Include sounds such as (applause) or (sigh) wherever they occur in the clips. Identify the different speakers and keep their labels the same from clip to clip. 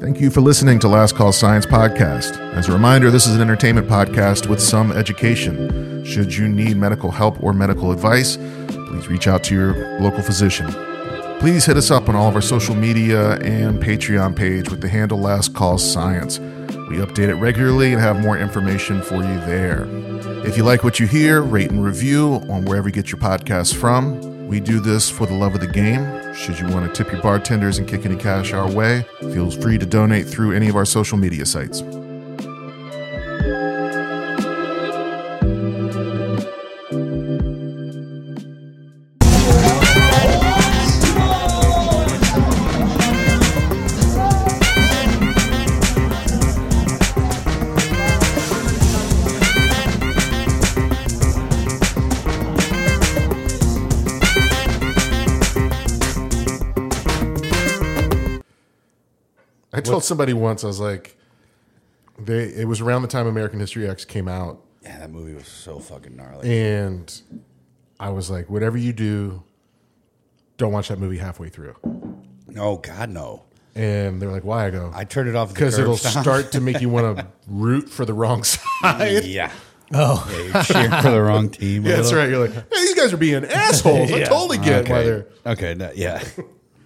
Speaker 1: Thank you for listening to Last Call Science Podcast. As a reminder, this is an entertainment podcast with some education. Should you need medical help or medical advice, please reach out to your local physician. Please hit us up on all of our social media and Patreon page with the handle Last Call Science. We update it regularly and have more information for you there. If you like what you hear, rate and review on wherever you get your podcasts from. We do this for the love of the game. Should you want to tip your bartenders and kick any cash our way, feel free to donate through any of our social media sites. I told somebody once, I was like, they, it was around the time American History X came out,
Speaker 2: Yeah, that movie was so fucking gnarly.
Speaker 1: and I was like, whatever you do, don't watch that movie halfway through.
Speaker 2: No, God, no.
Speaker 1: And they were like, why? I go,
Speaker 2: I turned it off at the
Speaker 1: because it'll
Speaker 2: curb
Speaker 1: (laughs)
Speaker 2: stop.
Speaker 1: start to make you want
Speaker 2: (laughs)
Speaker 1: to root for the wrong side.
Speaker 2: Yeah. Oh, yeah, you cheered for the wrong team.
Speaker 1: (laughs)
Speaker 2: a
Speaker 1: Yeah, that's
Speaker 2: little.
Speaker 1: right. You're like, hey, these guys are
Speaker 2: (laughs)
Speaker 1: being assholes. I totally get why they're.
Speaker 2: Okay, no, yeah.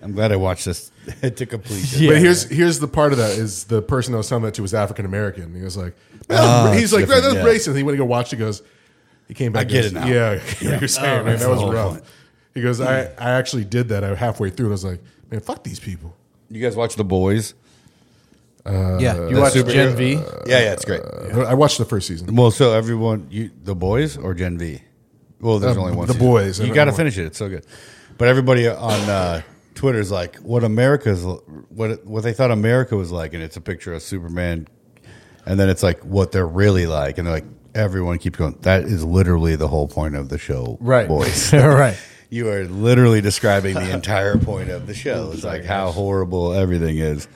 Speaker 2: I'm glad I watched this (laughs) to completion.
Speaker 1: But here's here's the part of that is the person I was telling that to was African American. He was like,
Speaker 2: Oh,
Speaker 1: he's
Speaker 2: it's
Speaker 1: like that's
Speaker 2: different, yeah.
Speaker 1: racist. He went to go watch. He goes, he came back.
Speaker 2: I get
Speaker 1: and
Speaker 2: it
Speaker 1: goes,
Speaker 2: now. Oh,
Speaker 1: Yeah, (laughs) I get what you're saying man. That
Speaker 2: the
Speaker 1: was
Speaker 2: whole
Speaker 1: rough.
Speaker 2: point.
Speaker 1: He goes, I I actually did that. I halfway through, and I was like, man, fuck these people.
Speaker 2: You guys watch The Boys? Uh,
Speaker 3: yeah, you
Speaker 2: the
Speaker 3: watched
Speaker 2: superhero-
Speaker 3: Gen V.
Speaker 2: yeah, yeah, it's great.
Speaker 1: I watched the first season.
Speaker 2: Well, so everyone, you The Boys or Gen V? Well, there's
Speaker 1: Uh,
Speaker 2: only one.
Speaker 1: The
Speaker 2: season.
Speaker 1: Boys.
Speaker 2: You got to
Speaker 1: Everyone.
Speaker 2: finish it. It's so good. But everybody on uh, Twitter is like, "What America's what what they thought America was like," and it's a picture of Superman, and then it's like what they're really like, and they're like, everyone keeps going. That is literally the whole point of the show,
Speaker 1: (laughs)
Speaker 3: Right.
Speaker 2: Boys.
Speaker 3: right.
Speaker 2: (laughs) You are literally describing the entire point of the show.
Speaker 1: (laughs)
Speaker 2: It's like how horrible everything is.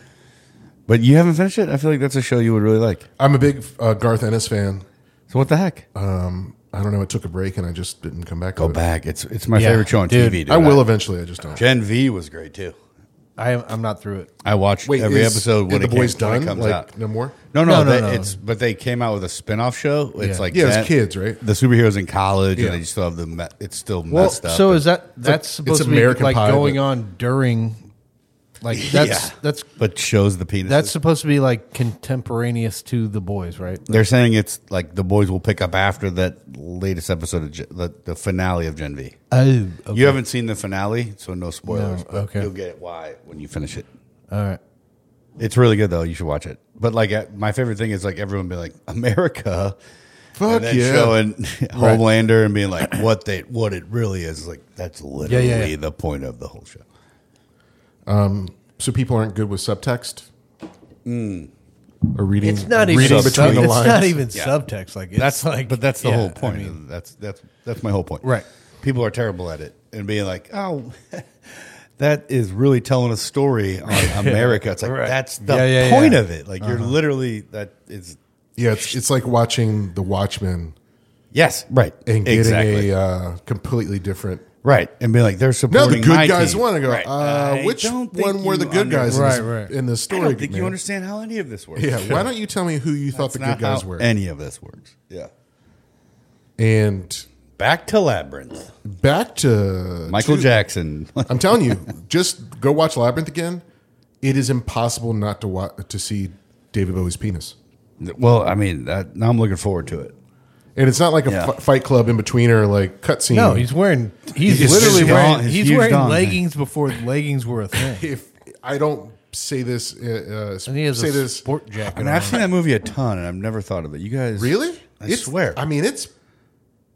Speaker 2: But you haven't finished it. I feel like that's a show you would really like.
Speaker 1: I'm a big uh, Garth Ennis fan. Um,
Speaker 2: So what the heck?
Speaker 1: I don't know. It took a break, and I just didn't come back.
Speaker 2: Go
Speaker 1: to it.
Speaker 2: back. It's it's my
Speaker 3: Yeah,
Speaker 2: favorite show on
Speaker 3: dude.
Speaker 2: TV. Dude.
Speaker 1: I will eventually. I just don't.
Speaker 2: Gen V was great too.
Speaker 3: I am, I'm not through it.
Speaker 2: I watched
Speaker 1: Wait,
Speaker 2: every
Speaker 1: is-
Speaker 2: episode when
Speaker 1: is
Speaker 2: it
Speaker 1: the boys
Speaker 2: came- when
Speaker 1: done?
Speaker 2: it comes
Speaker 1: like
Speaker 2: out.
Speaker 1: no more.
Speaker 2: No, no,
Speaker 3: No, no,
Speaker 2: they-
Speaker 3: no.
Speaker 2: it's but they came out with a spin-off show. It's
Speaker 3: Yeah.
Speaker 2: like
Speaker 1: Yeah, it's
Speaker 2: that-
Speaker 1: kids, right?
Speaker 2: The superheroes in college,
Speaker 1: Yeah.
Speaker 2: and they still have the me- it's still
Speaker 3: Well,
Speaker 2: messed up.
Speaker 3: so
Speaker 2: and-
Speaker 3: is that that's supposed to be
Speaker 1: American
Speaker 3: like
Speaker 1: Pie,
Speaker 3: going
Speaker 1: but-
Speaker 3: on during, like
Speaker 2: (laughs)
Speaker 3: that's
Speaker 2: Yeah.
Speaker 3: that's
Speaker 2: but shows the penis.
Speaker 3: that's supposed to be like contemporaneous to the boys, right?
Speaker 2: they're saying it's like the boys will pick up after that latest episode of Gen, the, the finale of Gen V.
Speaker 3: Oh,
Speaker 2: You haven't seen the finale, so no spoilers.
Speaker 3: No,
Speaker 2: but
Speaker 3: okay.
Speaker 2: you'll get why when you finish it.
Speaker 3: all right.
Speaker 2: It's really good though. You should watch it. But like uh, my favorite thing is like everyone be like America,
Speaker 1: Fuck
Speaker 2: and then
Speaker 1: yeah.
Speaker 2: showing Homelander and being like what they what it really is. Like that's literally
Speaker 3: yeah.
Speaker 2: the point of the whole show.
Speaker 1: So people aren't good with subtext.
Speaker 2: Hmm.
Speaker 1: Or reading.
Speaker 3: It's not even
Speaker 1: reading
Speaker 3: sub-
Speaker 1: between the
Speaker 3: it's
Speaker 1: lines.
Speaker 3: not even
Speaker 2: Yeah.
Speaker 3: subtext. Like it's
Speaker 2: That's
Speaker 3: like,
Speaker 2: like, but that's the
Speaker 3: yeah,
Speaker 2: whole
Speaker 3: I
Speaker 2: point.
Speaker 3: mean,
Speaker 2: that's that's that's my whole point.
Speaker 3: Right.
Speaker 2: People are terrible at it and being like, oh. (laughs) That is really telling a story (laughs) on America. It's like
Speaker 3: Right.
Speaker 2: that's the
Speaker 3: Yeah, yeah,
Speaker 2: point
Speaker 3: yeah.
Speaker 2: of it. Like you're literally that is
Speaker 1: Yeah, it's, it's like watching The Watchmen
Speaker 2: yes, right,
Speaker 1: and getting
Speaker 2: exactly,
Speaker 1: a uh, completely different.
Speaker 2: right, and being like they're
Speaker 1: No,
Speaker 2: supporting
Speaker 1: the
Speaker 2: my
Speaker 1: good guys
Speaker 2: team.
Speaker 1: won. I go,
Speaker 2: Right.
Speaker 1: uh,
Speaker 2: I
Speaker 1: which
Speaker 2: don't think
Speaker 1: one were the
Speaker 2: you
Speaker 1: good guys in, this,
Speaker 3: Right, right.
Speaker 1: in this story?
Speaker 2: I don't think
Speaker 1: man?
Speaker 2: you understand how any of this works.
Speaker 1: Yeah,
Speaker 2: (laughs)
Speaker 1: why don't you tell me who you thought
Speaker 2: That's
Speaker 1: the
Speaker 2: not
Speaker 1: good guys
Speaker 2: how
Speaker 1: were?
Speaker 2: Any of this works. Yeah.
Speaker 1: and
Speaker 2: Back to Labyrinth.
Speaker 1: back to
Speaker 2: Michael
Speaker 1: to-
Speaker 2: Jackson.
Speaker 1: I'm telling you, (laughs) just go watch Labyrinth again. It is impossible not to wa to see David Bowie's penis.
Speaker 2: well, I mean, that, now I'm looking forward to it.
Speaker 1: And it's not like a
Speaker 2: Yeah.
Speaker 1: fi- Fight Club in between or like cutscene.
Speaker 3: no, he's wearing he's,
Speaker 2: He's
Speaker 3: literally
Speaker 2: huge
Speaker 3: wearing
Speaker 2: dong- he's
Speaker 3: he's
Speaker 2: huge
Speaker 3: wearing
Speaker 2: dong, man.
Speaker 3: leggings before leggings were
Speaker 2: (laughs)
Speaker 3: a thing.
Speaker 1: if I don't say this, uh, uh,
Speaker 3: And he has
Speaker 1: say
Speaker 3: a
Speaker 1: this.
Speaker 3: sport jacket.
Speaker 2: I mean,
Speaker 3: on.
Speaker 2: I've seen that movie a ton, and I've never thought of it. You guys,
Speaker 1: Uh, Really?
Speaker 2: I
Speaker 1: It's-
Speaker 2: swear.
Speaker 1: I mean, it's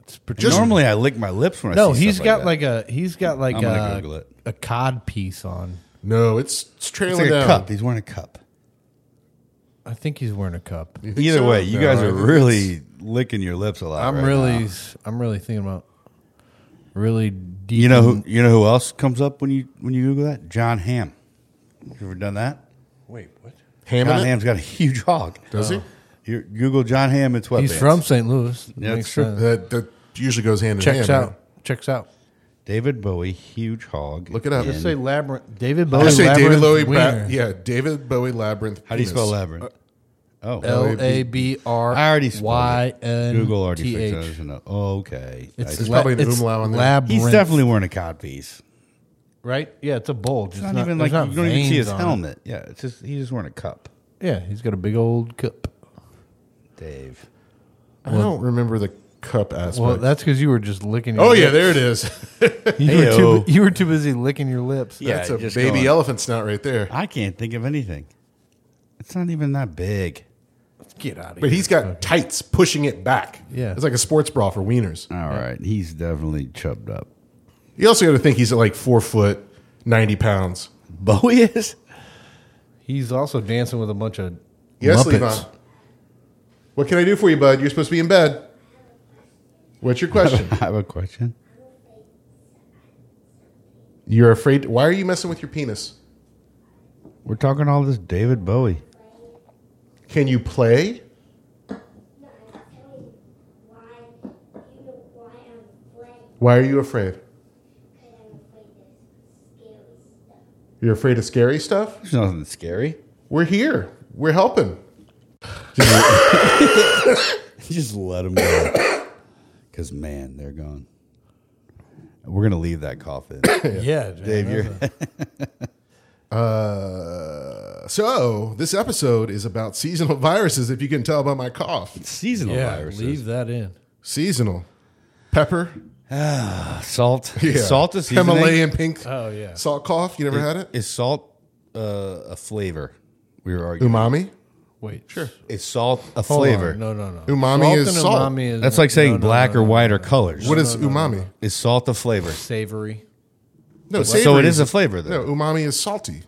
Speaker 3: It's pretty-
Speaker 1: just-
Speaker 2: normally I lick my lips when I.
Speaker 3: no,
Speaker 2: see
Speaker 3: he's
Speaker 2: stuff
Speaker 3: got
Speaker 2: that.
Speaker 3: like, a he's got like
Speaker 2: I'm gonna Google
Speaker 3: a
Speaker 2: it.
Speaker 3: a cod piece on.
Speaker 1: no, it's it's
Speaker 2: It's
Speaker 1: trailing
Speaker 2: like a
Speaker 1: down.
Speaker 2: cup. He's wearing a cup.
Speaker 3: I think he's wearing a cup.
Speaker 1: You think
Speaker 2: Either
Speaker 1: so?
Speaker 2: way, you
Speaker 1: No,
Speaker 2: guys
Speaker 1: I
Speaker 2: are
Speaker 1: think it's-
Speaker 2: really licking your lips a lot.
Speaker 3: I'm
Speaker 2: right
Speaker 3: really,
Speaker 2: now.
Speaker 3: I'm really thinking about really deep.
Speaker 2: You know who? You know who else comes up when you when you Google that? John Hamm. You ever done that?
Speaker 3: Wait, what?
Speaker 1: hamming
Speaker 2: John
Speaker 1: it?
Speaker 2: Hamm's got a huge hog. Uh,
Speaker 1: Does he?
Speaker 2: You Google John Hamm. It's what
Speaker 3: He's from St. Louis.
Speaker 2: Yeah,
Speaker 3: Makes
Speaker 2: it's true.
Speaker 3: sense.
Speaker 1: That that usually goes hand in
Speaker 3: uh, Checks
Speaker 1: hand.
Speaker 3: out. Checks out.
Speaker 2: David Bowie, huge hog.
Speaker 4: Look it up.
Speaker 2: in-
Speaker 3: Just say labyrinth. David Bowie.
Speaker 4: I say David Bowie.
Speaker 3: Labyrinth
Speaker 4: Pra-
Speaker 3: Wiener.
Speaker 4: yeah, David Bowie labyrinth.
Speaker 2: how do you spell
Speaker 4: Penis.
Speaker 2: labyrinth?
Speaker 1: Uh,
Speaker 2: Oh,
Speaker 3: L A B R
Speaker 2: I already spelled it.
Speaker 3: Y N
Speaker 2: Google already
Speaker 3: T
Speaker 2: fixed that.
Speaker 3: H.
Speaker 2: There's no- Okay,
Speaker 3: It's,
Speaker 2: I-
Speaker 4: la- probably an
Speaker 3: it's
Speaker 4: umlaut on there.
Speaker 3: labyrinth,
Speaker 2: he's definitely wearing a codpiece.
Speaker 3: right. Yeah, it's a bulge.
Speaker 2: It's not, even like
Speaker 3: there's
Speaker 2: you don't even see
Speaker 3: veins
Speaker 2: his
Speaker 3: on it.
Speaker 2: helmet. Yeah, it's just he's just wearing a cup.
Speaker 3: Yeah, he's got a big old cup.
Speaker 2: Dave,
Speaker 4: I don't remember the cup aspect.
Speaker 3: Well, that's because you were just licking. Your
Speaker 4: oh yeah,
Speaker 3: lips.
Speaker 4: there it is.
Speaker 1: (laughs)
Speaker 3: You were,
Speaker 2: Heyo.
Speaker 3: too, you were too busy licking your lips.
Speaker 2: Yeah,
Speaker 4: that's a
Speaker 2: just
Speaker 4: baby
Speaker 2: going-
Speaker 4: elephant snout right there.
Speaker 2: I can't think of anything. It's not even that big.
Speaker 3: Get out of here.
Speaker 4: But he's got tights pushing it back.
Speaker 3: Yeah.
Speaker 4: it's like a sports bra for wieners.
Speaker 2: All right, he's definitely chubbed up. (laughs)
Speaker 4: You also got to think he's at like four foot, ninety pounds.
Speaker 2: Bowie is.
Speaker 3: He's also dancing with a bunch of
Speaker 4: Yes,
Speaker 3: Muppets.
Speaker 4: Levon. What can I do for you, bud? You're supposed to be in bed. What's
Speaker 2: (laughs)
Speaker 4: your question?
Speaker 2: I have a question.
Speaker 4: You're afraid. Why are you messing with your penis?
Speaker 2: We're talking all this David Bowie.
Speaker 4: Can you play? Why are you afraid? You're afraid of scary stuff?
Speaker 2: There's nothing (laughs) scary.
Speaker 4: We're here. We're helping.
Speaker 2: Just let them go. (coughs) Because, man, they're gone. We're going to leave that coffin. (coughs)
Speaker 3: Yeah,
Speaker 2: Dave, you're.
Speaker 4: Uh, so this episode is about seasonal (laughs) viruses. If you can tell by my cough,
Speaker 2: Seasonal
Speaker 3: yeah.
Speaker 2: viruses.
Speaker 3: Leave that in.
Speaker 4: seasonal pepper,
Speaker 2: (laughs) Salt.
Speaker 4: yeah.
Speaker 2: Salt is seasoning.
Speaker 4: Himalayan pink.
Speaker 3: Oh, yeah.
Speaker 4: salt cough. You never had it?
Speaker 2: Is salt uh, a flavor? We were arguing.
Speaker 4: Umami.
Speaker 3: Wait, sure.
Speaker 2: Is salt a flavor?
Speaker 3: No, no, no.
Speaker 4: Umami
Speaker 3: salt
Speaker 4: is
Speaker 3: and
Speaker 4: salt.
Speaker 3: Umami is
Speaker 2: That's like saying black or white or colors.
Speaker 4: What is umami? No,
Speaker 2: Is salt a flavor?
Speaker 3: savory.
Speaker 2: So
Speaker 4: savory
Speaker 2: it is a flavor, though.
Speaker 4: No, umami is salty.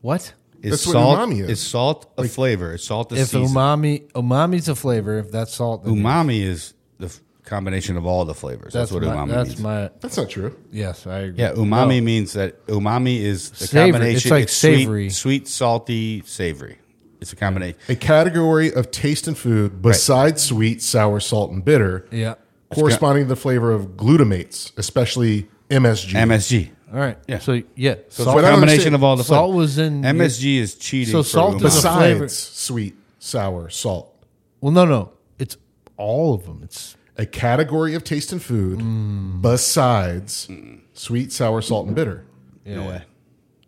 Speaker 3: What?
Speaker 2: Is
Speaker 4: That's what
Speaker 2: salt,
Speaker 4: umami is.
Speaker 2: salt a flavor? Is salt a
Speaker 3: If
Speaker 2: season?
Speaker 3: umami, umami's a flavor. If that's salt, then
Speaker 2: umami is the f- combination of all the flavors. That's, what
Speaker 3: my,
Speaker 2: umami
Speaker 3: That's
Speaker 2: means.
Speaker 3: my
Speaker 4: That's not true.
Speaker 3: yes. I agree.
Speaker 2: yeah, umami
Speaker 3: No.
Speaker 2: means that umami is a
Speaker 3: Savory.
Speaker 2: combination.
Speaker 3: It's like
Speaker 2: sweet-
Speaker 3: savory.
Speaker 2: sweet, salty, savory. It's a combination.
Speaker 4: A category of taste and food besides sweet, sour, salt, and bitter,
Speaker 3: Yeah.
Speaker 4: corresponding to the flavor of glutamates, especially MSG.
Speaker 2: MSG.
Speaker 3: All right.
Speaker 2: Yeah.
Speaker 3: So yeah.
Speaker 2: So it's
Speaker 4: what I
Speaker 2: a
Speaker 4: don't
Speaker 2: combination
Speaker 4: understand-
Speaker 2: of all the
Speaker 3: Salt
Speaker 2: flavors.
Speaker 3: was in-
Speaker 2: MSG is cheating.
Speaker 3: So
Speaker 2: for
Speaker 3: salt is a
Speaker 2: umami.
Speaker 3: flavor.
Speaker 4: besides sweet, sour, salt.
Speaker 3: well, no, no. It's all of them. It's
Speaker 4: A category of taste and food Mm. besides sweet, sour, salt, and bitter.
Speaker 2: No way.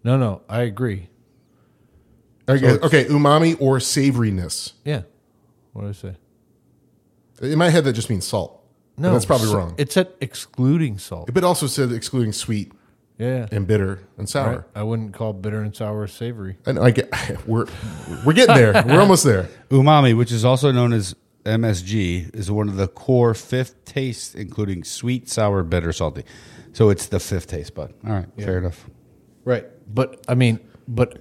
Speaker 3: no, no. I agree.
Speaker 4: Okay, okay, umami or savoriness.
Speaker 3: Yeah. What did I say?
Speaker 4: In my head, that just means salt.
Speaker 3: No,
Speaker 4: No, that's probably
Speaker 3: so-
Speaker 4: wrong.
Speaker 3: It said excluding salt.
Speaker 4: but it also said excluding sweet
Speaker 3: Yeah.
Speaker 4: and bitter and sour.
Speaker 3: Right. I wouldn't call bitter and sour savory.
Speaker 4: And I get (laughs) we're we're getting there. We're almost there.
Speaker 2: Umami, which is also known as MSG, is one of the core fifth tastes, including sweet, sour, bitter, salty. So it's the fifth taste bud. All right, fair enough.
Speaker 3: Right. But I mean, but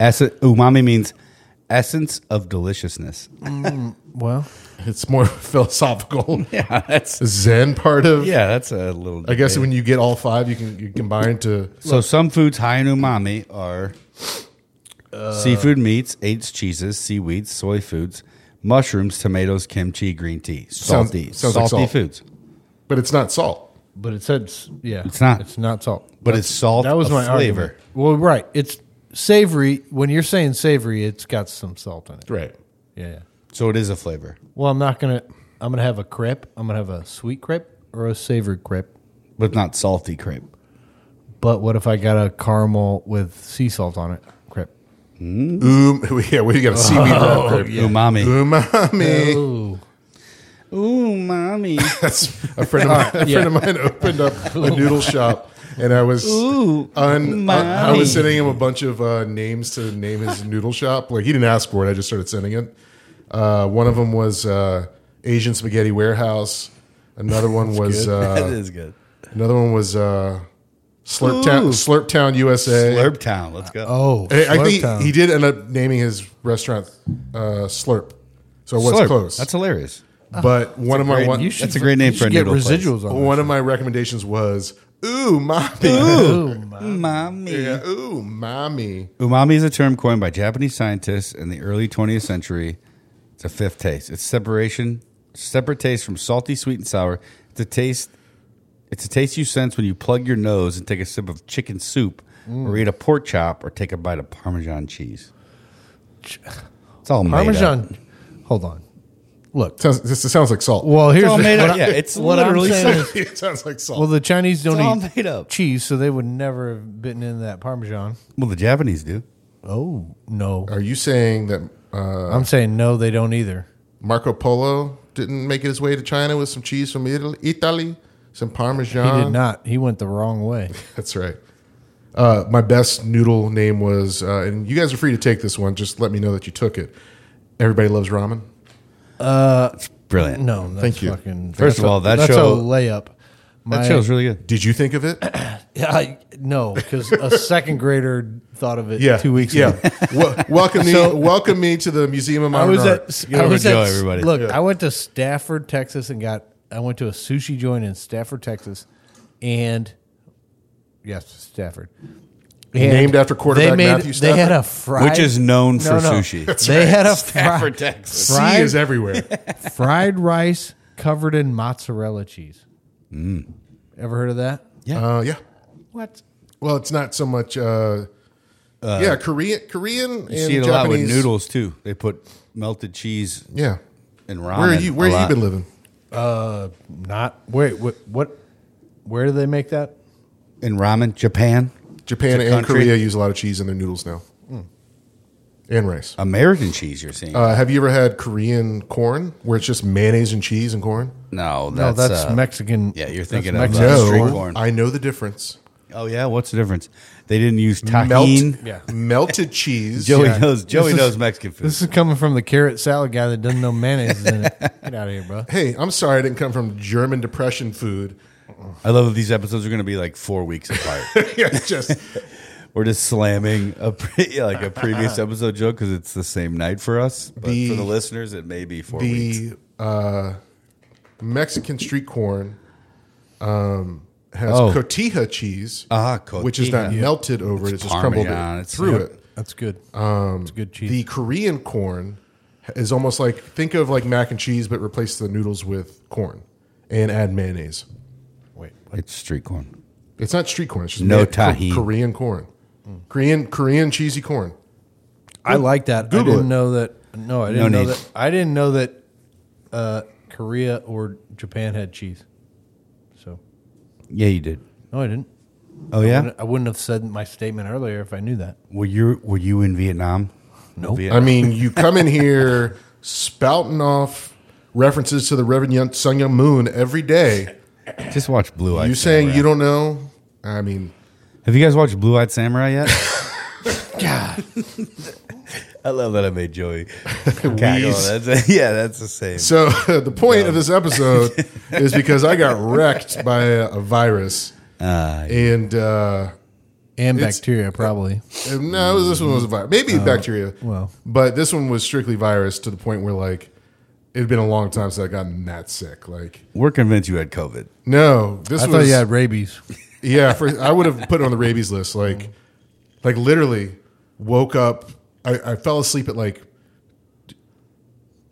Speaker 2: Ess- umami means essence of deliciousness.
Speaker 3: well,
Speaker 4: It's more (laughs) philosophical.
Speaker 2: (laughs) Yeah, that's
Speaker 4: Zen part of
Speaker 2: yeah, that's a little.
Speaker 4: I guess when you get all five, you can you combine to
Speaker 2: so. Some foods high in umami are Uh, seafood meats, aged cheeses, seaweeds, soy foods, mushrooms, tomatoes, kimchi, green tea,
Speaker 4: Sounds-
Speaker 2: salty,
Speaker 4: sounds like
Speaker 2: salty
Speaker 4: salt.
Speaker 2: foods.
Speaker 4: but it's not salt.
Speaker 3: but it said s- yeah.
Speaker 2: It's not.
Speaker 3: It's not salt.
Speaker 2: But it's salt.
Speaker 3: that was my
Speaker 2: flavor.
Speaker 3: argument. Well, right. It's savory. When you're saying savory, it's got some salt in it.
Speaker 4: Right.
Speaker 3: Yeah. yeah.
Speaker 2: So it is a flavor,
Speaker 3: Well, I'm not gonna. I'm gonna have a crepe. I'm gonna have a sweet crepe or a savory crepe.
Speaker 2: but not salty
Speaker 4: (laughs)
Speaker 2: crepe.
Speaker 3: But what if I got a caramel with sea salt on it crepe?
Speaker 4: Um, yeah, we got a seaweed wrap grape.
Speaker 2: Umami.
Speaker 4: (laughs) Umami.
Speaker 3: Oh,
Speaker 2: Umami.
Speaker 4: (laughs) That's a friend of mine. A friend of mine opened up a noodle shop, and I was
Speaker 2: Ooh,
Speaker 4: un, uh, I, I
Speaker 2: umami. (laughs)
Speaker 4: was sending him a bunch of uh, names to name his noodle shop. Like he didn't ask for it. I just started sending it. Uh, one of them was uh, Asian Spaghetti Warehouse. Another one
Speaker 2: (laughs)
Speaker 4: was
Speaker 2: that
Speaker 4: uh,
Speaker 2: is good.
Speaker 4: another one was uh, Slurp Town,
Speaker 2: Ooh.
Speaker 4: Slurp Town USA.
Speaker 2: Slurp Town. Let's go.
Speaker 3: oh
Speaker 4: I- I think
Speaker 3: Slurptown.
Speaker 4: he did end up naming his restaurant uh, Slurp, so it was
Speaker 2: Slurp.
Speaker 4: close.
Speaker 2: That's hilarious.
Speaker 4: but one of my
Speaker 2: great-
Speaker 4: one,
Speaker 3: You should-
Speaker 2: That's a great name
Speaker 3: you
Speaker 2: for a
Speaker 3: should get
Speaker 2: noodle place.
Speaker 3: residuals on.
Speaker 4: one of my recommendations was ooh mommy,
Speaker 2: Umami.
Speaker 4: (laughs) Yeah, ooh mommy.
Speaker 2: Umami is a term coined by Japanese scientists in the early 20th century. It's a fifth taste. It's separation, separate taste from salty, sweet, and sour. It's a taste It's a taste you sense when you plug your nose and take a sip of chicken soup, or eat a pork chop, or take a bite of Parmesan cheese.
Speaker 3: Ch-
Speaker 2: It's all Made up.
Speaker 3: Parmesan. Hold on. Look.
Speaker 4: Sounds, this, it sounds like salt.
Speaker 3: Well, here's
Speaker 2: all
Speaker 3: the-
Speaker 2: made
Speaker 3: what
Speaker 2: up.
Speaker 3: I- (laughs)
Speaker 2: Yeah, it's
Speaker 3: what I'm
Speaker 2: literally
Speaker 3: saying
Speaker 4: (laughs)
Speaker 3: is-
Speaker 4: it sounds like salt.
Speaker 3: Well, the Chinese
Speaker 2: It's
Speaker 3: don't
Speaker 2: all
Speaker 3: eat
Speaker 2: made up.
Speaker 3: cheese, so they would never have bitten into that Parmesan.
Speaker 2: Well, the Japanese do.
Speaker 3: Oh no!
Speaker 4: Are you saying that uh,
Speaker 3: I'm saying no, they don't either.
Speaker 4: Marco Polo didn't make it his way to China with some cheese from Italy, Italy some
Speaker 3: He
Speaker 4: Parmesan?
Speaker 2: Uh-huh.
Speaker 3: did not. He went the wrong way.
Speaker 4: That's right. Uh, my best noodle name was, uh, and you guys are free to take this one. Just let me know that you took it. Everybody loves ramen.
Speaker 2: Brilliant.
Speaker 3: (laughs) No, that's
Speaker 4: Thank you.
Speaker 3: Fucking,
Speaker 2: First
Speaker 3: that's
Speaker 2: of
Speaker 3: a-
Speaker 2: all, that
Speaker 3: that's
Speaker 2: show-
Speaker 3: a layup. My,
Speaker 2: That show's really good.
Speaker 4: Did you think of it?
Speaker 3: (laughs) Yeah, I, no, because a second grader thought of it
Speaker 4: Yeah,
Speaker 3: two weeks
Speaker 4: Yeah.
Speaker 3: ago.
Speaker 4: (laughs) Wel- welcome me, welcome me to the Museum of
Speaker 3: I
Speaker 2: Oh,
Speaker 4: Modern
Speaker 3: was
Speaker 4: Art.
Speaker 3: at. uh,
Speaker 2: Give
Speaker 3: I
Speaker 2: him
Speaker 3: was
Speaker 2: a
Speaker 3: at.
Speaker 2: go, everybody.
Speaker 3: Look,
Speaker 4: Yeah.
Speaker 3: I went to Stafford, Texas, and got. I went to a sushi joint in Stafford, Texas, and yes, Stafford. And
Speaker 4: Named after quarterback
Speaker 3: they made,
Speaker 4: Matthew Stafford?
Speaker 3: They had a fried,
Speaker 2: Which is known for
Speaker 3: No, no.
Speaker 2: sushi.
Speaker 3: They had a
Speaker 2: Stafford,
Speaker 3: fried,
Speaker 2: Texas.
Speaker 4: sea
Speaker 3: fried-
Speaker 4: is
Speaker 3: (laughs)
Speaker 4: everywhere.
Speaker 3: fried rice covered in mozzarella cheese.
Speaker 2: Mm.
Speaker 3: Ever heard of that?
Speaker 4: uh, yeah.
Speaker 3: What?
Speaker 4: Well, it's not so much. Uh, yeah, Korean, Korean, and
Speaker 2: You see it
Speaker 4: Japanese
Speaker 2: a lot with noodles too. They put melted cheese
Speaker 4: Yeah.
Speaker 2: and ramen.
Speaker 4: Where are you? Where
Speaker 2: a
Speaker 4: have you
Speaker 2: lot.
Speaker 4: been living?
Speaker 3: Uh, Not wait. What? what where do they make that?
Speaker 2: In ramen, Japan,
Speaker 4: Japan
Speaker 2: It's a
Speaker 4: and
Speaker 2: country. Hmm.
Speaker 4: Korea use a lot of cheese in their noodles now, and rice.
Speaker 2: American cheese. You're seeing?
Speaker 4: Uh, have you ever had Korean corn, where it's just mayonnaise and cheese and corn?
Speaker 2: no,
Speaker 3: No,
Speaker 2: that's,
Speaker 3: that's
Speaker 2: uh,
Speaker 3: Mexican.
Speaker 2: yeah, you're
Speaker 3: that's
Speaker 2: thinking of,
Speaker 3: Mexican
Speaker 2: uh,
Speaker 3: corn.
Speaker 2: street corn.
Speaker 4: I know the difference.
Speaker 2: Oh yeah, what's the difference? They didn't use
Speaker 4: Melt,
Speaker 2: tahine.
Speaker 3: Yeah.
Speaker 4: melted
Speaker 2: (laughs)
Speaker 4: cheese.
Speaker 2: Joey
Speaker 3: Yeah.
Speaker 2: knows. Joey
Speaker 3: This is-
Speaker 2: knows Mexican food.
Speaker 3: This is coming from the carrot salad guy that doesn't know mayonnaise
Speaker 2: (laughs)
Speaker 3: is in it. Get out of here, bro.
Speaker 4: Hey, I'm sorry I didn't come from German
Speaker 2: (laughs)
Speaker 4: Depression food.
Speaker 2: I love that these episodes are going to be like four weeks
Speaker 4: (laughs)
Speaker 2: apart.
Speaker 4: yeah, it's just
Speaker 2: We're just slamming a pre- (laughs) like a previous episode joke because it's the same night for us, but
Speaker 4: The-
Speaker 2: for the listeners, it may be four weeks.
Speaker 4: the uh, Mexican street corn um, has
Speaker 2: Oh.
Speaker 4: cotija cheese,
Speaker 2: Ah,
Speaker 4: which is not
Speaker 2: cotija.
Speaker 4: melted over it; it's just crumbled
Speaker 2: Parmesan,
Speaker 4: it,
Speaker 2: it's-
Speaker 4: through
Speaker 2: Yep.
Speaker 4: it.
Speaker 3: That's good. Um, it's good cheese.
Speaker 4: The Korean corn is almost like think of like mac and cheese, but replace the noodles with corn and add mayonnaise.
Speaker 3: Wait,
Speaker 2: It's street corn.
Speaker 4: It's not street corn; it's just
Speaker 2: No
Speaker 4: may-
Speaker 2: tahini.
Speaker 4: Korean corn, Korean Korean cheesy corn.
Speaker 3: I like that. I
Speaker 4: Google
Speaker 3: didn't
Speaker 4: it.
Speaker 3: know that. No, I didn't
Speaker 2: No
Speaker 3: know
Speaker 2: need.
Speaker 3: that. I didn't know that uh, Korea or Japan had cheese. So
Speaker 2: Yeah, you did.
Speaker 3: no, I didn't.
Speaker 2: Oh
Speaker 3: I
Speaker 2: yeah.
Speaker 3: wouldn't- I wouldn't have said my statement earlier if I knew that.
Speaker 2: Were you Were you in Vietnam?
Speaker 3: Nope.
Speaker 4: I
Speaker 2: Vietnam.
Speaker 4: mean, you come in here spouting off references to the Reverend Young, Sun Young Moon every day.
Speaker 2: just watch Blue Eyed.
Speaker 4: You saying you don't know? I mean,
Speaker 2: Have you guys watched Blue Eyed Samurai (laughs) yet? God, I love that I made (laughs) Joey. cackle.
Speaker 4: Wheeze.
Speaker 2: That's- yeah, that's the same.
Speaker 4: so (laughs) the point of this episode is because I got wrecked by a, a virus,
Speaker 2: Uh,
Speaker 4: and uh,
Speaker 3: And
Speaker 4: It's-
Speaker 3: bacteria, probably.
Speaker 4: no, this one was a virus. Maybe bacteria.
Speaker 3: Uh, well.
Speaker 4: but this one was strictly virus to the point where like it had been a long time since I gotten that sick. Like,
Speaker 2: we're convinced you had COVID.
Speaker 4: no, this
Speaker 3: I
Speaker 4: was
Speaker 3: thought you had rabies.
Speaker 4: (laughs) Yeah, for, I would have put it on the rabies list. Like, like literally, woke up. I, I fell asleep at like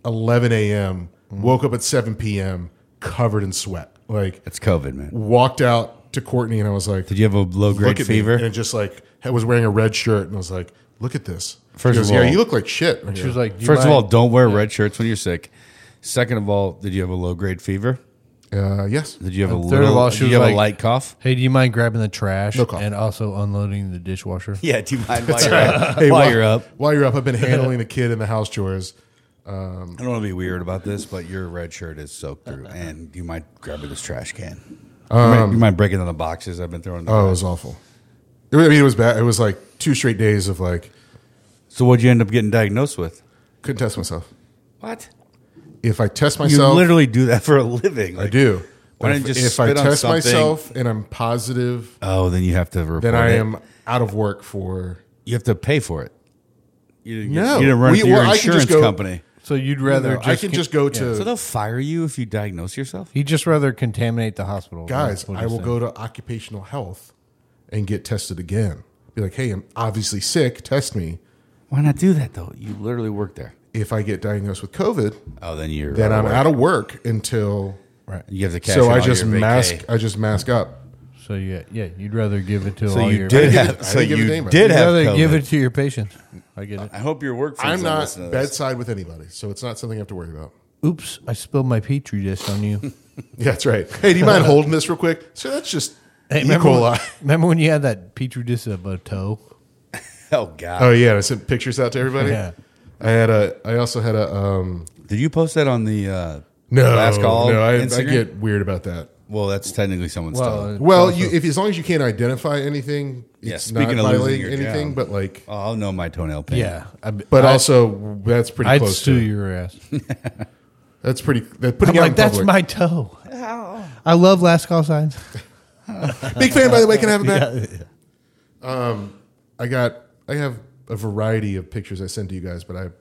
Speaker 4: eleven a.m.
Speaker 3: Mm-hmm.
Speaker 4: Woke up at seven p.m. covered in sweat. Like,
Speaker 2: It's COVID, man.
Speaker 4: walked out to Courtney and I was like,
Speaker 2: Did you have a low
Speaker 4: "Look
Speaker 2: grade
Speaker 4: at me." And
Speaker 2: fever?
Speaker 4: it just like I was wearing a red shirt and I was like, "Look at this."
Speaker 2: First
Speaker 4: she goes,
Speaker 2: of all-
Speaker 4: yeah, you look like shit.
Speaker 3: She was like, "Do you
Speaker 2: First of
Speaker 3: mind?"
Speaker 2: all, don't wear red shirts when you're sick. Second of all, did you have a low grade fever?
Speaker 4: uh, "Yes."
Speaker 2: Did you have a
Speaker 3: And third of
Speaker 2: little?
Speaker 3: all, she
Speaker 2: did
Speaker 3: was
Speaker 2: you have a
Speaker 3: like-
Speaker 2: light cough?
Speaker 3: hey, do you mind grabbing the trash
Speaker 4: No call.
Speaker 3: and also unloading the dishwasher?
Speaker 2: Yeah, do you mind while you're up?
Speaker 4: Hey,
Speaker 2: while you're up?
Speaker 4: While you're
Speaker 2: (laughs)
Speaker 4: up, I've been handling the kid in the house chores.
Speaker 2: I don't want to be weird about this, but your red shirt is soaked through, and you might grab this trash can. Um, you, might, you might break into the boxes I've been throwing.
Speaker 4: Oh, it was awful. It, was- I mean, it was bad. It was like two straight days of like
Speaker 2: So what'd you end up getting diagnosed with?
Speaker 4: couldn't test myself.
Speaker 2: What?
Speaker 4: if I test
Speaker 2: You
Speaker 4: myself,
Speaker 2: literally do that for a living.
Speaker 4: I
Speaker 2: Like,
Speaker 4: do.
Speaker 2: Why
Speaker 4: But
Speaker 2: don't you
Speaker 4: if-
Speaker 2: just
Speaker 4: if I
Speaker 2: spit on
Speaker 4: test
Speaker 2: something?
Speaker 4: myself and I'm positive,
Speaker 2: Oh, then you have to report.
Speaker 4: then I
Speaker 2: it.
Speaker 4: am out of work for.
Speaker 2: You have to pay for it. You didn't,
Speaker 4: No.
Speaker 2: you didn't run
Speaker 4: We-
Speaker 2: through
Speaker 4: well,
Speaker 2: your
Speaker 4: I can just
Speaker 2: insurance
Speaker 4: go- Uh,
Speaker 2: company.
Speaker 3: So you'd rather
Speaker 4: No,
Speaker 3: just
Speaker 4: I can
Speaker 3: con-
Speaker 4: just go
Speaker 3: Yeah.
Speaker 4: to
Speaker 2: So they'll fire you if you diagnose yourself.
Speaker 3: He'd just rather contaminate the hospital.
Speaker 4: guys.
Speaker 3: That's what
Speaker 4: I
Speaker 3: he's
Speaker 4: will
Speaker 3: saying.
Speaker 4: go to occupational health and get tested again. Be like, hey, I'm obviously sick. Test me.
Speaker 2: Why not do that though? You literally work there.
Speaker 4: If I get diagnosed with COVID,
Speaker 2: Oh, then you're.
Speaker 4: then
Speaker 2: out
Speaker 4: I'm
Speaker 2: of work.
Speaker 4: out of work until
Speaker 3: Right.
Speaker 2: You have to cash
Speaker 4: So
Speaker 2: in
Speaker 4: I
Speaker 2: all
Speaker 4: just
Speaker 2: your vacay.
Speaker 4: mask. I just mask up.
Speaker 3: So yeah, yeah, you'd rather give it to
Speaker 2: So
Speaker 3: all
Speaker 2: you
Speaker 3: your
Speaker 2: did
Speaker 4: I didn't
Speaker 2: have.
Speaker 4: give- I
Speaker 2: So
Speaker 4: didn't give a
Speaker 2: you
Speaker 4: damn about
Speaker 2: did
Speaker 3: You'd
Speaker 2: have.
Speaker 3: rather give
Speaker 2: COVID.
Speaker 3: it to your patient. I get it.
Speaker 2: (laughs) I hope your work.
Speaker 4: I'm not bedside with anybody, so it's not something I have to worry about. (laughs)
Speaker 3: Oops, I spilled my petri dish on you.
Speaker 4: Yeah, that's right. Hey, do you mind holding this real quick? So that's just E.
Speaker 3: remember, when,
Speaker 4: coli.
Speaker 3: remember when you had that petri dish of a toe?
Speaker 2: Oh God!
Speaker 4: (laughs) Oh yeah, and I sent pictures out to everybody.
Speaker 3: Yeah.
Speaker 4: I had a. I also had a. Um,
Speaker 2: Did you post that on the uh,
Speaker 4: no,
Speaker 2: last call?
Speaker 4: no. I, I
Speaker 2: Instagram?
Speaker 4: get weird about that.
Speaker 2: Well, that's technically someone's
Speaker 3: Well,
Speaker 2: well,
Speaker 4: Well, you, if as long as you can't identify anything, it's
Speaker 2: Yeah,
Speaker 4: not
Speaker 2: speaking of losing
Speaker 4: violating
Speaker 2: your
Speaker 4: anything.
Speaker 2: job.
Speaker 4: But like,
Speaker 2: Oh, I'll know my toenail paint.
Speaker 3: yeah. I,
Speaker 4: but
Speaker 3: I,
Speaker 4: also that's pretty
Speaker 3: I'd
Speaker 4: close
Speaker 3: sue
Speaker 4: to. it.
Speaker 3: your ass.
Speaker 4: That's pretty. That
Speaker 3: I'm
Speaker 4: putting out
Speaker 3: like,
Speaker 4: in
Speaker 3: that's
Speaker 4: public.
Speaker 3: my toe. I love last call signs.
Speaker 4: Big fan, by the way. Can I have it back? Um, I got. I have a variety of pictures I send to you guys, but I'm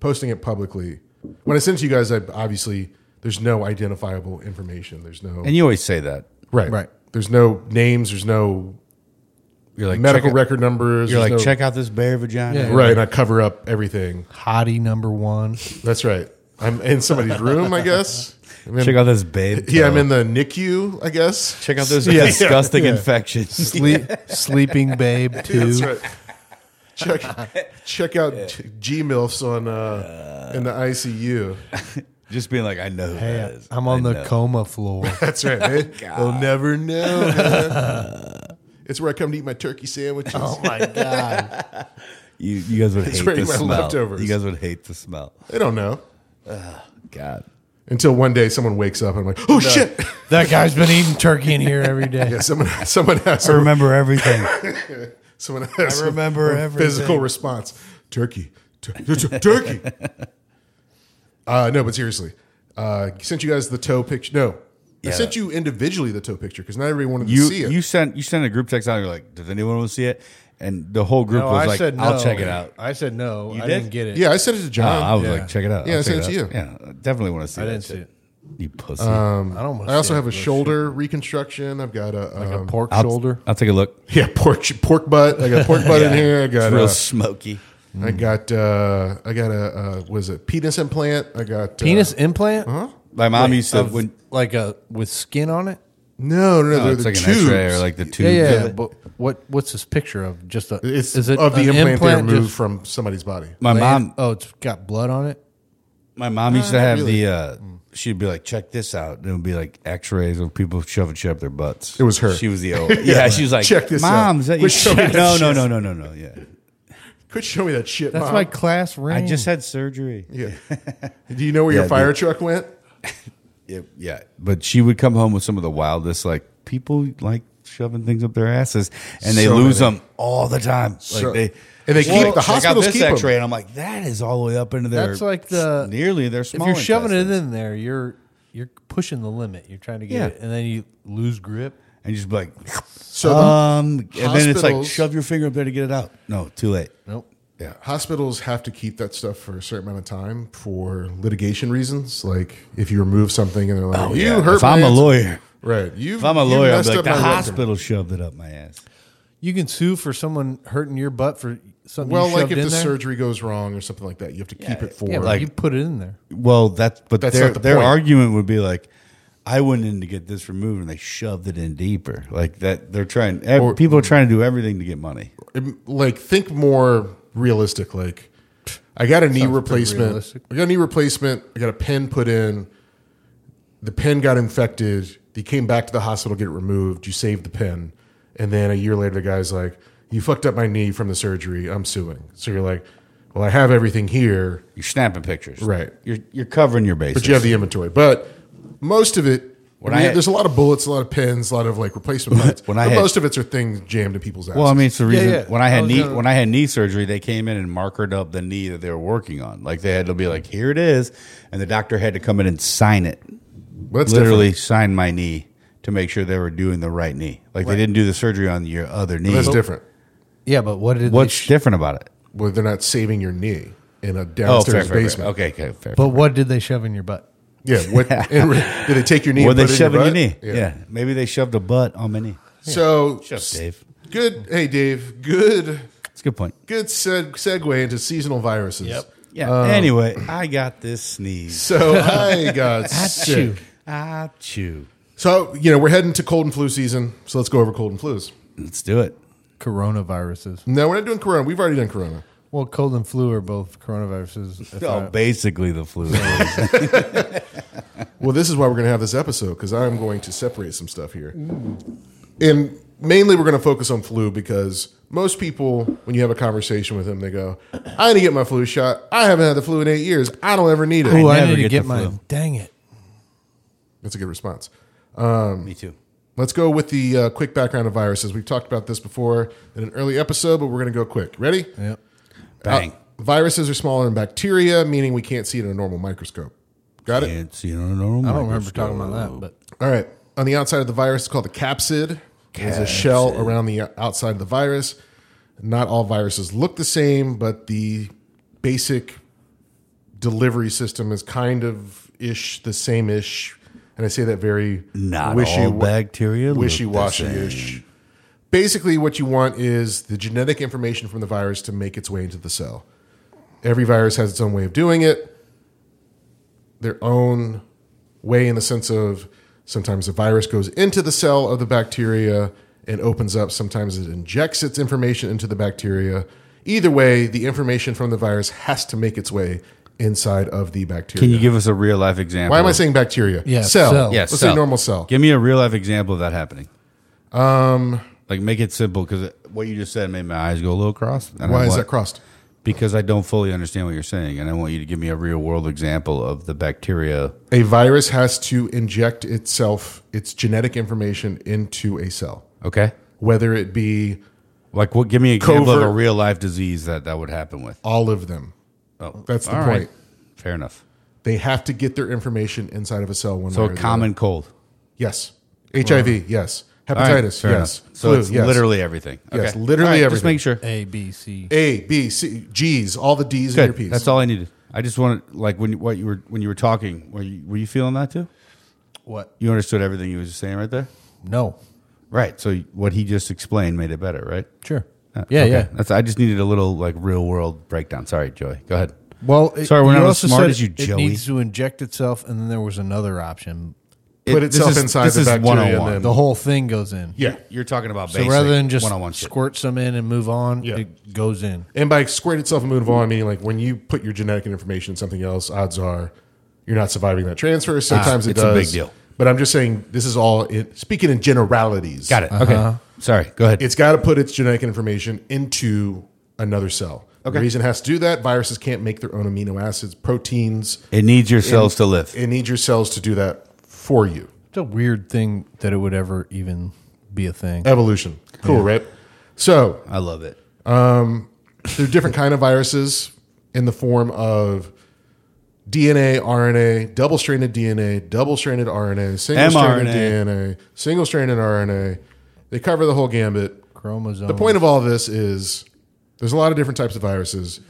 Speaker 4: posting it publicly. When I send it to you guys, I obviously there's no identifiable information. There's no
Speaker 2: And you always say that.
Speaker 4: right.
Speaker 3: right.
Speaker 4: There's no names. There's no
Speaker 2: You're like
Speaker 4: medical
Speaker 2: check out-
Speaker 4: record numbers.
Speaker 2: You're like
Speaker 4: there's no-
Speaker 2: check out this bare vagina.
Speaker 3: Yeah.
Speaker 4: Right, and I cover up everything.
Speaker 3: (laughs) Hottie number one.
Speaker 4: That's right. I'm in somebody's room, I guess. I'm in-
Speaker 2: Check out this babe.
Speaker 4: (laughs) yeah, I'm
Speaker 2: toe.
Speaker 4: in the NICU, I guess.
Speaker 2: Check out (laughs) those
Speaker 4: Yeah.
Speaker 2: disgusting
Speaker 4: Yeah.
Speaker 2: infections. (laughs)
Speaker 3: Sleep, sleeping babe two.
Speaker 4: That's right. Check check out G milfs on uh, in the ICU.
Speaker 2: Just being like, I know who that
Speaker 3: Hey,
Speaker 2: is.
Speaker 3: I'm on
Speaker 2: I
Speaker 3: the
Speaker 2: know.
Speaker 3: coma floor. (laughs)
Speaker 4: That's right. They, they'll never know. man. it's where I come to eat my turkey sandwiches.
Speaker 3: oh my god.
Speaker 2: You, you guys would hate
Speaker 4: where I
Speaker 2: the
Speaker 4: eat my
Speaker 2: smell.
Speaker 4: leftovers.
Speaker 2: You guys would hate the smell.
Speaker 4: (laughs) They don't know
Speaker 2: God.
Speaker 4: until one day someone wakes up and I'm like, oh shit! (laughs)
Speaker 3: That guy's been eating turkey in here every day.
Speaker 4: yeah, someone someone has
Speaker 2: I remember
Speaker 3: (laughs)
Speaker 2: everything.
Speaker 4: (laughs) someone has
Speaker 2: I remember
Speaker 4: a physical
Speaker 2: everything.
Speaker 4: response. Turkey, Tur- tur- turkey. uh, no, but seriously, uh, sent you guys the toe picture. No, I
Speaker 2: Yeah.
Speaker 4: sent you individually the toe picture because not everyone wanted
Speaker 2: you
Speaker 4: to see it.
Speaker 2: you sent you sent a group text out. You're like, does anyone want to see it? And the whole group
Speaker 3: No,
Speaker 2: was
Speaker 3: I
Speaker 2: like,
Speaker 3: said no.
Speaker 2: I'll check it out.
Speaker 3: I said no.
Speaker 2: You
Speaker 3: I
Speaker 2: did?
Speaker 3: did? not get it.
Speaker 4: yeah, I sent it to
Speaker 2: Oh,
Speaker 4: John.
Speaker 2: I was
Speaker 3: yeah.
Speaker 2: like, check it out.
Speaker 4: Yeah, I
Speaker 2: I'll check
Speaker 4: sent it to
Speaker 2: out. Yeah, I definitely want to see.
Speaker 3: I
Speaker 2: that
Speaker 3: didn't
Speaker 2: shit.
Speaker 3: see it. Um,
Speaker 2: You pussy.
Speaker 3: I don't want
Speaker 4: I also have a shoulder reconstruction. I've got a, um,
Speaker 3: (laughs) pork
Speaker 2: I'll,
Speaker 3: shoulder.
Speaker 2: I'll take a look.
Speaker 4: yeah pork pork butt. I got (laughs) pork butt in here. I got
Speaker 2: It's real
Speaker 4: uh,
Speaker 2: smoky.
Speaker 4: I got uh, I got a uh, was it penis implant? I got uh,
Speaker 3: Penis implant?
Speaker 2: My mom used to when
Speaker 3: Like a with skin on it?
Speaker 4: No, no, no. they're
Speaker 2: Oh, it's
Speaker 4: the
Speaker 2: like an
Speaker 4: tubes.
Speaker 2: X-ray or like the
Speaker 3: Yeah,
Speaker 2: tube.
Speaker 3: yeah. But what what's this picture of? Just a
Speaker 4: It's
Speaker 3: is it
Speaker 4: of the
Speaker 3: an
Speaker 4: implant, they removed
Speaker 3: just
Speaker 4: from somebody's body.
Speaker 2: My
Speaker 3: laying-
Speaker 2: mom,
Speaker 3: Oh, it's got blood on it.
Speaker 2: my mom used to
Speaker 4: not
Speaker 2: have
Speaker 4: really.
Speaker 2: the. uh She'd be like, check this out. And it would be like X-rays of people shoving shit up their butts.
Speaker 4: It was her.
Speaker 2: She was
Speaker 4: (laughs)
Speaker 2: the old. yeah, she was like,
Speaker 4: Check this out.
Speaker 2: mom, is that you?
Speaker 4: Quit showing
Speaker 2: (laughs)
Speaker 4: that
Speaker 2: No,
Speaker 4: shit.
Speaker 2: no, no, no, no, no. Yeah,
Speaker 4: Quit showing me that shit.
Speaker 3: That's
Speaker 4: Mom.
Speaker 3: my class ring.
Speaker 2: I just had surgery.
Speaker 4: Yeah. (laughs) Do you know where your
Speaker 2: Yeah,
Speaker 4: fire truck went?
Speaker 2: Yeah, yeah, but she would come home with some of the wildest. Like people like shoving things up their asses, and they
Speaker 4: So
Speaker 2: lose
Speaker 4: many.
Speaker 2: them all the time. Like
Speaker 4: So-
Speaker 2: they
Speaker 4: and they keep- the
Speaker 2: check out
Speaker 4: hospitals
Speaker 2: this
Speaker 4: keep 'em.
Speaker 2: X-ray, and I'm like, that is all the way up into their.
Speaker 3: That's like the-
Speaker 2: nearly their
Speaker 3: If
Speaker 2: small.
Speaker 3: you're shoving
Speaker 2: intestines.
Speaker 3: it in there, you're you're pushing the limit. You're trying to get
Speaker 2: Yeah.
Speaker 3: it, and then you lose grip.
Speaker 2: and just be like,
Speaker 4: So
Speaker 2: um, and then it's like
Speaker 4: hospitals-
Speaker 2: shove your finger up there to get it out. No, too late.
Speaker 3: Nope.
Speaker 4: yeah, hospitals have to keep that stuff for a certain amount of time for litigation reasons. Like if you remove something and they're like, "You hurt."
Speaker 2: Oh, If I'm
Speaker 4: my
Speaker 2: a
Speaker 4: ins-"
Speaker 2: lawyer,
Speaker 4: right? You.
Speaker 2: if I'm a lawyer, I'm like the
Speaker 4: hospital.
Speaker 2: hospital shoved it up my ass.
Speaker 3: You can sue for someone hurting your butt for something.
Speaker 4: Well,
Speaker 3: you
Speaker 4: like if
Speaker 3: in
Speaker 4: the
Speaker 3: there.
Speaker 4: surgery goes wrong or something like that, you have to keep it for.
Speaker 3: yeah, but
Speaker 2: like-
Speaker 3: you put it in there.
Speaker 2: Well, that's but
Speaker 4: That's
Speaker 2: their
Speaker 4: not the
Speaker 2: their
Speaker 4: point.
Speaker 2: argument would be like, I went in to get this removed, and they shoved it in deeper. Like that, they're trying. ev-
Speaker 4: Or-
Speaker 2: people are trying to do everything to get money.
Speaker 4: Im- like think more realistic. Like I got a knee replacement.
Speaker 3: realistic.
Speaker 4: I got a knee replacement. I got a pin put in. The pin got infected. They came back to the hospital to get it removed. You saved the pin, and then a year later, the guy's like, "You fucked up my knee from the surgery. I'm suing." So you're like, "Well, I have everything here,
Speaker 2: You're snapping pictures,
Speaker 4: Right.
Speaker 2: You're you're covering your bases.
Speaker 4: but you have the inventory." But most of it.
Speaker 2: When
Speaker 4: I mean,
Speaker 2: I had-
Speaker 4: there's a lot of bullets, a lot of pins, a lot of like replacement parts.
Speaker 2: When I
Speaker 4: but
Speaker 2: had-
Speaker 4: most of it's are things jammed in people's asses.
Speaker 2: well, I mean, it's the reason
Speaker 3: yeah.
Speaker 2: when I
Speaker 3: I
Speaker 2: had
Speaker 3: was
Speaker 2: knee
Speaker 3: gonna-
Speaker 2: when I had knee surgery, they came in and markered up the knee that they were working on. Like they had to be like, here it is, and the doctor had to come in and sign it.
Speaker 4: Well, that's
Speaker 2: literally
Speaker 4: different.
Speaker 2: sign my knee to make sure they were doing the right knee. Like they didn't do the surgery on your other knee.
Speaker 4: That's different.
Speaker 3: Yeah, but what did
Speaker 2: What's
Speaker 3: they, sh-
Speaker 2: different about it?
Speaker 4: Well, they're not saving your knee in a
Speaker 2: Oh,
Speaker 4: downstairs
Speaker 2: fair, fair, fair.
Speaker 4: basement.
Speaker 2: Okay, okay, fair.
Speaker 3: but what did they shove in your butt?
Speaker 4: Yeah.
Speaker 2: (laughs)
Speaker 4: What, and re- did they take your knee?
Speaker 2: Were
Speaker 4: and
Speaker 2: they
Speaker 4: put it in
Speaker 2: shoving your, knee?
Speaker 4: butt?
Speaker 2: Yeah. Maybe they shoved a butt on my knee.
Speaker 4: So
Speaker 2: Shove, Dave.
Speaker 4: Good. Hey, Dave. Good.
Speaker 2: That's a good point.
Speaker 4: Good seg- segue into seasonal viruses.
Speaker 3: Yep.
Speaker 2: Yeah. anyway, I got this sneeze. (laughs)
Speaker 4: So I got sick.
Speaker 3: you.
Speaker 2: Ah, chew.
Speaker 4: So, you know, we're heading to cold and flu season. So let's go over cold and flus.
Speaker 2: Let's do it.
Speaker 3: Coronaviruses.
Speaker 4: No, we're not doing corona. We've already done corona.
Speaker 3: Well, cold and flu are
Speaker 2: (laughs)
Speaker 3: both coronaviruses. if
Speaker 2: Oh,
Speaker 3: I-
Speaker 2: basically the flu.
Speaker 4: Well, this is why we're going to have this episode because I'm going to separate some stuff here. And mainly we're going to focus on flu because most people, when you have a conversation with them, they go, I need to get my flu shot. I haven't had the flu in eight years. I don't ever need it.
Speaker 3: Ooh, I
Speaker 2: never
Speaker 3: need to
Speaker 2: get
Speaker 3: get,
Speaker 2: the
Speaker 3: mine.
Speaker 2: flu.
Speaker 3: Dang it.
Speaker 4: That's a good response.
Speaker 2: Me too.
Speaker 4: Let's go with the uh, quick background of viruses. We've talked about this before in an early episode, but we're going to go quick. Ready?
Speaker 3: Yep.
Speaker 2: Bang.
Speaker 4: Uh, viruses are smaller than bacteria, meaning we can't see it in a normal microscope. Got it?
Speaker 2: Can't see no normal.
Speaker 3: I don't remember talking about that, but
Speaker 4: All right. On the outside of the virus, it's called the capsid. It's a shell around the outside of the virus. Not all viruses look the same, but the basic delivery system is kind of ish, the same ish. And I say that very
Speaker 2: Not
Speaker 4: wishy
Speaker 2: all bacteria. look
Speaker 4: wishy washy
Speaker 2: the same.
Speaker 4: ish. Basically, what you want is the genetic information from the virus to make its way into the cell. Every virus has its own way of doing it, their own way in the sense of sometimes the virus goes into the cell of the bacteria and opens up, sometimes it injects its information into the bacteria. Either way, the information from the virus has to make its way inside of the bacteria.
Speaker 2: Can you give us a real life example?
Speaker 4: Why am I saying bacteria?
Speaker 3: Yeah,
Speaker 4: cell.
Speaker 3: cell.
Speaker 2: Yeah,
Speaker 4: Let's
Speaker 2: cell.
Speaker 4: say normal cell.
Speaker 2: Give me a real life example of that happening. Um, like make it simple because what you just said made my eyes go a little cross. and I
Speaker 4: Why is
Speaker 2: want-
Speaker 4: that crossed?
Speaker 2: Because I don't fully understand what you're saying, and I want you to give me a real world example of the bacteria.
Speaker 4: A virus has to inject itself, its genetic information into a cell,
Speaker 2: Okay,
Speaker 4: whether it be
Speaker 2: like what? Give me an example of a
Speaker 4: Covert-
Speaker 2: real life disease that that would happen with.
Speaker 4: all of them.
Speaker 2: Oh,
Speaker 4: That's the
Speaker 2: all
Speaker 4: point.
Speaker 2: Fair enough.
Speaker 4: They have to get their information inside of a cell one
Speaker 2: So
Speaker 4: way
Speaker 2: a
Speaker 4: or the
Speaker 2: common cold.
Speaker 4: other. Yes. HIV, yes.
Speaker 2: All right,
Speaker 4: Hepatitis,
Speaker 2: fair
Speaker 4: yes.
Speaker 2: enough. So
Speaker 4: Flu,
Speaker 2: it's
Speaker 4: yes.
Speaker 2: literally everything.
Speaker 4: Yes,
Speaker 2: Okay.
Speaker 4: literally
Speaker 2: All right, Just
Speaker 4: everything.
Speaker 2: make sure.
Speaker 3: A, B, C.
Speaker 4: A, B, C, G's, all the D's in your
Speaker 2: Good.
Speaker 4: P's.
Speaker 2: That's all I needed. I just wanted like when you- what you were when you were talking. Were you were you feeling that too?
Speaker 3: What?
Speaker 2: You understood everything he was saying right there.
Speaker 3: No.
Speaker 2: Right. So what he just explained made it better, right?
Speaker 3: Sure.
Speaker 2: Uh,
Speaker 3: Yeah,
Speaker 2: okay.
Speaker 3: yeah.
Speaker 2: That's I just needed a little like real world breakdown. Sorry, Joey. Go ahead.
Speaker 3: Well, it-
Speaker 2: Sorry, we're
Speaker 3: you
Speaker 2: not as
Speaker 3: also
Speaker 2: smart
Speaker 3: said
Speaker 2: as you,
Speaker 3: It
Speaker 2: Joey.
Speaker 3: needs to inject itself, and then there was another option.
Speaker 4: Put
Speaker 2: It- this
Speaker 4: itself
Speaker 2: is-
Speaker 4: inside
Speaker 2: this
Speaker 4: the
Speaker 2: is
Speaker 4: bacteria and
Speaker 2: 101.
Speaker 4: then-
Speaker 3: The whole thing goes in.
Speaker 4: yeah.
Speaker 2: You're talking about
Speaker 3: So
Speaker 2: basic
Speaker 3: rather than just
Speaker 2: one-on-one shit.
Speaker 3: squirt some in and move on,
Speaker 4: Yeah.
Speaker 3: it goes in.
Speaker 4: And by squared itself and move on, I mean like when you put your genetic information in something else, odds are you're not surviving that transfer. Sometimes
Speaker 2: Ah,
Speaker 4: it
Speaker 2: it's a
Speaker 4: does.
Speaker 2: big deal.
Speaker 4: But I'm just saying this is all it, speaking in generalities.
Speaker 2: Got it. Okay. Sorry. Go ahead.
Speaker 4: It's got to put its genetic information into another cell. The reason it has to do that, viruses can't make their own amino acids, proteins.
Speaker 2: it needs your cells to live.
Speaker 4: It needs your cells to do that for you.
Speaker 3: It's a weird thing that it would ever even be a thing.
Speaker 2: Uh,
Speaker 4: Evolution. Cool, right? So
Speaker 2: I love it.
Speaker 4: there are different kind of viruses in the form of DNA, RNA, double stranded DNA, double stranded RNA, single
Speaker 2: mRNA.
Speaker 4: stranded DNA, single stranded RNA. They cover the whole gambit.
Speaker 3: Chromosome.
Speaker 4: The point of all this is there's a lot of different types of viruses.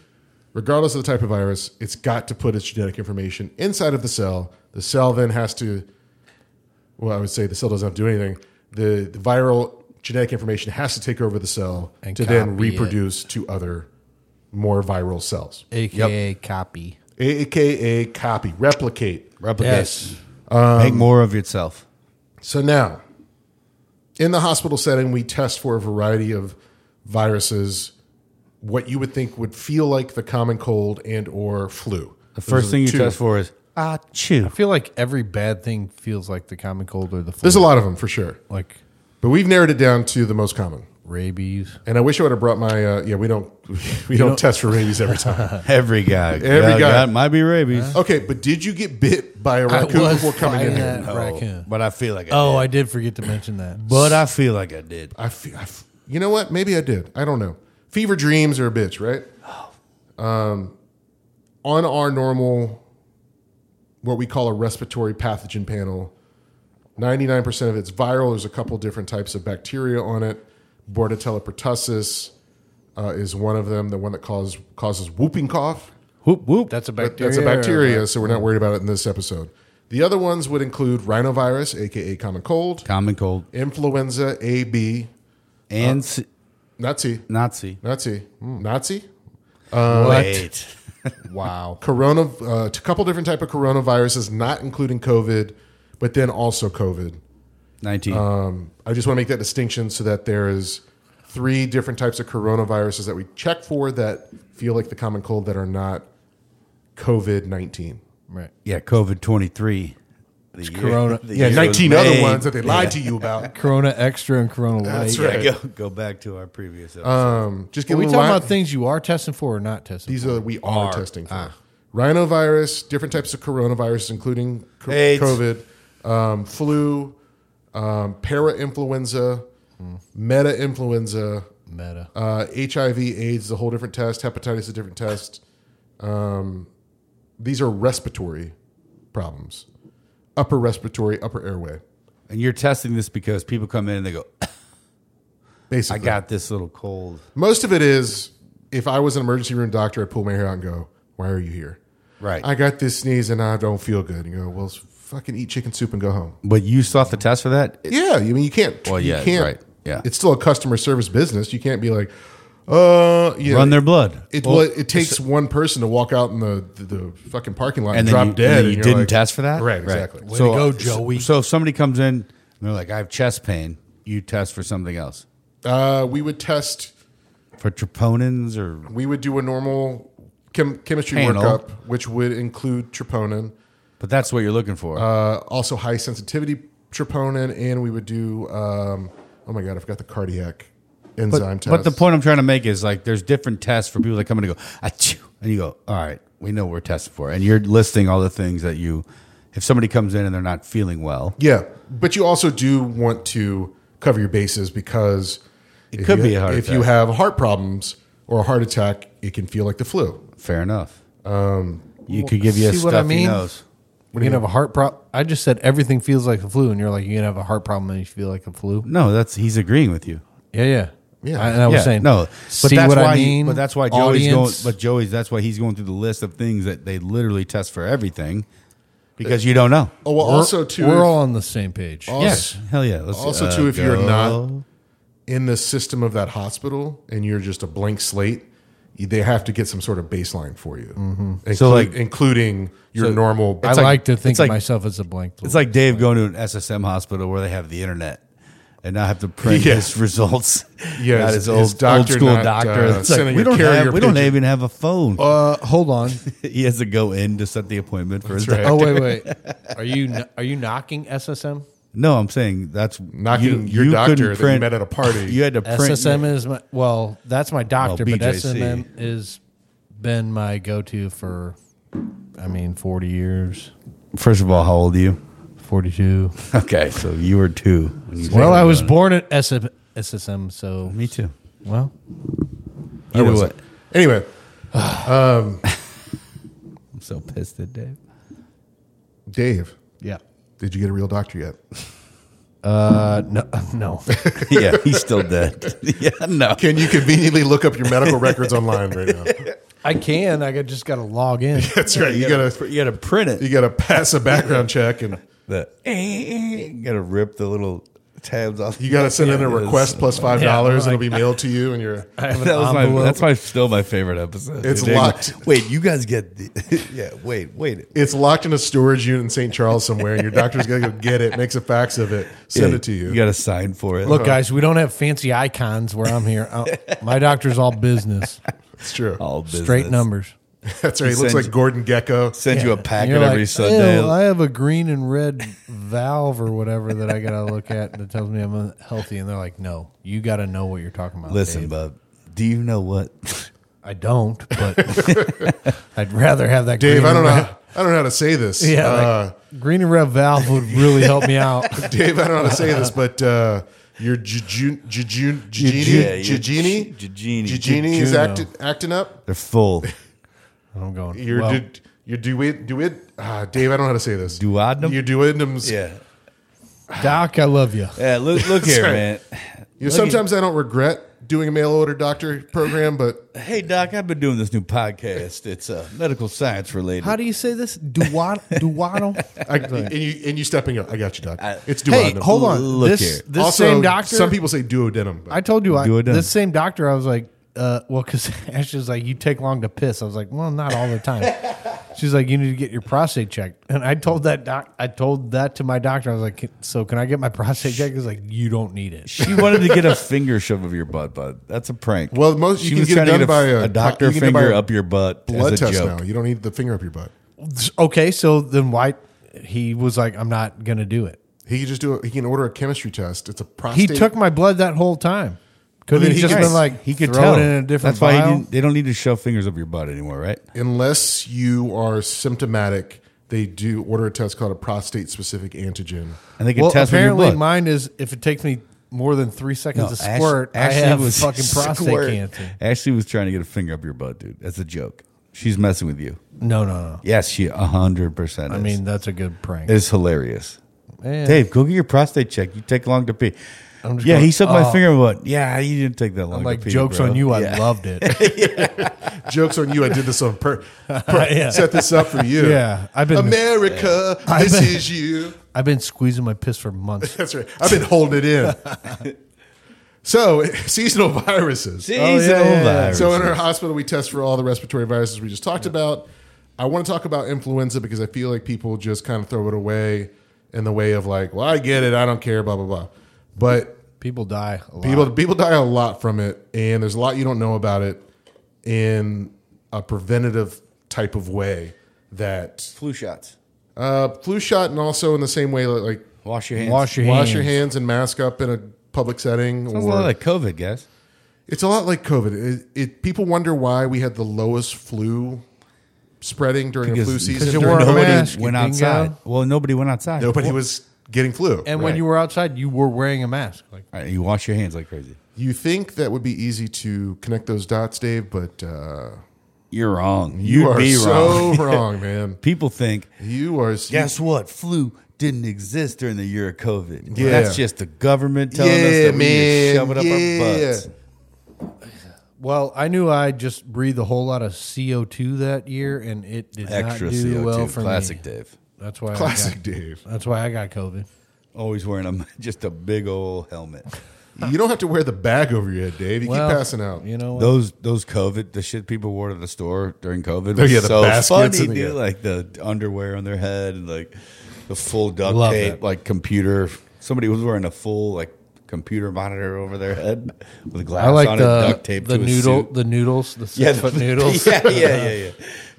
Speaker 4: Regardless of the type of virus, it's got to put its genetic information inside of the cell. The cell then has to, well, I would say the cell doesn't have to do anything. The, the viral genetic information has to take over the cell
Speaker 3: And
Speaker 4: to then
Speaker 3: copy it.
Speaker 4: reproduce to other more viral cells,
Speaker 3: AKA copy.
Speaker 4: aka copy, replicate.
Speaker 2: Replicate. Make
Speaker 4: Um,
Speaker 2: more of yourself.
Speaker 4: So now, in the hospital setting, we test for a variety of viruses, what you would think would feel like the common cold and or flu.
Speaker 2: The first thing you test for is ah chew.
Speaker 3: I feel like every bad thing feels like the common cold or the flu.
Speaker 4: There's a lot of them for sure,
Speaker 3: like
Speaker 4: but we've narrowed it down to the most common.
Speaker 3: rabies.
Speaker 4: And I wish I would have brought my. Uh, yeah, we don't. (laughs) We don't, test for rabies every time.
Speaker 2: (laughs) Every guy.
Speaker 4: (laughs)
Speaker 2: Every
Speaker 4: guy.
Speaker 2: That might be rabies. (laughs)
Speaker 4: okay, but did you get bit by a raccoon before coming in
Speaker 3: fighting
Speaker 4: here?
Speaker 3: that raccoon.
Speaker 2: But I feel like I
Speaker 3: Oh,
Speaker 2: did.
Speaker 3: I did forget to mention that.
Speaker 2: but I feel like I did.
Speaker 4: I fe- I f- you know what? Maybe I did. I don't know. Fever dreams are a bitch, right? Um, on our normal, what we call a respiratory pathogen panel, 99% of it's viral. There's a couple different types of bacteria on it. Bordetella pertussis uh, is one of them, the one that cause, causes whooping cough.
Speaker 2: Whoop whoop.
Speaker 3: that's a
Speaker 4: But
Speaker 3: bacteria.
Speaker 4: that's a
Speaker 3: or-
Speaker 4: bacteria, so we're not worried about it in this episode. The other ones would include rhinovirus, aka common
Speaker 2: (laughs)
Speaker 4: cold,
Speaker 2: common cold
Speaker 4: influenza A, B, Uh,
Speaker 2: and C-
Speaker 4: Nazi,
Speaker 2: Nazi.
Speaker 4: Nazi,
Speaker 3: Hmm.
Speaker 4: Nazi,
Speaker 2: Wait.
Speaker 4: (laughs)
Speaker 3: Wow.
Speaker 4: uh, corona, uh, a couple different type of coronaviruses, not including COVID, but then also COVID.
Speaker 2: 19.
Speaker 4: Um, I just want to make that distinction so that there is three different types of coronaviruses that we check for that feel like the common cold that are not COVID nineteen.
Speaker 3: Right.
Speaker 2: yeah, COVID 23. The year-
Speaker 3: corona-
Speaker 2: the
Speaker 4: Yeah,
Speaker 2: year was
Speaker 4: nineteen other
Speaker 2: made.
Speaker 4: ones that they lied to you about.
Speaker 3: (laughs) (laughs) Corona Extra and Corona Light.
Speaker 4: That's
Speaker 2: Yeah,
Speaker 4: right.
Speaker 2: go, go back to our previous episode.
Speaker 4: Um, just
Speaker 3: Are
Speaker 4: give
Speaker 3: we
Speaker 4: them a
Speaker 3: talking
Speaker 4: li-
Speaker 3: about things you are testing for or not testing
Speaker 4: These are that we are, testing for.
Speaker 2: Ah.
Speaker 4: Rhinovirus, different types of coronavirus, including co-
Speaker 2: AIDS.
Speaker 4: COVID, um, flu, um, para influenza, meta influenza,
Speaker 3: for? Meta.
Speaker 4: uh, HIV, AIDS, the whole different test. Hepatitis, is a different test. Um, these are respiratory problems, upper respiratory, upper airway.
Speaker 2: and you're testing this because people come in and they go, I
Speaker 4: Basically,
Speaker 2: got this little cold.
Speaker 4: most of it is if I was an emergency room doctor, I'd pull my hair out and go, "Why are you here?"
Speaker 2: Right.
Speaker 4: I got this sneeze and I don't feel good. You go, well, s- fucking eat chicken soup and go home.
Speaker 2: but you sought the test for that?
Speaker 4: Yeah, I mean you can't.
Speaker 2: Well, yeah,
Speaker 4: you can't,
Speaker 2: right, yeah.
Speaker 4: it's still a customer service business. You can't be like, uh, you
Speaker 2: Run
Speaker 4: know,
Speaker 2: their blood.
Speaker 4: It
Speaker 2: Well,
Speaker 4: well, it takes one person to walk out in the the, the fucking parking lot and,
Speaker 2: and then
Speaker 4: drop
Speaker 2: you,
Speaker 4: dead.
Speaker 2: and you
Speaker 4: you're
Speaker 2: didn't
Speaker 4: like-
Speaker 2: test for that?
Speaker 4: Right, exactly.
Speaker 3: Way
Speaker 2: so,
Speaker 3: to go,
Speaker 2: uh,
Speaker 3: Joey.
Speaker 2: So if somebody comes in and they're like, I have chest pain, you test for something else.
Speaker 4: Uh, we would test.
Speaker 2: For troponins or
Speaker 4: We would do a normal chem- chemistry
Speaker 2: Panel.
Speaker 4: workup, which would include troponin,
Speaker 2: but that's what you're looking for.
Speaker 4: uh, also high sensitivity troponin, and we would do. Um, oh my god, I forgot the cardiac
Speaker 2: but,
Speaker 4: enzyme test.
Speaker 2: but the point I'm trying to make is like there's different tests for people that come in and go, Achoo, and you go, All right, we know what we're testing for. And you're listing all the things that you if somebody comes in and they're not feeling well,
Speaker 4: Yeah, but you also do want to cover your bases because it
Speaker 2: could be a heart
Speaker 4: if
Speaker 2: attack.
Speaker 4: you have heart problems or a heart attack, it can feel like the flu.
Speaker 2: fair enough. Um you could give you a
Speaker 3: see what
Speaker 2: stuffy
Speaker 3: I mean?
Speaker 2: nose.
Speaker 3: you can have a heart problem. I just said everything feels like a flu, and you're like, you can have a heart problem and you feel like a flu.
Speaker 2: No, that's he's agreeing with you.
Speaker 3: Yeah, yeah.
Speaker 4: Yeah.
Speaker 3: I, and I was
Speaker 2: Yeah,
Speaker 3: saying,
Speaker 2: no, but
Speaker 3: see
Speaker 2: that's
Speaker 3: what
Speaker 2: why
Speaker 3: I
Speaker 2: he-
Speaker 3: mean?
Speaker 2: but that's why Joey's
Speaker 3: Audience,
Speaker 2: going. But Joey's that's why he's going through the list of things that they literally test for everything because you don't know.
Speaker 4: Oh well,
Speaker 3: we're-
Speaker 4: also too.
Speaker 3: we're all on the same page.
Speaker 4: also,
Speaker 2: Yes, hell yeah. Let's,
Speaker 4: also
Speaker 2: uh,
Speaker 4: too, if you're
Speaker 2: go.
Speaker 4: not in the system of that hospital and you're just a blank slate, you- they have to get some sort of baseline for you, Inclu-
Speaker 2: So, like-
Speaker 4: including your normal.
Speaker 3: I like,
Speaker 2: like-
Speaker 3: to think
Speaker 2: it's like-
Speaker 3: of myself as a blank.
Speaker 2: It's like Dave going to an SSM hospital where they have the internet and not have to print
Speaker 4: Yeah.
Speaker 2: his results.
Speaker 4: (laughs) Yeah,
Speaker 2: not
Speaker 4: his-
Speaker 2: his,
Speaker 4: his
Speaker 2: old, old
Speaker 4: doctor
Speaker 2: school
Speaker 4: not,
Speaker 2: doctor.
Speaker 4: uh,
Speaker 2: It's like,
Speaker 4: sending
Speaker 2: we
Speaker 4: a
Speaker 2: don't
Speaker 4: carrier
Speaker 2: have, we don't
Speaker 4: pigeon. Oh.
Speaker 2: even have a phone.
Speaker 3: uh, hold on.
Speaker 2: (laughs) he has to go in to set the appointment for his.
Speaker 4: right.
Speaker 2: doc-
Speaker 3: oh wait, wait. (laughs) Are you kn- are you knocking SSM?
Speaker 2: No, I'm saying that's
Speaker 4: knocking
Speaker 2: you-
Speaker 4: your
Speaker 2: you couldn't
Speaker 4: doctor that you
Speaker 2: print-
Speaker 4: met at a party.
Speaker 2: (laughs) You had to print
Speaker 3: SSM is my well, that's my doctor,
Speaker 2: Well,
Speaker 3: but
Speaker 2: BJC.
Speaker 3: SSM is been my go to for I mean forty years.
Speaker 2: First of all, how old are you?
Speaker 3: Forty two.
Speaker 2: Okay, so you were two. when you
Speaker 3: Well,
Speaker 2: started
Speaker 3: I was
Speaker 2: doing
Speaker 3: born at SSM, SSM so
Speaker 2: it. Me too.
Speaker 3: well
Speaker 4: I
Speaker 2: Either
Speaker 4: wasn't. Anyway,
Speaker 2: I'm so pissed at Dave.
Speaker 4: Dave,
Speaker 3: yeah.
Speaker 4: did you get a real doctor yet?
Speaker 3: Uh no
Speaker 2: (laughs)
Speaker 3: no.
Speaker 2: (laughs) yeah, he's still dead. yeah, (laughs) no.
Speaker 4: Can you (laughs) conveniently look up your medical records online right (laughs) now?
Speaker 3: I can. I got- just gotta
Speaker 2: (laughs)
Speaker 3: log in.
Speaker 4: That's right. You gotta
Speaker 2: you gotta print it.
Speaker 4: you gotta pass a
Speaker 2: (laughs)
Speaker 4: background check and
Speaker 2: The, you gotta rip the (laughs) little tabs off.
Speaker 4: you gotta send in a
Speaker 2: Yeah, it is.
Speaker 4: request plus five dollars and it'll be mailed to you and you're
Speaker 2: (laughs)
Speaker 3: I have an
Speaker 2: That was my,
Speaker 3: envelope.
Speaker 2: that's my still my favorite episode.
Speaker 4: It's
Speaker 2: Dude, Dave's
Speaker 4: locked.
Speaker 2: like, Wait, you guys get the, (laughs) yeah. Wait, wait.
Speaker 4: it's locked in a storage unit in St. Charles somewhere and your doctor's gonna go get it, makes a fax of it, send
Speaker 2: Yeah,
Speaker 4: it to you.
Speaker 2: You got to sign for it. (laughs)
Speaker 3: Look, guys, we don't have fancy icons where I'm here. Uh, my doctor's all business,
Speaker 4: It's true.
Speaker 2: (laughs) all business.
Speaker 3: straight numbers.
Speaker 4: That's right. He
Speaker 2: Oh, He
Speaker 4: looks
Speaker 2: sends-
Speaker 4: like Gordon Gecko.
Speaker 2: Send you a
Speaker 3: (laughs) Yeah.
Speaker 2: packet
Speaker 3: You're
Speaker 2: every
Speaker 3: like,
Speaker 2: Sunday.
Speaker 3: "Ew, I have a green and red valve or whatever that I gotta look at that tells me I'm healthy, and they're like, "No, you gotta know what you're talking about."
Speaker 2: Listen,
Speaker 3: Dave."
Speaker 2: bub. Do you know what? (laughs)
Speaker 3: I don't, but (laughs) I'd rather have that.
Speaker 4: Dave,
Speaker 3: green
Speaker 4: I don't
Speaker 3: and
Speaker 4: know
Speaker 3: red-
Speaker 4: how, I don't know how to
Speaker 2: (laughs)
Speaker 4: say this.
Speaker 3: (laughs) Yeah,
Speaker 4: Uh,
Speaker 3: like, green and red valve would really help me out.
Speaker 4: (laughs) Dave, I don't know how to say this, but uh your Jijun Jijun
Speaker 2: Yeah,
Speaker 4: Jijini
Speaker 2: your
Speaker 4: Jijini
Speaker 2: Jijini.
Speaker 4: Jijini is
Speaker 3: Jijuno.
Speaker 4: acting acting up.
Speaker 2: They're full.
Speaker 3: I'm going.
Speaker 4: Your
Speaker 3: well,
Speaker 4: well, du- your duid duid ah, Dave, I don't know how to say this.
Speaker 2: Duodenum?
Speaker 4: Your duodenums.
Speaker 3: Doc, I love you.
Speaker 2: Yeah. Uh, Look,
Speaker 4: (laughs)
Speaker 2: look here,
Speaker 4: right.
Speaker 2: man.
Speaker 4: You know, sometimes I don't regret doing a mail order doctor program,
Speaker 3: (laughs)
Speaker 4: but
Speaker 2: Hey, Doc, I've been doing this new podcast. It's uh, medical science related.
Speaker 3: How do you say this? (laughs) Duwaddle. Duwaddle.
Speaker 4: I, and you and you stepping up. I got you, doc. It's
Speaker 3: Hey,
Speaker 4: duodenum.
Speaker 3: hold on.
Speaker 2: Look
Speaker 3: this
Speaker 2: here.
Speaker 3: this
Speaker 4: also,
Speaker 3: same doctor.
Speaker 4: Some people say duodenum. But
Speaker 3: I told you, I,
Speaker 2: Do it then.
Speaker 3: this
Speaker 2: (laughs)
Speaker 3: same (laughs) doctor, I was like, uh, well, because Ash is like, you take long to piss. I was like, well, not all the time. She's like, you need to get your prostate checked. And I told that doc, I told that to my doctor. I was like, so can I get my (laughs) prostate checked? He's like, you don't need it.
Speaker 2: She wanted to get a finger shove of your butt, but that's a prank.
Speaker 4: Well, most-
Speaker 2: she
Speaker 4: you can
Speaker 2: was
Speaker 4: get it
Speaker 2: trying to
Speaker 4: done
Speaker 2: get a,
Speaker 4: by
Speaker 2: a,
Speaker 4: a-
Speaker 2: doctor
Speaker 4: you can get it by
Speaker 2: finger
Speaker 4: a
Speaker 2: up your butt
Speaker 4: Blood
Speaker 2: as a
Speaker 4: test
Speaker 2: joke.
Speaker 4: now. You don't need the finger up your butt.
Speaker 3: (laughs) Okay, so then why? He was like, I'm not gonna do it.
Speaker 4: He can just do. A, he can order a chemistry test. It's a
Speaker 3: He
Speaker 4: prostate.
Speaker 3: took my blood that whole time. Could
Speaker 4: then
Speaker 3: have
Speaker 4: he
Speaker 3: just
Speaker 4: could-
Speaker 3: been like
Speaker 2: he could
Speaker 3: throw
Speaker 2: tell
Speaker 3: it in a different
Speaker 2: That's why
Speaker 3: vial?
Speaker 2: he didn't, they don't need to shove fingers up your butt anymore, right?
Speaker 4: unless you are symptomatic. They do order a test called a prostate specific antigen.
Speaker 2: And they can
Speaker 3: Well,
Speaker 2: test with your
Speaker 3: apparently
Speaker 2: blood.
Speaker 3: mine is if it takes me more than three seconds
Speaker 2: No,
Speaker 3: to
Speaker 2: Ash-
Speaker 3: squirt,
Speaker 2: Ashley
Speaker 3: I have
Speaker 2: was-
Speaker 3: fucking
Speaker 2: (laughs)
Speaker 3: prostate
Speaker 2: squirt.
Speaker 3: cancer.
Speaker 2: Ashley was trying to get a finger up your butt, dude. That's a joke. She's messing with you.
Speaker 3: No, no, no.
Speaker 2: Yes, she hundred percent.
Speaker 3: I mean, that's a good prank.
Speaker 2: it's hilarious.
Speaker 3: Man.
Speaker 2: Dave, go get your prostate checked. You take long to pee.
Speaker 3: I'm just
Speaker 2: yeah,
Speaker 3: going,
Speaker 2: he sucked my
Speaker 3: "Oh."
Speaker 2: finger, but yeah, you didn't take that long.
Speaker 3: I'm
Speaker 2: to
Speaker 3: like,
Speaker 2: pee,
Speaker 3: jokes
Speaker 2: bro."
Speaker 3: on you. I
Speaker 2: Yeah.
Speaker 3: loved it.
Speaker 2: (laughs)
Speaker 3: (laughs)
Speaker 4: Jokes on you! I did this on per.
Speaker 3: yeah.
Speaker 4: Set this up for you.
Speaker 3: Yeah, I've been
Speaker 4: America,
Speaker 2: (laughs)
Speaker 4: this is you.
Speaker 3: I've been squeezing my piss for months.
Speaker 4: That's right. I've been holding it in.
Speaker 2: (laughs)
Speaker 4: so (laughs) seasonal viruses.
Speaker 2: Seasonal
Speaker 3: Oh, yeah, yeah, yeah.
Speaker 2: viruses.
Speaker 4: So in our hospital, we test for all the respiratory viruses we just talked about. I want to talk about influenza because I feel like people just kind of throw it away in the way of like, well, I get it, I don't care, blah blah blah. But
Speaker 3: People die. A lot.
Speaker 4: people people die a lot from it, and there's a lot you don't know about it in a preventative type of way. That
Speaker 2: flu shots.
Speaker 4: uh, flu shot, and also in the same way, that, like
Speaker 2: Wash your hands.
Speaker 3: wash your hands.
Speaker 4: wash your hands and mask up in a public setting.
Speaker 2: Sounds a
Speaker 4: or,
Speaker 2: lot like COVID, guys.
Speaker 4: it's a lot like COVID. It, it people wonder why we had the lowest flu spreading during the flu
Speaker 2: Because-
Speaker 4: season.
Speaker 3: because you
Speaker 4: during
Speaker 3: wore a
Speaker 4: COVID.
Speaker 3: mask. you
Speaker 2: Went
Speaker 3: bingo.
Speaker 2: outside. Well, nobody went outside.
Speaker 4: Nobody was getting flu.
Speaker 3: And when
Speaker 2: Right.
Speaker 3: you were outside, you were wearing a mask. Like
Speaker 2: All right, you wash your hands like crazy.
Speaker 4: you think that would be easy to connect those dots, Dave, but uh,
Speaker 2: You're wrong.
Speaker 4: you
Speaker 2: You'd
Speaker 4: are
Speaker 2: be
Speaker 4: so
Speaker 2: wrong. (laughs)
Speaker 4: wrong, man.
Speaker 2: People think,
Speaker 4: You are.
Speaker 2: guess what? Flu didn't exist during the year of COVID.
Speaker 4: Yeah.
Speaker 2: That's just the government telling us
Speaker 4: Yeah,
Speaker 2: that we need
Speaker 4: man.
Speaker 2: to shove it up our
Speaker 4: Yeah.
Speaker 2: butts.
Speaker 3: Well, I knew I just breathed a whole lot of CO two that year, and it did
Speaker 2: Extra
Speaker 3: not do
Speaker 2: CO2.
Speaker 3: well for
Speaker 2: Classic
Speaker 3: me.
Speaker 2: Dave.
Speaker 3: That's why. I
Speaker 4: classic,
Speaker 3: got,
Speaker 4: Dave.
Speaker 3: That's why I got COVID.
Speaker 2: Always wearing a, (laughs) just a big old helmet.
Speaker 4: You don't have to wear the bag over your head, Dave. You
Speaker 3: Well,
Speaker 4: keep passing out.
Speaker 3: You know, what?
Speaker 2: Those those COVID the shit people wore to the store during COVID
Speaker 4: Oh,
Speaker 2: was
Speaker 4: yeah, the
Speaker 2: so funny,
Speaker 4: baskets and the-
Speaker 2: dude. Like the underwear on their head and like the full duct
Speaker 3: Love
Speaker 2: tape,
Speaker 3: that.
Speaker 2: like computer. Somebody was wearing a full like computer monitor over their head with glass
Speaker 3: I like
Speaker 2: on
Speaker 3: the
Speaker 2: it, duct tape
Speaker 3: the
Speaker 2: to his
Speaker 3: noodle,
Speaker 2: suit.
Speaker 3: the noodles, the
Speaker 2: (laughs)
Speaker 3: six
Speaker 2: yeah,
Speaker 3: foot
Speaker 2: the-
Speaker 3: noodles.
Speaker 2: Yeah, yeah, yeah, yeah.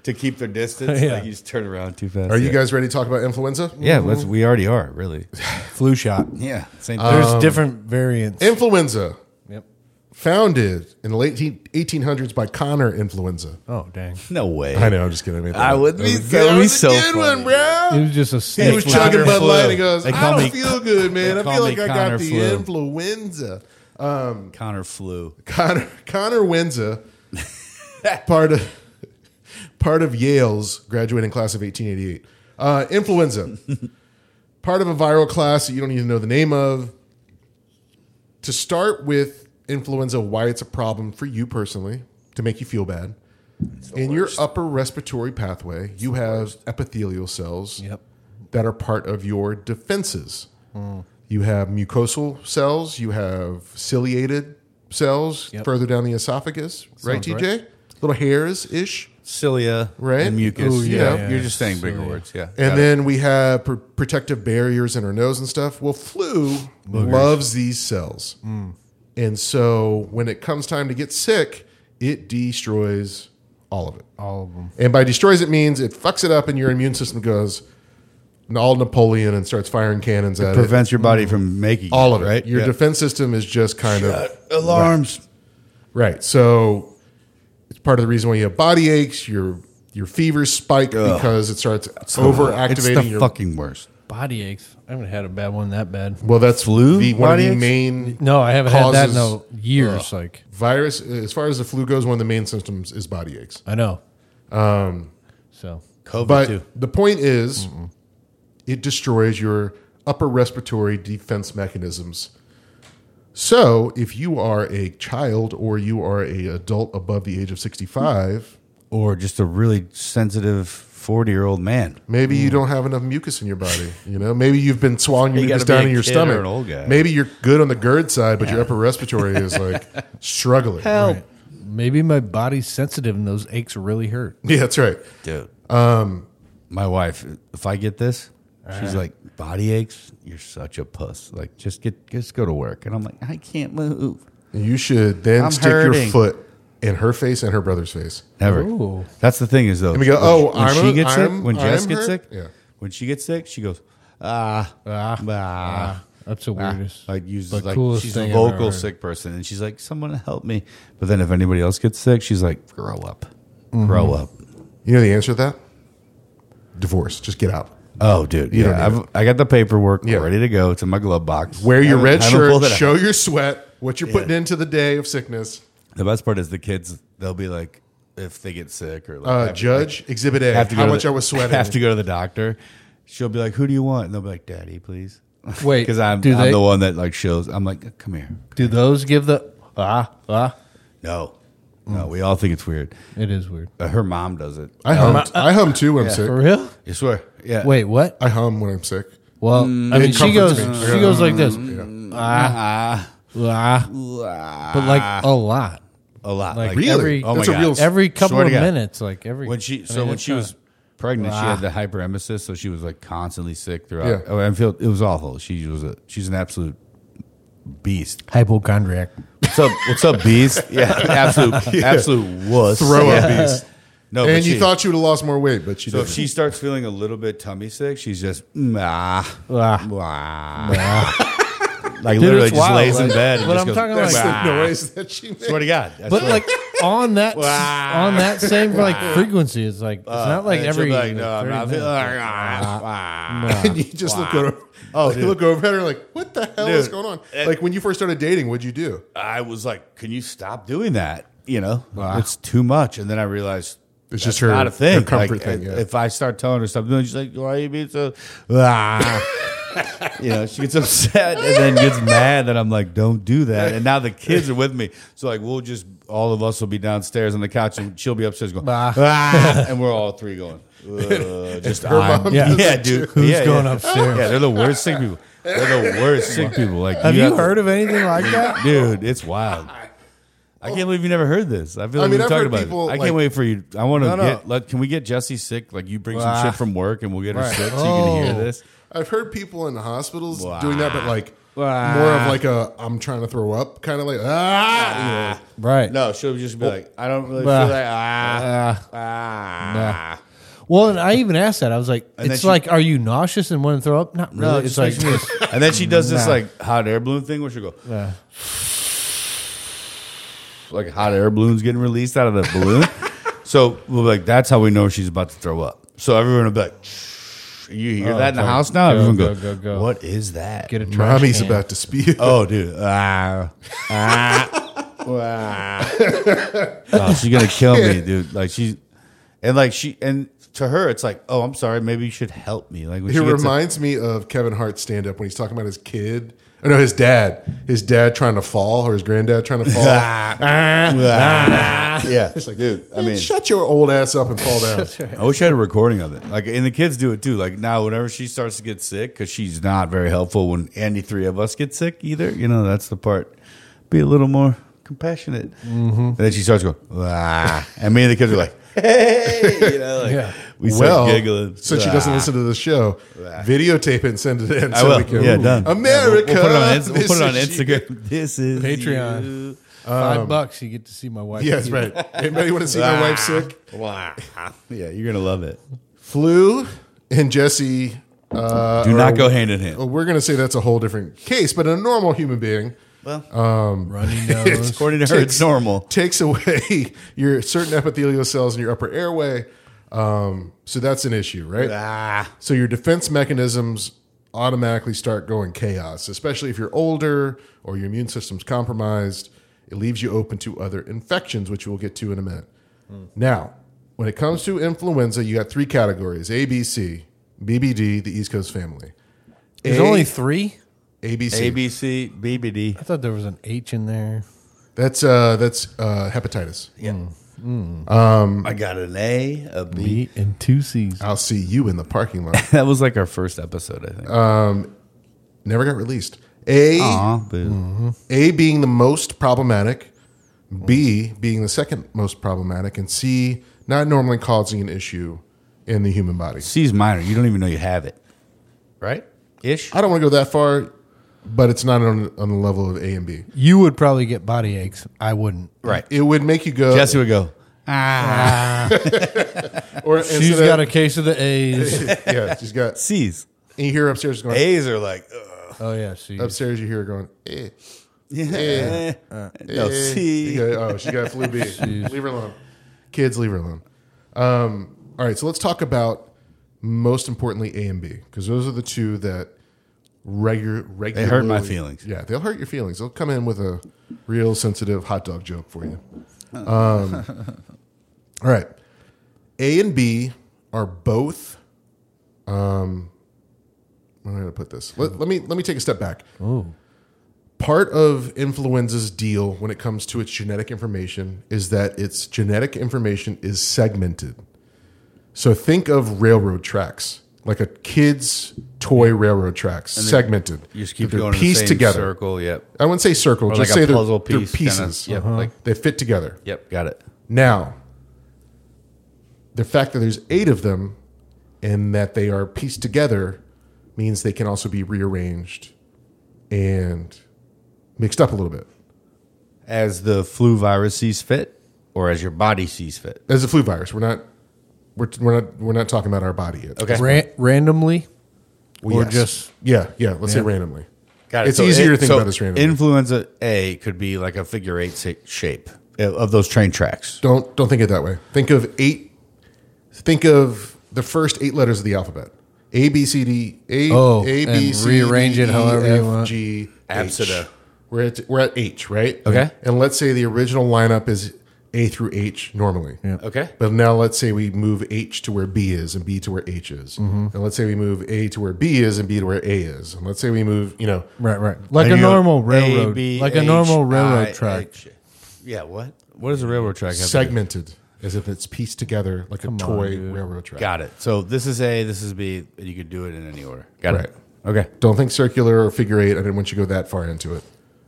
Speaker 2: to keep their distance,
Speaker 3: Yeah.
Speaker 2: like you just turn around too fast.
Speaker 4: Are you
Speaker 2: Yeah.
Speaker 4: guys ready to talk about influenza?
Speaker 2: Yeah, let's. We already are really.
Speaker 3: Flu shot.
Speaker 2: Yeah, same thing.
Speaker 3: There's different variants.
Speaker 4: Influenza,
Speaker 3: yep.
Speaker 4: founded in the late 1800s by Connor Influenza.
Speaker 3: Oh dang!
Speaker 2: no way.
Speaker 4: I know. I'm just kidding. made that
Speaker 2: I
Speaker 4: up.
Speaker 2: would
Speaker 4: That
Speaker 2: be-
Speaker 4: was a
Speaker 2: that
Speaker 4: good-
Speaker 2: would be so
Speaker 4: That was a good one,
Speaker 2: funny.
Speaker 4: bro. (laughs)
Speaker 3: It was just a snake.
Speaker 4: He was
Speaker 2: They
Speaker 4: chugging
Speaker 2: call me
Speaker 4: Bud Light.
Speaker 2: flu.
Speaker 4: and He goes,
Speaker 2: They
Speaker 4: I
Speaker 2: call
Speaker 4: don't
Speaker 2: me-
Speaker 4: feel good, man. I
Speaker 2: they call
Speaker 4: feel
Speaker 2: me
Speaker 4: like I
Speaker 2: Connor
Speaker 4: got the
Speaker 2: flu."
Speaker 4: influenza.
Speaker 2: Connor flew.
Speaker 4: Connor Connor Wenza, part of part of Yale's graduating class of 1888. Uh, influenza, part of a viral class that you don't even know the name of. To start with, influenza, why it's a problem for you personally, to make you feel bad. In your upper respiratory pathway, you have epithelial cells
Speaker 3: Yep.
Speaker 4: that are part of your defenses. You have mucosal cells, you have ciliated cells
Speaker 3: Yep.
Speaker 4: further down the esophagus, right,
Speaker 3: Sounds
Speaker 4: TJ? Little hairs ish.
Speaker 2: Cilia,
Speaker 4: Right?
Speaker 2: And mucus.
Speaker 4: Ooh,
Speaker 2: you
Speaker 4: yeah,
Speaker 2: know,
Speaker 3: yeah.
Speaker 2: you're just saying bigger words. Yeah.
Speaker 4: And
Speaker 2: Got it.
Speaker 4: then we have pr- protective barriers in our nose and stuff. Well, flu loves these cells. And so when it comes time to get sick, it destroys all of it.
Speaker 3: All of them.
Speaker 4: And by destroys, it means it fucks it up, and your immune system goes all Napoleon and starts firing cannons at it.
Speaker 2: prevents your body from making
Speaker 4: All of it.
Speaker 2: right?
Speaker 4: Your
Speaker 2: Yeah.
Speaker 4: defense system is just kind of
Speaker 2: alarms.
Speaker 4: right. So it's part of the reason why you have body aches. Your your fevers spike because it starts over
Speaker 2: It's
Speaker 4: activating
Speaker 2: the
Speaker 4: your.
Speaker 2: fucking worst.
Speaker 3: Body aches. I haven't had a bad one that bad.
Speaker 4: well, that's
Speaker 2: Flu
Speaker 4: The, one of
Speaker 2: body
Speaker 4: the
Speaker 2: aches?
Speaker 4: main
Speaker 3: No, I haven't had that in
Speaker 4: Causes-
Speaker 3: a years. Like
Speaker 4: virus, as far as the flu goes, one of the main symptoms is body aches.
Speaker 3: I know. Um. So
Speaker 2: Um, COVID
Speaker 4: But
Speaker 2: too.
Speaker 4: the point is, it destroys your upper respiratory defense mechanisms. So, if you are a child or you are a adult above the age of 65,
Speaker 2: Or just a really sensitive forty year old man.
Speaker 4: maybe you don't have enough mucus in your body, you know? Maybe you've been swallowing your
Speaker 2: Hmm. You
Speaker 4: mucus
Speaker 2: gotta be
Speaker 4: down
Speaker 2: a
Speaker 4: in your
Speaker 2: kid or
Speaker 4: stomach.
Speaker 2: an old guy.
Speaker 4: Maybe you're good on the GERD side, but your upper
Speaker 2: (laughs)
Speaker 4: respiratory is like struggling.
Speaker 3: maybe my body's sensitive and those aches really hurt.
Speaker 4: Yeah, that's right.
Speaker 2: dude.
Speaker 4: Um,
Speaker 2: my wife, if I get this,
Speaker 4: Uh-huh.
Speaker 2: she's like, body aches. You're such a puss. Like, just get, just go to work. And I'm like, I can't move.
Speaker 4: You should then
Speaker 2: I'm
Speaker 4: stick
Speaker 2: hurting.
Speaker 4: your foot in her face and her brother's face.
Speaker 2: Never.
Speaker 3: Ooh.
Speaker 2: That's the thing is though.
Speaker 4: we go, oh, I'm
Speaker 2: she
Speaker 4: a-
Speaker 2: gets
Speaker 4: I'm-
Speaker 2: sick, when Jess
Speaker 4: I'm
Speaker 2: gets
Speaker 4: hurt?
Speaker 2: sick,
Speaker 4: Yeah.
Speaker 2: when she gets sick, she goes, ah, ah, ah.
Speaker 3: That's the weirdest.
Speaker 2: Like uses
Speaker 3: But
Speaker 2: like
Speaker 3: coolest
Speaker 2: she's a
Speaker 3: thing I've ever
Speaker 2: vocal
Speaker 3: heard.
Speaker 2: sick person, and she's like, "Someone help me!" But then if anybody else gets sick, she's like, "Grow up,
Speaker 4: Mm-hmm.
Speaker 2: grow up."
Speaker 4: You know the answer to that? Divorce. Just get out.
Speaker 2: Oh, dude,
Speaker 4: don't
Speaker 2: yeah,
Speaker 4: need
Speaker 2: I've, I got the paperwork
Speaker 4: Yeah.
Speaker 2: ready to go. It's in my glove box.
Speaker 4: Wear your
Speaker 2: I haven't-
Speaker 4: red
Speaker 2: I haven't
Speaker 4: shirt.
Speaker 2: pulled it out.
Speaker 4: Show your sweat. What you're putting into the day of sickness.
Speaker 2: The best part is the kids. They'll be like, if they get sick or like,
Speaker 4: Uh,
Speaker 2: have-
Speaker 4: judge, Exhibit A.
Speaker 2: have to
Speaker 4: How
Speaker 2: go to
Speaker 4: much
Speaker 2: the-
Speaker 4: I was sweating.
Speaker 2: (laughs) Have to go to the doctor. She'll be like, "Who do you want?" And they'll be like, "Daddy, please." (laughs)
Speaker 3: Wait,
Speaker 2: because I'm,
Speaker 3: do
Speaker 2: I'm
Speaker 3: they-
Speaker 2: the one that like shows. I'm like, "Come here."
Speaker 3: Do those give the ah ah?
Speaker 2: No, no,
Speaker 4: Mm.
Speaker 2: we all think it's weird.
Speaker 3: It is weird.
Speaker 2: Uh, Her mom does it.
Speaker 4: I hum. I hum too when I'm sick.
Speaker 3: For real?
Speaker 2: You swear? Yeah.
Speaker 3: Wait, what?
Speaker 4: I hum when I'm sick.
Speaker 2: Oh,
Speaker 3: Well, I mean,
Speaker 4: it
Speaker 3: she goes,
Speaker 4: comforts me.
Speaker 3: she goes like this,
Speaker 2: Ah,
Speaker 3: ah,
Speaker 2: ah,
Speaker 3: but like a lot,
Speaker 2: a lot.
Speaker 3: like
Speaker 2: Like,
Speaker 3: Really?
Speaker 4: every-
Speaker 2: Oh my
Speaker 4: That's a
Speaker 2: God.
Speaker 4: real-
Speaker 3: every couple
Speaker 2: Swear to
Speaker 3: of
Speaker 2: God.
Speaker 3: minutes, like every.
Speaker 2: when she so when she was pregnant, she had the hyperemesis, so she was like constantly sick throughout.
Speaker 4: Yeah.
Speaker 2: Oh, and feel it was awful. She was a she's an absolute beast.
Speaker 3: hypochondriac,
Speaker 2: What's up? What's up, beast? (laughs) Yeah, absolute absolute wuss.
Speaker 4: Throw
Speaker 2: yeah.
Speaker 4: up beast.
Speaker 2: No,
Speaker 4: And
Speaker 2: but
Speaker 4: you
Speaker 2: she-
Speaker 4: thought you would have lost more weight, but you
Speaker 2: so?
Speaker 4: didn't.
Speaker 2: If she starts feeling a little bit tummy sick, she's just ah (laughs)
Speaker 3: Ah.
Speaker 2: like
Speaker 3: Dude,
Speaker 2: literally
Speaker 3: it's
Speaker 2: just
Speaker 3: wild,
Speaker 2: lays in
Speaker 3: like-
Speaker 2: bed. and
Speaker 3: but
Speaker 2: just
Speaker 3: I'm
Speaker 2: goes,
Speaker 3: talking
Speaker 4: That's
Speaker 3: like-
Speaker 2: "Bah."
Speaker 4: the noise that she made.
Speaker 2: Swear to God, I
Speaker 3: but
Speaker 2: swear.
Speaker 3: like on that
Speaker 2: Wow.
Speaker 3: on that same like frequency, it's like it's not like
Speaker 2: And she'll
Speaker 3: every
Speaker 2: be like, no, I'm
Speaker 3: 30
Speaker 2: not
Speaker 3: minutes.
Speaker 2: feeling. ah, (laughs) ah.
Speaker 4: And you just look over.
Speaker 2: Oh,
Speaker 4: (laughs) you
Speaker 2: dude.
Speaker 4: look over at her like, what the hell is
Speaker 2: Dude.
Speaker 4: going on?
Speaker 2: And-
Speaker 4: like when you first started dating, what'd you do?
Speaker 2: I was like, "Can you stop doing that?" You know, it's too much. And then I realized that's
Speaker 4: It's just her-
Speaker 2: not a thing.
Speaker 4: her comfort
Speaker 2: Like, uh,
Speaker 4: thing, yeah.
Speaker 2: If I start telling her something, she's like, "Why you being so?" (laughs) Ah. you know, she gets upset and then
Speaker 4: (laughs)
Speaker 2: gets mad that I'm like, "Don't do that." And now the kids are with me, so like we'll just all of us will be downstairs on the couch, and she'll be upstairs going,
Speaker 3: Ah.
Speaker 4: (laughs)
Speaker 2: "Ah," and we're all three going. "Ugh," just
Speaker 4: her
Speaker 2: eyeing-
Speaker 4: mom
Speaker 2: yeah,
Speaker 4: does it
Speaker 2: dude.
Speaker 3: Who's
Speaker 2: Yeah,
Speaker 3: going
Speaker 2: yeah.
Speaker 3: upstairs?
Speaker 2: Yeah, they're the worst sick people. They're the worst sick people. Like,
Speaker 3: Have you
Speaker 2: to-
Speaker 3: heard of
Speaker 2: (laughs)
Speaker 3: anything like that?
Speaker 2: dude. It's wild. I can't believe you never heard this. I feel
Speaker 4: I
Speaker 2: like
Speaker 4: mean,
Speaker 2: we've
Speaker 4: I've
Speaker 2: talked
Speaker 4: heard
Speaker 2: about
Speaker 4: people,
Speaker 2: it. I
Speaker 4: like-
Speaker 2: can't wait for you. I want to
Speaker 4: No, no.
Speaker 2: get. Let, can we get Jesse sick? Like you bring some
Speaker 3: Ah.
Speaker 2: shit from work, and we'll get her
Speaker 3: Right.
Speaker 2: sick so you can hear
Speaker 4: Oh.
Speaker 2: this.
Speaker 4: I've heard people in the hospitals
Speaker 2: Wah.
Speaker 4: doing that, but like
Speaker 3: Wah.
Speaker 4: more of like a I'm trying to throw up kind of like ah.
Speaker 3: Right.
Speaker 2: No, she'll just be like, I don't really
Speaker 3: Bah.
Speaker 2: feel like ah
Speaker 3: Bah.
Speaker 2: ah.
Speaker 3: Well, and I even asked that. I was like,
Speaker 2: And
Speaker 3: it's
Speaker 2: then she-
Speaker 3: like, are you nauseous and want to throw up? Not really.
Speaker 2: No,
Speaker 3: it's
Speaker 2: just
Speaker 3: like, "Uh,
Speaker 2: makes me-
Speaker 3: (laughs)
Speaker 2: (laughs) and then she does this
Speaker 3: Nah.
Speaker 2: like hot air balloon thing where she'll go
Speaker 3: Yeah.
Speaker 2: like hot air balloons getting released out of the (laughs) balloon. so we'll be like, that's how we know she's about to throw up. So everyone will be like, you hear
Speaker 3: Oh,
Speaker 2: that in the
Speaker 3: go,
Speaker 2: house now?
Speaker 3: go,
Speaker 2: everyone
Speaker 3: go,
Speaker 2: go,
Speaker 3: go, go.
Speaker 2: what is that?
Speaker 3: get a trash
Speaker 4: Mommy's
Speaker 3: can.
Speaker 4: about to spew.
Speaker 2: Oh, dude. Ah. Ah. Ah. oh, she's going to kill (laughs) me, dude. Like, she's, and like, she, and to her, it's like, oh, I'm sorry. Maybe you should help me. Like, when
Speaker 4: (laughs) It
Speaker 2: she gets a-
Speaker 4: reminds me of Kevin Hart's stand up when he's talking about his kid. Or no, his dad. His dad trying to fall or his granddad
Speaker 2: (laughs)
Speaker 4: trying to fall.
Speaker 2: (laughs) Ah. Ah. yeah.
Speaker 4: It's like, dude,
Speaker 2: I mean-
Speaker 4: shut your old ass up and
Speaker 2: (laughs)
Speaker 4: fall down.
Speaker 2: I wish I had a recording of it. Like, and the kids do it too. Like now, whenever she starts to get sick, because she's not very helpful when any three of us get sick either. You know, that's the part. Be a little more compassionate.
Speaker 4: Mm-hmm.
Speaker 2: And then she starts going, ah, and me and the kids are
Speaker 4: (laughs)
Speaker 2: like, hey, you know, like
Speaker 3: Yeah.
Speaker 2: we start
Speaker 4: well,
Speaker 2: giggling.
Speaker 4: since she doesn't
Speaker 2: Ah.
Speaker 4: listen to the show, videotape it and send it in.
Speaker 2: I
Speaker 4: so
Speaker 2: will.
Speaker 4: we can-
Speaker 2: yeah, done.
Speaker 4: America.
Speaker 2: We'll put it on, Ins- we'll
Speaker 4: this
Speaker 2: put it on
Speaker 4: is you.
Speaker 2: Instagram. This is
Speaker 3: Patreon.
Speaker 2: you.
Speaker 3: Five bucks, you get to see my wife.
Speaker 4: Yeah, that's right. Anybody want to see my wife sick?
Speaker 2: Wow. Yeah, you're gonna love it.
Speaker 4: Flu and Jesse. Uh,
Speaker 2: Do
Speaker 4: are-
Speaker 2: not go hand in hand.
Speaker 4: We're going to say that's a whole different case, but a normal human being
Speaker 2: Well,
Speaker 3: Runny nose.
Speaker 2: according to her, it's normal.
Speaker 4: takes away (laughs) your certain epithelial cells in your upper airway. Um, so that's an issue, right?
Speaker 2: Ah.
Speaker 4: So your defense mechanisms automatically start going chaos, especially if you're older or your immune system's compromised. It leaves you open to other infections, which we'll get to in a minute. Now, when it comes to influenza, you got three categories ABC, BBD, the East Coast family.
Speaker 3: There's
Speaker 4: A-
Speaker 3: only three?
Speaker 4: ABC.
Speaker 2: ABC, BBD.
Speaker 3: I thought there was an H in there.
Speaker 4: That's uh, that's uh, hepatitis.
Speaker 2: Yeah. I got an A, a B.
Speaker 3: B and two C's.
Speaker 4: I'll see you in the parking lot.
Speaker 2: (laughs) That was like our first episode, I think.
Speaker 4: Never got released. A
Speaker 2: Aw, boo.
Speaker 4: A being the most problematic, B being the second most problematic, and C not normally causing an issue in the human body.
Speaker 2: C's minor. You don't even know you have it, right? Ish.
Speaker 4: I don't want to go that far, but it's not on, on the level of A and B.
Speaker 3: You would probably get body aches. I wouldn't.
Speaker 2: Right.
Speaker 4: It would make you go.
Speaker 2: Jesse would go. Ah.
Speaker 4: or
Speaker 3: She's
Speaker 4: instead
Speaker 3: got a
Speaker 4: of-
Speaker 3: case of
Speaker 4: (laughs)
Speaker 3: the A's.
Speaker 4: yeah, she's got.
Speaker 2: C's.
Speaker 4: And you hear upstairs going.
Speaker 2: A's are like. uh, Ugh.
Speaker 3: oh yeah, she.
Speaker 4: Upstairs, you hear her going. Eh,
Speaker 2: (laughs) Yeah. no
Speaker 4: eh.
Speaker 2: C.
Speaker 4: You go, oh, she got
Speaker 2: (laughs)
Speaker 4: flu B. leave her alone. Kids, leave her alone. Um, all right, so let's talk about most importantly A and B because those are the two that regular regularly
Speaker 2: hurt my feelings.
Speaker 4: Yeah, they'll hurt your feelings. They'll come in with a real sensitive hot dog joke for you. Um, all right, A and B are both. Um, where did I put this? Let, let me let me take a step back part of influenza's deal when it comes to its genetic information is that its genetic information is segmented. So think of railroad tracks, like a kid's toy railroad tracks, segmented.
Speaker 2: You just keep
Speaker 4: They're
Speaker 2: going
Speaker 4: pieced
Speaker 2: in the same
Speaker 4: together.
Speaker 2: circle. Yep.
Speaker 4: I wouldn't say circle,
Speaker 2: Or
Speaker 4: just
Speaker 2: like
Speaker 4: say
Speaker 2: a
Speaker 4: they're,
Speaker 2: puzzle
Speaker 4: they're
Speaker 2: piece. kinda.
Speaker 4: pieces.
Speaker 2: Yep. Like.
Speaker 4: They fit together.
Speaker 2: Yep. Got it.
Speaker 4: Now, the fact that there's eight of them and that they are pieced together means they can also be rearranged and mixed up a little bit.
Speaker 2: As the flu virus sees fit, or as your body sees fit.
Speaker 4: as a flu virus. We're not we're, we're not we're not talking about our body yet.
Speaker 2: Okay.
Speaker 3: Ran- randomly,
Speaker 4: Well,
Speaker 3: or
Speaker 4: yes.
Speaker 3: just
Speaker 4: yeah, yeah. Let's say randomly.
Speaker 2: Got it.
Speaker 4: It's easier to think
Speaker 2: so
Speaker 4: about this randomly.
Speaker 2: Influenza A could be like a figure eight sa- shape uh, of those train tracks.
Speaker 4: Don't don't think it that way. Think of eight. Think of the first eight letters of the alphabet. A B C D A
Speaker 3: Oh,
Speaker 4: A B
Speaker 3: and
Speaker 4: C
Speaker 3: rearrange
Speaker 4: D,
Speaker 3: it however you
Speaker 4: E, F,
Speaker 3: want.
Speaker 4: G,
Speaker 2: Absida.
Speaker 4: H. We're at we're at H, right?
Speaker 2: Okay.
Speaker 4: And let's say the original lineup is A through H normally. Yeah.
Speaker 2: Okay.
Speaker 4: But now let's say we move H to where B is and B to where H is.
Speaker 3: Mm-hmm.
Speaker 4: And let's say we move A to where B is and B to where A is. And let's say we move, you know,
Speaker 3: right, right, like
Speaker 4: There
Speaker 3: a
Speaker 4: you go.
Speaker 3: normal railroad,
Speaker 2: A, B,
Speaker 3: like a
Speaker 2: H,
Speaker 3: normal
Speaker 2: I,
Speaker 3: railroad track.
Speaker 2: H. Yeah. What? What does a railroad track have? to do?
Speaker 4: segmented as if it's pieced together like a toy railroad track.
Speaker 2: Got it. So this is A. This is B. and You could do it in any order. Got it. Okay.
Speaker 4: Don't think circular or figure eight. I didn't want you to go that far into it.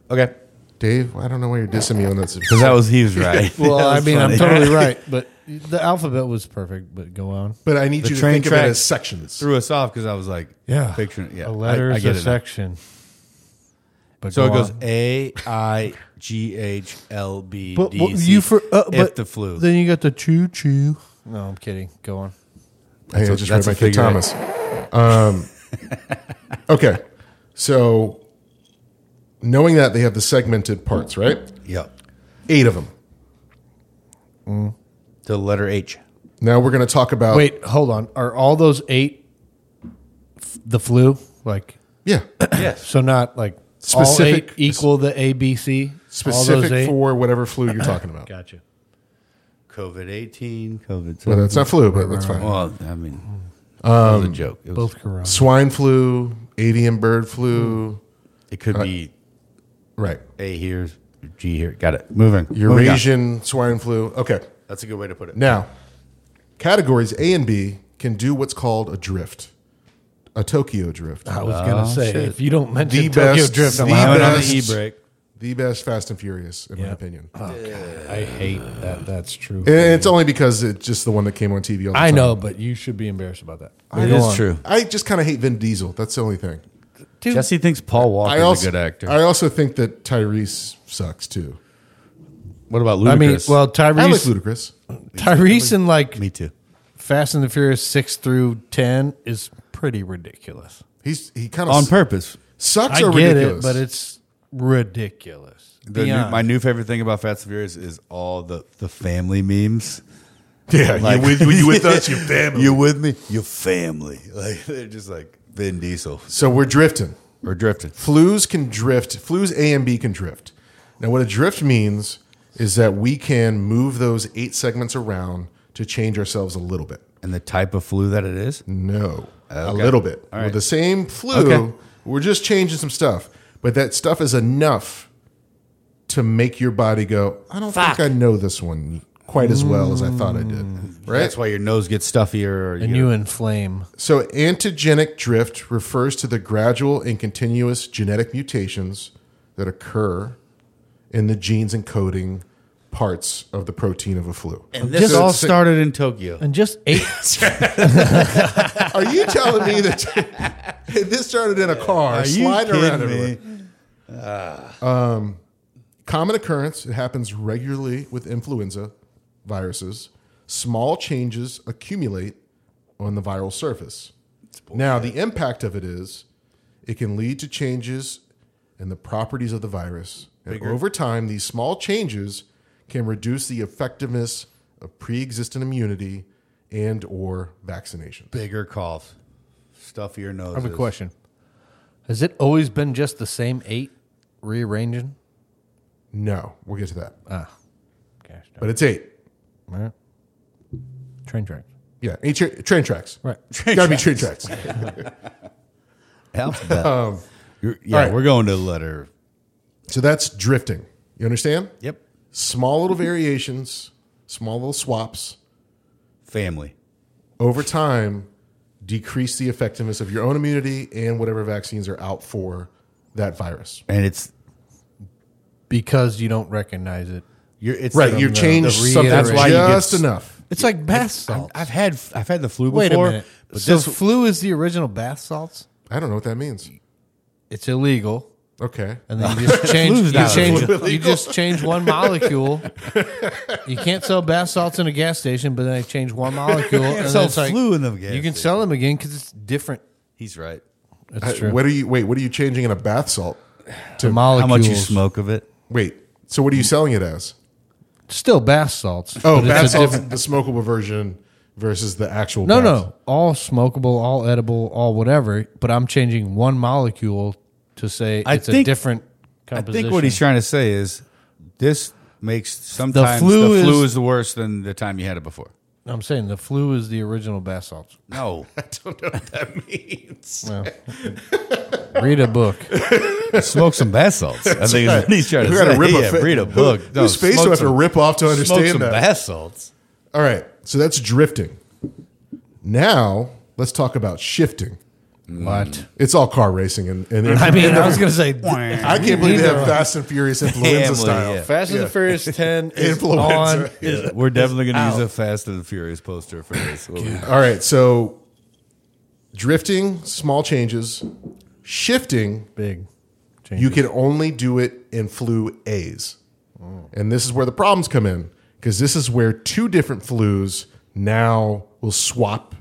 Speaker 2: Okay.
Speaker 4: Dave, I don't know why you're dissing me on this.
Speaker 2: Because that was he was (laughs) right.
Speaker 3: (laughs) Well,
Speaker 2: That
Speaker 3: I
Speaker 2: was
Speaker 3: mean,
Speaker 2: funny.
Speaker 3: I'm totally
Speaker 2: (laughs)
Speaker 3: right, but the alphabet was perfect. But go on.
Speaker 4: But I need you to
Speaker 2: train
Speaker 4: think of it
Speaker 2: tracks
Speaker 4: as sections.
Speaker 2: threw us off because I was like, picturing. Yeah,
Speaker 3: a
Speaker 2: I-
Speaker 3: letter
Speaker 2: I
Speaker 3: is
Speaker 2: get
Speaker 3: a
Speaker 2: it now.
Speaker 3: section. But
Speaker 2: So it
Speaker 3: go
Speaker 2: goes
Speaker 3: on.
Speaker 2: A I G H L B
Speaker 3: But
Speaker 2: D
Speaker 3: what-
Speaker 2: C.
Speaker 3: you for uh,
Speaker 2: if
Speaker 3: but
Speaker 2: the flu.
Speaker 3: Then you got the choo choo. No, I'm kidding. Go on.
Speaker 4: Hey, I
Speaker 2: a-
Speaker 4: just read
Speaker 2: that's
Speaker 4: my
Speaker 2: a
Speaker 4: kid
Speaker 2: figure eight.
Speaker 4: Thomas. Um, (laughs) okay. So knowing that they have the segmented parts, right?
Speaker 2: yep.
Speaker 4: Eight of them.
Speaker 2: The letter H.
Speaker 4: Now we're going to talk about.
Speaker 3: Wait, hold on. Are all those eight f- the flu? Like
Speaker 2: (coughs)
Speaker 4: Yeah.
Speaker 2: Yes.
Speaker 3: so, not like
Speaker 4: Specific-
Speaker 3: all eight equal the ABC. All those
Speaker 4: Specific
Speaker 3: eight?
Speaker 4: for whatever flu you're
Speaker 2: (coughs)
Speaker 4: talking about.
Speaker 3: Gotcha.
Speaker 2: COVID eighteen. COVID.
Speaker 4: Well, that's not flu, but that's fine.
Speaker 2: Well, I mean, it was a joke. It, was-
Speaker 3: Um, Both corona.
Speaker 4: Swine flu, avian bird flu.
Speaker 2: it could be
Speaker 4: Right.
Speaker 2: A here, G here. Got it. Moving. Moving on.
Speaker 4: Eurasian swine flu. Okay.
Speaker 2: That's a good way to put it.
Speaker 4: Now, categories A and B can do what's called a drift, a Tokyo drift.
Speaker 3: I was gonna say if you don't mention
Speaker 4: The
Speaker 3: Tokyo
Speaker 4: best-
Speaker 3: Drift, I'm
Speaker 4: the
Speaker 3: out.
Speaker 2: I went on the
Speaker 4: best-
Speaker 2: e break.
Speaker 4: The best Fast and Furious, in my
Speaker 3: Yeah. Oh,
Speaker 4: opinion.
Speaker 3: I hate that. That's true.
Speaker 4: And it's only because it's just the one that came on TV all the
Speaker 3: I
Speaker 4: time.
Speaker 3: know, but you should be embarrassed about that.
Speaker 2: It
Speaker 3: Go
Speaker 2: is
Speaker 3: on.
Speaker 2: true.
Speaker 4: I just kind of hate Vin Diesel. That's the only thing.
Speaker 3: Dude,
Speaker 2: Jesse thinks Paul Walker
Speaker 4: I also,
Speaker 2: is a good actor.
Speaker 4: I also think that Tyrese sucks too.
Speaker 2: what about
Speaker 3: I mean,
Speaker 2: Ludacris?
Speaker 3: well,
Speaker 4: I like
Speaker 3: Tyrese,
Speaker 4: Ludacris.
Speaker 3: Tyrese, and like
Speaker 2: me too.
Speaker 3: Fast and the Furious six through ten is pretty ridiculous.
Speaker 4: He's he kind of
Speaker 2: On purpose.
Speaker 4: Sucks
Speaker 3: I
Speaker 4: are
Speaker 3: get
Speaker 4: ridiculous.
Speaker 3: it, but it's ridiculous.
Speaker 2: The new,
Speaker 3: Beyond.
Speaker 2: my new favorite thing about Fast and Furious is all the, the family memes.
Speaker 4: yeah,
Speaker 2: Like-
Speaker 4: you with you
Speaker 3: (laughs)
Speaker 4: with
Speaker 2: (laughs)
Speaker 4: us, your family.
Speaker 2: You with me? Your family. (laughs) Like they're just like Vin Diesel
Speaker 4: So we're drifting.
Speaker 2: or drifting.
Speaker 4: Flus can drift. Flus A and B can drift. Now, what a drift means is that we can move those eight segments around to change ourselves a little bit.
Speaker 2: And the type of flu that it is.
Speaker 4: No, a
Speaker 2: Okay.
Speaker 4: little bit.
Speaker 2: All right.
Speaker 4: With the same flu,
Speaker 2: Okay.
Speaker 4: we're just changing some stuff, but that stuff is enough to make your body go. I don't think I know this one quite as well as I thought I did. Right.
Speaker 2: Mm. That's why your nose gets stuffier. Or
Speaker 3: and
Speaker 2: your-
Speaker 3: you inflame.
Speaker 4: So, antigenic drift refers to the gradual and continuous genetic mutations that occur in the genes encoding parts of the protein of a flu.
Speaker 2: And this
Speaker 3: Just-
Speaker 2: all started in Tokyo.
Speaker 3: And just eight.
Speaker 4: Are you telling me that (laughs) this started in a car
Speaker 2: Are you
Speaker 4: sliding
Speaker 2: kidding
Speaker 4: around
Speaker 2: me?
Speaker 4: everywhere? Common occurrence. It happens regularly with influenza viruses. Small changes accumulate on the viral surface. Now, the impact of it is it can lead to changes in the properties of the virus. And over time, these small changes can reduce the effectiveness of pre-existing immunity and or vaccination.
Speaker 2: Bigger cough, stuffier nose.
Speaker 3: I have a question. Has it always been just the same eight rearranging?
Speaker 4: No, we'll get to that.
Speaker 3: Gosh, darn.
Speaker 4: But it's eight.
Speaker 3: All right. Train tracks.
Speaker 4: Yeah, eight tra- train tracks.
Speaker 3: Right.
Speaker 4: Gotta be train tracks. (laughs)
Speaker 2: Alphabet. You're- yeah,
Speaker 4: Um, all right.
Speaker 2: we're going to letter.
Speaker 4: So that's drifting. You understand?
Speaker 2: Yep.
Speaker 4: Small little variations, small little swaps
Speaker 2: Family.
Speaker 4: over time decrease the effectiveness of your own immunity and whatever vaccines are out for that virus.
Speaker 2: And it's
Speaker 3: Because you don't recognize it.
Speaker 2: you're it's
Speaker 4: Right,
Speaker 2: the-
Speaker 4: you
Speaker 3: the-
Speaker 4: change
Speaker 3: the
Speaker 4: something
Speaker 3: reiteration.
Speaker 2: That's why you
Speaker 4: just
Speaker 2: get-
Speaker 4: enough.
Speaker 3: It's like bath
Speaker 2: I'm-
Speaker 3: salts.
Speaker 2: I've had I've had the flu
Speaker 3: Wait
Speaker 2: before.
Speaker 3: a minute.
Speaker 2: But
Speaker 3: so
Speaker 2: this
Speaker 3: flu is the original bath salts.
Speaker 4: I don't know what that means.
Speaker 3: It's illegal.
Speaker 4: Okay.
Speaker 3: And then you just change,
Speaker 2: Flu's
Speaker 3: you,
Speaker 2: not
Speaker 3: change
Speaker 4: illegal.
Speaker 3: you just change one molecule. you can't sell bath salts in a gas station, but then they change one molecule. and
Speaker 2: sell
Speaker 3: it's like,
Speaker 2: flu in the gas
Speaker 3: You can sell them again because it's different.
Speaker 2: he's right.
Speaker 3: That's
Speaker 4: I-
Speaker 3: true.
Speaker 4: what are you wait, what are you changing in a bath salt?
Speaker 3: The molecules.
Speaker 2: How much you smoke of it?
Speaker 4: Wait. So what are you selling it as?
Speaker 3: Still bath salts.
Speaker 4: Oh,
Speaker 3: but it's a
Speaker 4: bath salt's
Speaker 3: different-
Speaker 4: the smokable version versus the actual
Speaker 3: No,
Speaker 4: bath
Speaker 3: no. All smokable, all edible, all whatever. But I'm changing one molecule to say
Speaker 2: I
Speaker 3: it's a
Speaker 2: think-
Speaker 3: different
Speaker 2: I
Speaker 3: composition.
Speaker 2: think what he's trying to say is this makes sometimes the
Speaker 3: flu
Speaker 2: flu,
Speaker 3: is-
Speaker 2: is, worse than the time you had it before.
Speaker 3: I'm saying the flu is the original bath salts.
Speaker 4: (laughs)
Speaker 2: No,
Speaker 4: that means.
Speaker 3: Read a book.
Speaker 2: (laughs) smoke some bath salts. (laughs) I think is what he's trying to
Speaker 4: Who had
Speaker 2: say.
Speaker 4: to rip a
Speaker 2: yeah,
Speaker 4: fa-
Speaker 2: read a
Speaker 4: who-
Speaker 2: book. No,
Speaker 4: whose face
Speaker 2: smoke
Speaker 4: do I have to
Speaker 2: some-
Speaker 4: rip off to
Speaker 2: Smoke
Speaker 4: understand
Speaker 2: some
Speaker 4: that?
Speaker 2: bath salts.
Speaker 4: All right. So that's drifting. Now let's talk about shifting.
Speaker 3: What?
Speaker 4: It's all car racing, and, and
Speaker 3: (laughs) I mean, I was going to say
Speaker 4: I can't believe they have Fast and Furious influenza
Speaker 2: Family,
Speaker 4: style.
Speaker 2: yeah.
Speaker 3: Fast and the Furious 10 is
Speaker 4: Influenza.
Speaker 3: on. Is,
Speaker 2: We're definitely going to use
Speaker 3: out.
Speaker 2: a Fast and the Furious poster for this. We'll-
Speaker 4: All right, so drifting, small changes, shifting.
Speaker 3: Big. Change.
Speaker 4: You can only do it in flu A's,
Speaker 2: Oh.
Speaker 4: and this is where the problems come in because this is where two different flus now will swap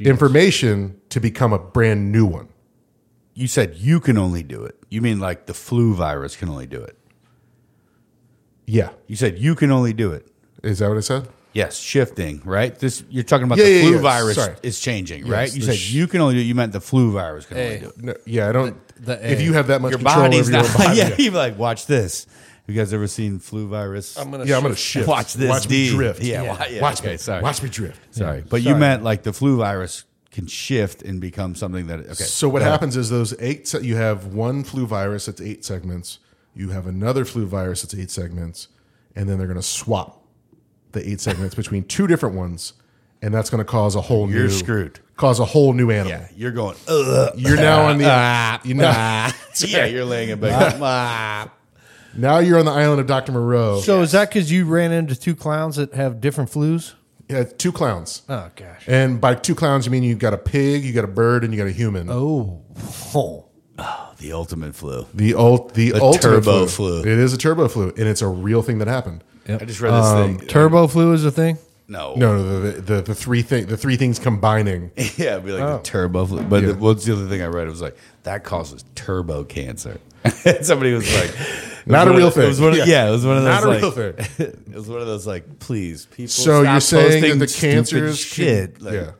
Speaker 4: information to become a brand new one.
Speaker 2: You said you can only do it. You mean like the flu virus can only do it?
Speaker 4: Yeah,
Speaker 2: You said you can only do it.
Speaker 4: is that what I said?
Speaker 2: Yes, shifting, right? This you're talking about
Speaker 4: Yeah,
Speaker 2: the
Speaker 4: yeah,
Speaker 2: flu
Speaker 4: yeah,
Speaker 2: virus
Speaker 4: sorry.
Speaker 2: is changing, right? You
Speaker 4: the
Speaker 2: said
Speaker 4: sh-
Speaker 2: you can only do it. You meant the flu virus can
Speaker 3: Hey,
Speaker 2: only do it.
Speaker 4: No, yeah, I don't.
Speaker 3: The- the
Speaker 4: if
Speaker 3: A.
Speaker 4: you have that much
Speaker 2: Your
Speaker 4: control
Speaker 2: body's
Speaker 4: over your
Speaker 2: not. (laughs)
Speaker 4: own body,
Speaker 2: yeah, you're like, watch this. You guys ever seen flu virus?
Speaker 3: gonna
Speaker 4: yeah, I'm gonna shift.
Speaker 2: watch this.
Speaker 4: Watch me
Speaker 2: dude.
Speaker 4: drift.
Speaker 2: Yeah, wa- yeah,
Speaker 4: watch
Speaker 2: okay,
Speaker 4: me.
Speaker 2: Sorry,
Speaker 4: Watch me
Speaker 2: (laughs)
Speaker 4: drift.
Speaker 2: sorry. But you meant like the flu virus can shift and become something that. Okay,
Speaker 4: So what happens is those eight. Se- you have one flu virus that's eight segments. You have another flu virus that's eight segments, and then they're gonna swap the eight segments between two different ones, and that's gonna cause a whole
Speaker 2: You're
Speaker 4: new
Speaker 2: screwed.
Speaker 4: Cause a whole new animal.
Speaker 2: yeah, you're going. Ugh. (laughs)
Speaker 4: You're now on the you know,
Speaker 2: yeah, you're laying in
Speaker 4: (laughs)
Speaker 2: bed. Ah,
Speaker 4: now you're on the island of Doctor Moreau.
Speaker 3: So is that because you ran into two clowns that have different flus?
Speaker 4: yeah, two clowns.
Speaker 3: Oh, gosh.
Speaker 4: And by two clowns, you mean you got a pig, you got a bird, and you got a human.
Speaker 3: Oh. (laughs)
Speaker 2: the ultimate flu.
Speaker 4: The ult, the, ultimate
Speaker 2: turbo flu.
Speaker 4: It is a turbo flu, and it's a real thing that happened.
Speaker 2: I just read this thing.
Speaker 3: Turbo flu is a thing?
Speaker 2: No,
Speaker 4: Um, No, no, the, the the three thing, the three things combining.
Speaker 2: (laughs) Yeah, it'd be like the turbo. flu- But the, what's the other thing I read? It was like that causes turbo cancer. (laughs) Somebody was
Speaker 4: (laughs)
Speaker 2: like,
Speaker 4: Not a
Speaker 2: it was one of
Speaker 4: real
Speaker 2: the- It was one of,
Speaker 4: thing.
Speaker 2: yeah. it was one of those.
Speaker 4: Not a
Speaker 2: like,
Speaker 4: real thing.
Speaker 2: (laughs) it was one of those like, please, people.
Speaker 4: So
Speaker 2: stop
Speaker 4: you're saying that
Speaker 2: posting
Speaker 4: the
Speaker 2: stupid
Speaker 4: cancers can-
Speaker 2: shit. like,
Speaker 4: yeah.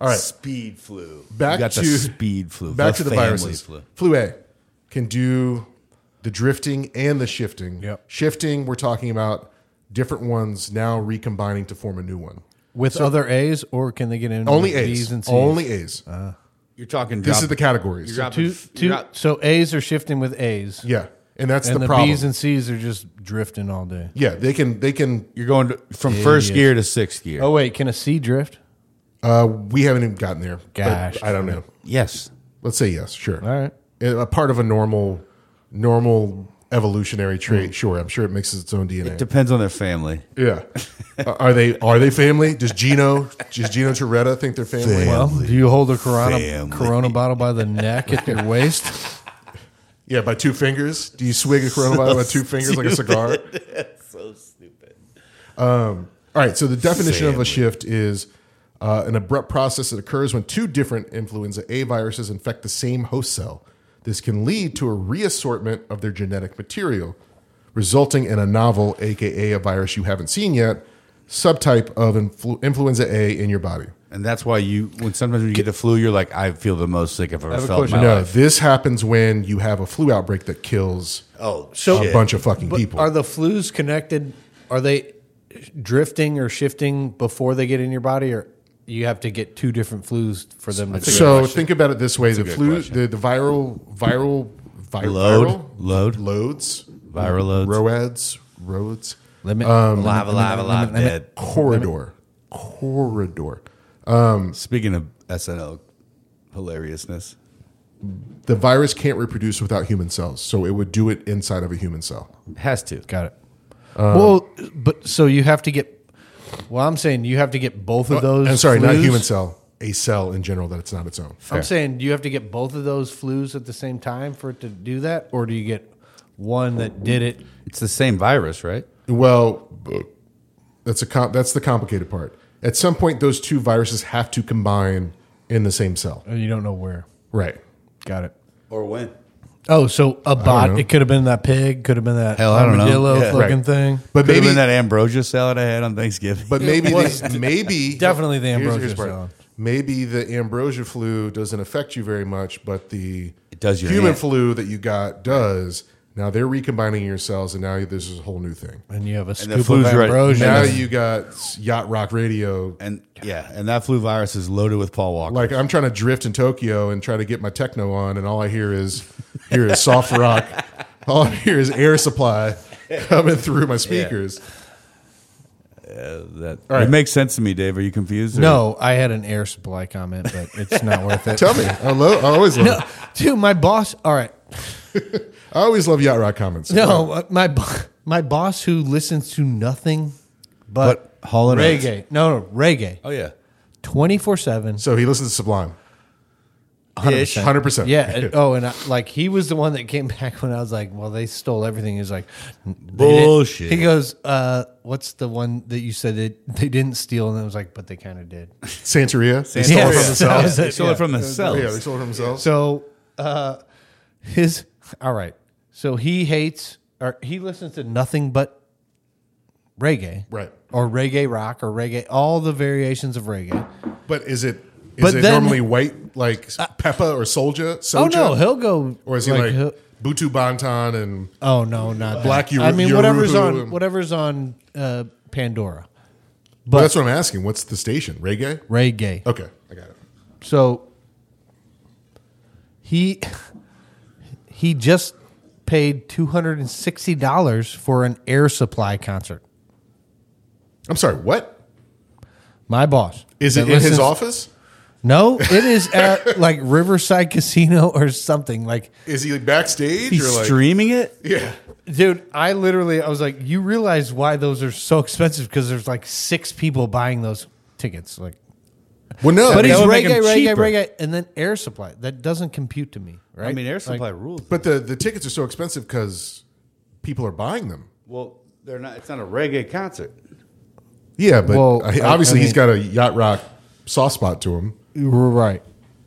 Speaker 4: All right.
Speaker 2: speed flu. you
Speaker 4: Back
Speaker 2: got the
Speaker 4: to-
Speaker 2: speed flu.
Speaker 4: Back to the
Speaker 2: family
Speaker 4: viruses.
Speaker 2: flu.
Speaker 4: Flu. A can do the drifting and the shifting.
Speaker 3: Yep.
Speaker 4: Shifting, we're talking about different ones now recombining to form a new one.
Speaker 3: With other A's, or can they get in
Speaker 4: Only
Speaker 3: with
Speaker 4: A's.
Speaker 3: B's and C's?
Speaker 4: Only A's.
Speaker 2: Uh, You're talking.
Speaker 4: this
Speaker 2: drop-
Speaker 4: is the categories.
Speaker 2: You're dropping,
Speaker 3: two,
Speaker 2: you're
Speaker 3: two,
Speaker 2: drop-
Speaker 3: so A's are shifting with A's,
Speaker 4: yeah, and that's
Speaker 3: and
Speaker 4: the,
Speaker 3: the,
Speaker 4: problem.
Speaker 3: B's and C's are just drifting all day.
Speaker 4: yeah, they can. They can.
Speaker 2: you're going to, from first gear to sixth gear.
Speaker 3: Oh wait, can a C drift?
Speaker 4: Uh, we haven't even gotten there. but
Speaker 3: Gosh.
Speaker 4: I don't know.
Speaker 2: yes.
Speaker 4: Let's say yes. Sure.
Speaker 3: All right,
Speaker 4: a part of a normal normal evolutionary trait. Sure, I'm sure it mixes its own DNA.
Speaker 2: Depends on their family.
Speaker 4: yeah, Uh, are they are they family? Does Gino does Gino Toretta think they're family?
Speaker 3: Well, do you hold a Corona
Speaker 2: Family.
Speaker 3: Corona bottle by the neck at your (laughs) waist?
Speaker 4: Yeah, by two fingers. Do you swig a coronavirus by two fingers like
Speaker 2: (laughs)
Speaker 4: a cigar? Um,
Speaker 2: So stupid.
Speaker 4: All right. So the definition of a shift is uh, an abrupt process that occurs when two different influenza A viruses infect the same host cell. This can lead to a reassortment of their genetic material, resulting in a novel, aka a virus you haven't seen yet, subtype of influ- influenza A in your body.
Speaker 2: And that's why you, when sometimes when you get the flu, you're like, I feel the most sick I've ever
Speaker 3: have a
Speaker 2: felt. in
Speaker 3: question.
Speaker 2: my
Speaker 4: No,
Speaker 2: life.
Speaker 4: this happens when you have a flu outbreak that kills
Speaker 2: Oh,
Speaker 3: So-
Speaker 4: a bunch of fucking
Speaker 3: But
Speaker 4: people.
Speaker 3: are the flus connected? Are they drifting or shifting before they get in your body, or you have to get two different flus for them to?
Speaker 4: so think about it this way: the
Speaker 2: good
Speaker 4: flu,
Speaker 2: question.
Speaker 4: the, the viral, viral, vi-
Speaker 2: Load.
Speaker 4: viral
Speaker 2: Load.
Speaker 4: loads,
Speaker 2: Viral loads.
Speaker 4: roads, roads,
Speaker 3: limit,
Speaker 2: Alive, alive, alive, dead.
Speaker 4: corridor, corridor.
Speaker 2: Speaking of SNL hilariousness,
Speaker 4: The virus can't reproduce without human cells, so it would do it inside of a human cell.
Speaker 2: has to.
Speaker 3: Got it. well, but so you have to get. Well, I'm saying you have to get both of those.
Speaker 4: Oh, I'm sorry, not
Speaker 3: flus-
Speaker 4: human cell, a cell in general that it's not its own.
Speaker 3: I'm saying you have to get both of those flus at the same time for it to do that, or do you get one that did it?
Speaker 2: It's the same virus, right?
Speaker 4: Well, that's a com- that's the complicated part. At some point, those two viruses have to combine in the same cell,
Speaker 3: And you don't know where.
Speaker 4: right?
Speaker 3: Got it.
Speaker 2: Or when?
Speaker 3: Oh, so a
Speaker 4: know.
Speaker 3: bot. It could have been that pig. Could have been that
Speaker 2: Hell, I don't know.
Speaker 3: armadillo
Speaker 2: Yeah.
Speaker 3: fucking
Speaker 4: Right.
Speaker 3: thing.
Speaker 4: But
Speaker 2: Could have
Speaker 4: maybe
Speaker 2: been that ambrosia salad I had on Thanksgiving.
Speaker 4: But maybe the, maybe
Speaker 3: (laughs) Definitely the ambrosia
Speaker 4: part.
Speaker 3: salad.
Speaker 4: Maybe the ambrosia flu doesn't affect you very much, but the
Speaker 2: It does your
Speaker 4: human
Speaker 2: hand.
Speaker 4: flu that you got does. Now they're recombining your cells, and now this is a whole new thing.
Speaker 3: And you have a
Speaker 2: the
Speaker 3: scoop of
Speaker 2: flu's right-
Speaker 3: ambrosia.
Speaker 4: Now you got yacht rock radio.
Speaker 2: (laughs) and yeah, and that flu virus is loaded with Paul Walker.
Speaker 4: Like I'm trying to drift in Tokyo and try to get my techno on, and all I hear is here
Speaker 2: (laughs)
Speaker 4: is soft rock. All I hear is air supply coming through my speakers.
Speaker 2: that
Speaker 4: right.
Speaker 2: it makes sense to me, Dave. Are you confused? or-
Speaker 3: no, I had an air supply comment, but it's not worth
Speaker 4: (laughs)
Speaker 3: it.
Speaker 4: Tell me, I, lo- I always love,
Speaker 3: (laughs) No, dude, my boss. All right,
Speaker 4: I always love yacht rock comments.
Speaker 3: no, uh, my bo- (laughs) my boss who listens to nothing but,
Speaker 2: But Hall and Oates.
Speaker 3: reggae. No, no, reggae,
Speaker 2: Oh yeah.
Speaker 3: twenty four seven.
Speaker 4: So he listens to Sublime.
Speaker 2: Ish.
Speaker 4: 100%.
Speaker 3: Yeah. and- oh, and I, like he was the one that came (laughs) back when I was like, "Well, they stole everything." He was like, "They didn't-"
Speaker 2: Bullshit.
Speaker 3: He goes, uh, "What's the one that you said that they didn't steal?" And I was like, "But they kind of did."
Speaker 4: Santeria. They
Speaker 2: Stole
Speaker 4: stole
Speaker 3: Yeah.
Speaker 4: it from
Speaker 3: Yes.
Speaker 4: themselves.
Speaker 3: themselves.
Speaker 2: They stole
Speaker 3: Yeah.
Speaker 2: it from
Speaker 4: Oh, Yeah, they
Speaker 2: themselves.
Speaker 4: stole it from themselves.
Speaker 3: So uh, his all right. So he hates or he listens to nothing but reggae,
Speaker 4: Right.
Speaker 3: Or reggae rock or reggae, all the variations of reggae.
Speaker 4: But is it is
Speaker 3: But
Speaker 4: it
Speaker 3: then-
Speaker 4: normally white like Peppa or Soldier?
Speaker 3: Oh no, he'll go.
Speaker 4: or is he like,
Speaker 3: he'll-
Speaker 4: Butu Bantan and
Speaker 3: oh no, not
Speaker 4: Black
Speaker 3: That.
Speaker 4: Yoru-
Speaker 3: I mean, whatever's
Speaker 4: Yoruba-
Speaker 3: on whatever's on uh, Pandora,
Speaker 4: well, that's what I'm asking. What's the station? Reggae?
Speaker 3: reggae.
Speaker 4: Okay, I got it.
Speaker 3: So he (laughs) he just paid two hundred and sixty dollars for an Air Supply concert.
Speaker 4: I'm sorry. What
Speaker 3: My boss
Speaker 4: is
Speaker 3: that
Speaker 4: it in his
Speaker 3: listens-
Speaker 4: office?
Speaker 3: No, it is at like Riverside Casino or something. Like,
Speaker 4: Is he backstage
Speaker 2: He's
Speaker 4: or like?
Speaker 2: streaming it.
Speaker 4: Yeah,
Speaker 3: dude, I literally I was like, you realize why those are so expensive because there's like six people buying those tickets. Like,
Speaker 4: well, no,
Speaker 3: but
Speaker 4: but,
Speaker 3: he's
Speaker 2: would make
Speaker 3: reggae,
Speaker 2: them
Speaker 3: reggae,
Speaker 2: cheaper.
Speaker 3: reggae, and then Air Supply. That doesn't compute to me, right?
Speaker 2: I mean, air
Speaker 3: Like,
Speaker 2: supply rules.
Speaker 4: the the tickets are so expensive because people are buying them.
Speaker 2: Well, they're not. It's not a reggae concert.
Speaker 4: Yeah, but
Speaker 3: Well,
Speaker 4: I-
Speaker 3: I-
Speaker 4: obviously
Speaker 3: I
Speaker 4: he's
Speaker 3: mean-
Speaker 4: got a yacht rock soft spot to him.
Speaker 3: right.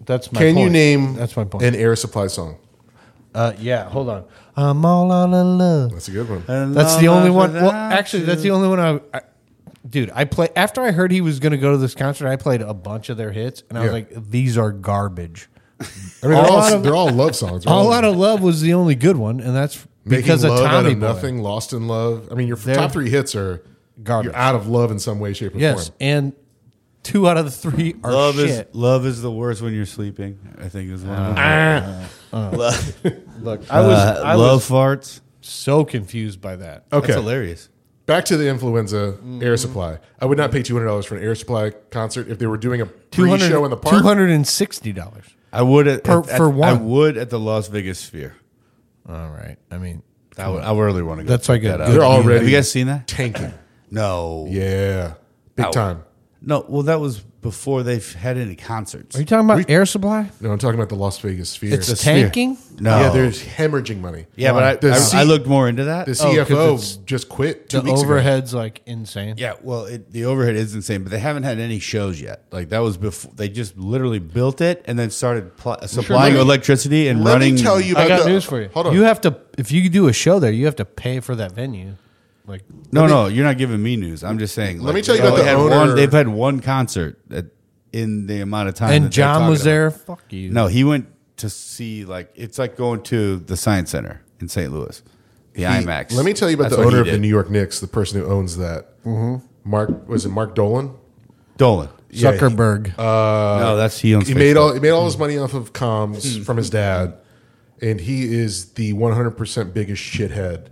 Speaker 3: That's my.
Speaker 4: Can you
Speaker 3: point.
Speaker 4: name
Speaker 3: That's my point.
Speaker 4: an Air Supply song?
Speaker 3: uh, yeah, hold on. I'm all out of love.
Speaker 4: That's a good one.
Speaker 3: That's the only one. Well, actually, that's the only one I, I dude, I play after I heard he was going to go to this concert, I played a bunch of their hits and I was
Speaker 4: Yeah.
Speaker 3: like these are (laughs) garbage.
Speaker 4: I mean, they're
Speaker 3: All
Speaker 4: all,
Speaker 3: out of-
Speaker 4: they're all love songs. They're
Speaker 3: All Out of Love was the only good one and that's
Speaker 4: Um, Making
Speaker 3: because of
Speaker 4: love
Speaker 3: Tommy
Speaker 4: out of
Speaker 3: Boy.
Speaker 4: nothing, lost in love. I mean, your
Speaker 3: They're
Speaker 4: top three hits are
Speaker 3: garbage.
Speaker 4: You're out of love in some way, shape, or
Speaker 3: Yes,
Speaker 4: form.
Speaker 3: and two out of the 3 are
Speaker 2: Love
Speaker 3: shit.
Speaker 2: is love is the worst when you're sleeping. I think is one. of them.
Speaker 3: Look, I was
Speaker 2: Uh,
Speaker 3: I
Speaker 2: love
Speaker 3: was
Speaker 2: farts.
Speaker 3: so confused by that.
Speaker 2: That's
Speaker 4: Okay,
Speaker 2: hilarious.
Speaker 4: back to the influenza
Speaker 3: Mm-hmm.
Speaker 4: air supply. I would not pay two hundred dollars for an air supply concert if they were doing a pre-show in the park.
Speaker 3: $260.
Speaker 2: I would at,
Speaker 3: Per-
Speaker 2: at-
Speaker 3: for
Speaker 2: I
Speaker 3: one.
Speaker 2: would at the Las Vegas Sphere.
Speaker 3: All right. I mean,
Speaker 2: I would, I really want to go.
Speaker 3: That's like
Speaker 2: check
Speaker 3: a
Speaker 2: that out.
Speaker 3: good-
Speaker 4: They're already
Speaker 2: Have you guys seen that?
Speaker 4: tanking.
Speaker 2: No.
Speaker 4: Yeah, big
Speaker 2: Ow.
Speaker 4: time.
Speaker 2: No. Well, that was before they've had any concerts.
Speaker 3: Are you talking about air supply?
Speaker 4: No, I'm talking about the Las Vegas Sphere.
Speaker 3: It's tanking.
Speaker 2: no.
Speaker 4: Yeah, they're hemorrhaging money.
Speaker 2: Yeah, but I,
Speaker 4: The
Speaker 2: I,
Speaker 4: C-
Speaker 2: I looked more into that.
Speaker 4: the
Speaker 3: Oh, 'cause
Speaker 4: CFO
Speaker 3: it's-
Speaker 4: just quit two
Speaker 3: The
Speaker 4: weeks ago.
Speaker 3: overhead's like insane.
Speaker 2: Yeah, well, it, the overhead is insane, but they haven't had any shows yet. Like that was before they just literally built it and then started pl- supplying
Speaker 4: me-
Speaker 2: electricity and
Speaker 4: Let
Speaker 2: running.
Speaker 4: me tell you
Speaker 3: I
Speaker 4: about
Speaker 3: got
Speaker 4: the-
Speaker 3: news for you.
Speaker 4: Hold on.
Speaker 3: You have to if you do a show there, you have to pay for that venue. Like
Speaker 2: No, no, you're not giving me news. I'm just saying.
Speaker 4: me tell you
Speaker 2: they
Speaker 4: about
Speaker 2: only
Speaker 4: the
Speaker 2: had
Speaker 4: owner-
Speaker 2: One, they've had one concert at, in the amount of time. that
Speaker 3: and
Speaker 2: they're
Speaker 3: John was
Speaker 2: talking about.
Speaker 3: there. Fuck you.
Speaker 2: No, he went to see like it's like going to the Science Center in St. Louis, the IMAX.
Speaker 4: Let me tell you about
Speaker 2: That's
Speaker 4: the
Speaker 2: what
Speaker 4: owner
Speaker 2: he
Speaker 4: of the
Speaker 2: did.
Speaker 4: New York Knicks, the person who owns that. Mark was it Mark Dolan?
Speaker 2: Dolan.
Speaker 3: Zuckerberg.
Speaker 4: uh,
Speaker 2: no, that's he owns.
Speaker 4: He made
Speaker 2: Facebook.
Speaker 4: all he made all his money off of comms from his dad, and he is the 100 percent biggest shithead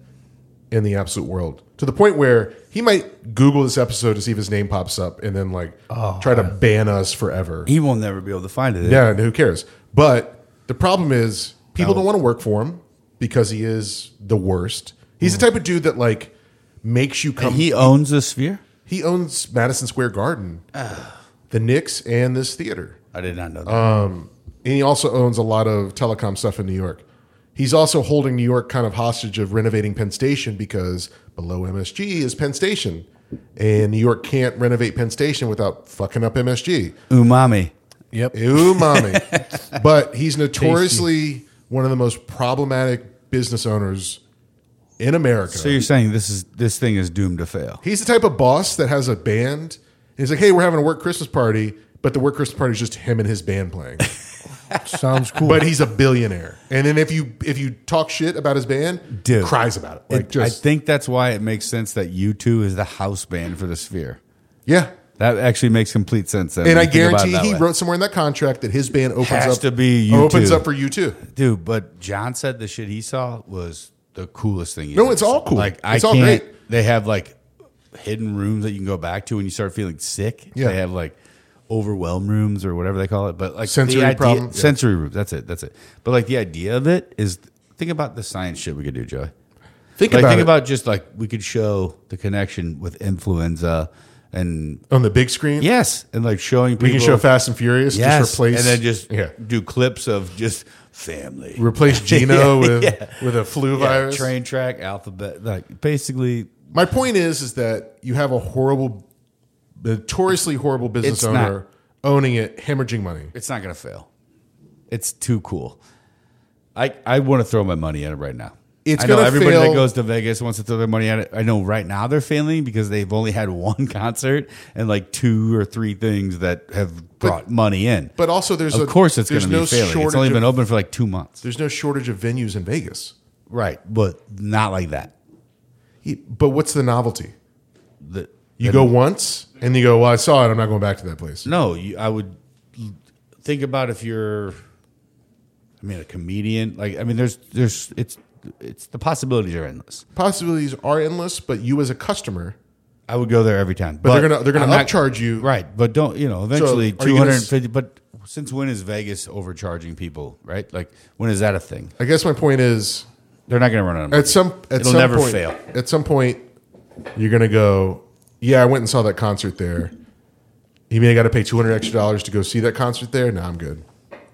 Speaker 4: in the absolute world. To the point where he might Google this episode to see if his name pops up, and then like try to ban us forever.
Speaker 2: Oh, He will never be able to find it.
Speaker 4: Yeah, and who cares? But the problem is people don't want to work for him because he is the worst. He's
Speaker 2: Mm.
Speaker 4: the type of dude that like makes you come.
Speaker 2: And he owns the Sphere.
Speaker 4: He owns Madison Square Garden, the Knicks, and this theater.
Speaker 2: I did not know that.
Speaker 4: Uh, And he also owns a lot of telecom stuff in New York. He's also holding New York kind of hostage of renovating Penn Station because below MSG is Penn Station. And New York can't renovate Penn Station without fucking up MSG.
Speaker 2: Umami.
Speaker 3: yep.
Speaker 4: Ew, mommy. but he's notoriously one of the most problematic business owners in America.
Speaker 2: So you're saying this is this thing is doomed to fail?
Speaker 4: He's the type of boss that has a band. And he's like, hey, we're having a work Christmas party, but the work Christmas party is just him and his
Speaker 2: (laughs)
Speaker 4: band playing.
Speaker 3: Sounds cool.
Speaker 4: but he's a billionaire. And then if you if you talk shit about his band,
Speaker 2: Dude.
Speaker 4: cries about it. Like
Speaker 2: It- I
Speaker 4: just
Speaker 2: think that's why it makes sense that U2 is the house band for the Sphere.
Speaker 4: yeah.
Speaker 2: That actually makes complete sense. then,
Speaker 4: And I
Speaker 2: when you think about it
Speaker 4: guarantee
Speaker 2: that
Speaker 4: he
Speaker 2: way.
Speaker 4: wrote somewhere in that contract that his band opens
Speaker 2: Has
Speaker 4: up
Speaker 2: to be U2.
Speaker 4: opens up for you too.
Speaker 2: dude. But John said the shit he saw was the coolest thing. he's
Speaker 4: No,
Speaker 2: ever
Speaker 4: it's all
Speaker 2: seen.
Speaker 4: cool.
Speaker 2: Like I
Speaker 4: It's all
Speaker 2: can't.
Speaker 4: great.
Speaker 2: They have like hidden rooms that you can go back to when you start feeling sick.
Speaker 4: Yeah.
Speaker 2: They have like overwhelm rooms or whatever they call it. But like the
Speaker 4: Sensory
Speaker 2: idea-
Speaker 4: problem? Yeah.
Speaker 2: sensory rooms. That's it. That's it. But like the idea of it is, think about the science shit we could do, Joey.
Speaker 4: Think
Speaker 2: like
Speaker 4: about
Speaker 2: think
Speaker 4: it.
Speaker 2: about just like we could show the connection with influenza and
Speaker 4: on the big screen.
Speaker 2: yes and like showing people
Speaker 4: We can show Fast and Furious,
Speaker 2: yes
Speaker 4: just replace
Speaker 2: and then just
Speaker 4: yeah.
Speaker 2: do clips of just family (laughs)
Speaker 4: replace Gino with with a flu
Speaker 2: Yeah,
Speaker 4: virus.
Speaker 2: train track alphabet like basically
Speaker 4: My point is, is that you have a horrible, notoriously horrible business
Speaker 2: It's not-
Speaker 4: owner owning it, hemorrhaging money.
Speaker 2: it's not gonna fail it's too cool I I want to throw my money at it right now
Speaker 4: It's
Speaker 2: I know
Speaker 4: gonna
Speaker 2: everybody
Speaker 4: fail.
Speaker 2: that goes to Vegas wants to throw their money at it. I know right now they're failing because they've only had (laughs) one concert and like two or three things that have brought money in.
Speaker 4: But also, there's
Speaker 2: Of
Speaker 4: a,
Speaker 2: course, it's going
Speaker 4: there's
Speaker 2: to be
Speaker 4: no
Speaker 2: failing. It's
Speaker 4: shortage
Speaker 2: only been
Speaker 4: of,
Speaker 2: open for like two months.
Speaker 4: there's no shortage of venues in Vegas.
Speaker 2: Right, but not like that.
Speaker 4: He- But what's the novelty?
Speaker 2: The,
Speaker 4: You go once and you go, well, I saw it. I'm not going back to that place.
Speaker 2: no. You, I would l- think about if you're. I mean, a comedian. Like, I mean, there's, there's, it's, it's the possibilities are endless.
Speaker 4: Possibilities are endless, but you as a customer,
Speaker 2: I would go there every time. But,
Speaker 4: but, they're gonna they're gonna
Speaker 2: I'm not-
Speaker 4: upcharge you.
Speaker 2: Right, but don't you know? Eventually,
Speaker 4: are you
Speaker 2: two
Speaker 4: gonna
Speaker 2: hundred and
Speaker 4: s-
Speaker 2: fifty. But since when is Vegas overcharging people? Right, like when is that a thing?
Speaker 4: I guess my point is,
Speaker 2: They're not going to run out of money.
Speaker 4: at some at
Speaker 2: It'll
Speaker 4: some
Speaker 2: never
Speaker 4: point,
Speaker 2: fail.
Speaker 4: At some point, you're gonna go. Yeah, I went and saw that concert there. You mean I got to pay two hundred extra dollars to go see that concert there? No, I'm good.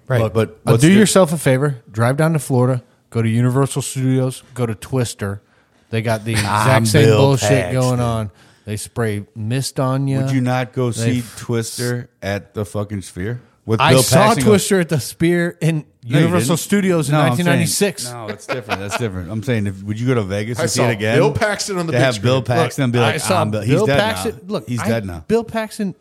Speaker 2: Right,
Speaker 3: Look,
Speaker 2: but
Speaker 3: uh,
Speaker 2: what's
Speaker 3: do
Speaker 2: the-
Speaker 3: yourself a favor. Drive down to Florida. Go to Universal Studios. Go to Twister. They
Speaker 2: (laughs)
Speaker 3: got the
Speaker 2: I'm
Speaker 3: exact same
Speaker 2: Bill
Speaker 3: bullshit
Speaker 2: Paxton.
Speaker 3: going on. They spray mist on you.
Speaker 2: Would you not go see
Speaker 3: They-
Speaker 2: Twister at the fucking Sphere? With
Speaker 3: I saw
Speaker 2: Paxton going-
Speaker 3: Twister at the Spear in
Speaker 2: No, you
Speaker 3: Universal
Speaker 2: didn't.
Speaker 3: Studios in
Speaker 2: No, I'm
Speaker 3: 1996.
Speaker 2: saying- no, it's different. That's different. I'm saying, if, would you go to Vegas
Speaker 4: I
Speaker 2: and see it
Speaker 4: saw
Speaker 2: again?
Speaker 4: Bill Paxton on the
Speaker 2: to
Speaker 4: big
Speaker 2: have Bill
Speaker 4: screen.
Speaker 2: Paxton be like,
Speaker 3: I saw
Speaker 2: I'm Bill. He's
Speaker 3: Bill
Speaker 2: dead
Speaker 3: Paxton.
Speaker 2: now.
Speaker 3: Look,
Speaker 2: he's
Speaker 3: I-
Speaker 2: dead now.
Speaker 3: Bill Paxton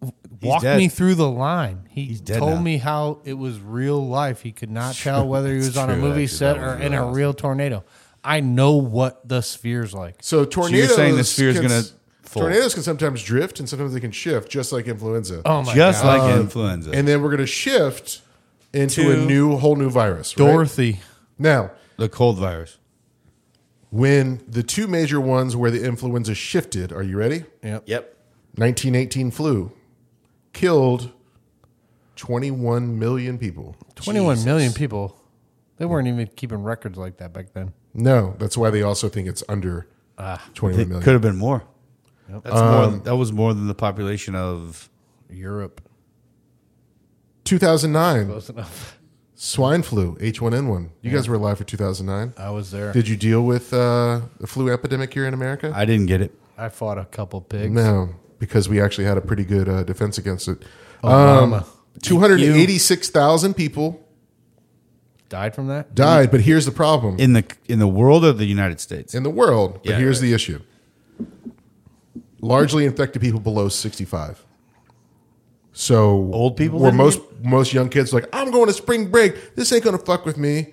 Speaker 3: w- walked
Speaker 2: dead.
Speaker 3: me through the line. He
Speaker 2: dead
Speaker 3: told
Speaker 2: now.
Speaker 3: me how it was real life. He could not tell whether he
Speaker 2: That's
Speaker 3: was on a
Speaker 2: true,
Speaker 3: movie
Speaker 2: actually.
Speaker 3: set
Speaker 2: That
Speaker 3: or
Speaker 2: was
Speaker 3: in a
Speaker 2: real.
Speaker 3: real tornado. I know what the sphere's like.
Speaker 4: So tornadoes.
Speaker 2: saying the sphere's
Speaker 4: can-
Speaker 2: gonna fold.
Speaker 4: tornadoes can sometimes drift and sometimes they can shift, just like influenza.
Speaker 3: Oh my
Speaker 2: Just
Speaker 3: god,
Speaker 2: like influenza.
Speaker 4: And then we're gonna shift into a
Speaker 2: To-
Speaker 4: new, whole new virus. right?
Speaker 3: Dorothy.
Speaker 4: Now,
Speaker 2: the cold virus.
Speaker 4: when the two major ones where the influenza shifted, are you ready?
Speaker 3: Yep.
Speaker 2: Yep.
Speaker 4: 1918 flu killed 21 million people.
Speaker 3: Twenty-one million people. They weren't even keeping records like that back then.
Speaker 4: No, that's why they also think it's under twenty-one
Speaker 2: It
Speaker 4: million.
Speaker 2: could have been more. That's
Speaker 4: Um,
Speaker 2: more. That was more than the population of.
Speaker 3: Europe.
Speaker 4: 2009,
Speaker 3: Close enough.
Speaker 4: swine flu, H1N1. You guys were alive for 2009.
Speaker 3: I was there.
Speaker 4: Did you deal with uh, the flu epidemic here in America?
Speaker 2: I didn't get it.
Speaker 3: I fought a couple pigs.
Speaker 4: no, because we actually had a pretty good uh, defense against it.
Speaker 3: Oh,
Speaker 2: Um,
Speaker 3: mama.
Speaker 4: 286,000 people
Speaker 3: Died from that?
Speaker 4: died, but here's the problem in,
Speaker 2: in the in the world of the United States.
Speaker 4: the world. But
Speaker 2: Yeah,
Speaker 4: here's
Speaker 2: right.
Speaker 4: the issue largely infected people below 65. So
Speaker 2: Old people
Speaker 4: were
Speaker 2: then?
Speaker 4: most most young kids like I'm going to spring break. This ain't gonna fuck with me.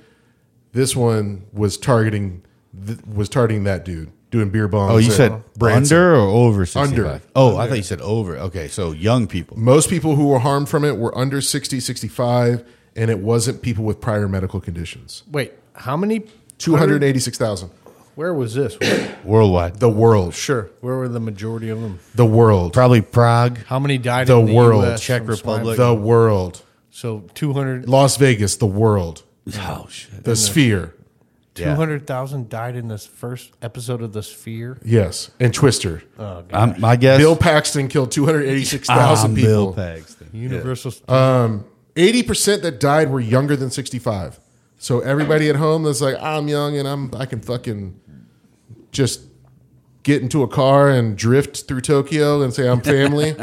Speaker 4: This one was targeting th- was targeting that dude doing beer bongs.
Speaker 2: oh, you
Speaker 4: and
Speaker 2: said
Speaker 4: Branson.
Speaker 2: under or over sixty-five?
Speaker 4: Under.
Speaker 2: Oh, I thought you said over. Okay, so young people.
Speaker 4: most people who were harmed from it were under 60, 65, and it wasn't people with prior medical conditions.
Speaker 3: Wait, how many?
Speaker 4: 286,000.
Speaker 3: Where was this? Where,
Speaker 2: Worldwide,
Speaker 4: The world.
Speaker 3: sure. Where were the majority of them?
Speaker 4: The world.
Speaker 2: probably Prague.
Speaker 3: How many died
Speaker 4: The
Speaker 3: in the
Speaker 4: world.
Speaker 3: US
Speaker 2: Czech
Speaker 3: from swine
Speaker 2: Republic.
Speaker 3: flu?
Speaker 4: The world.
Speaker 3: So 200
Speaker 4: Las Vegas, the world.
Speaker 2: Oh shit!
Speaker 4: The sphere.
Speaker 2: Yeah.
Speaker 3: 200,000 died in this first episode of The Sphere.
Speaker 4: Yes. And Twister.
Speaker 2: I'm, my guess.
Speaker 4: Bill Paxton killed 286,000
Speaker 2: I'm Ah, Bill
Speaker 4: people.
Speaker 2: Paxton.
Speaker 3: Universal.
Speaker 2: Uh,
Speaker 4: 80% that died were younger than 65. So everybody at home that's like, I'm young and I'm I can fucking just get into a car and drift through Tokyo and say
Speaker 2: (laughs)
Speaker 4: I'm family.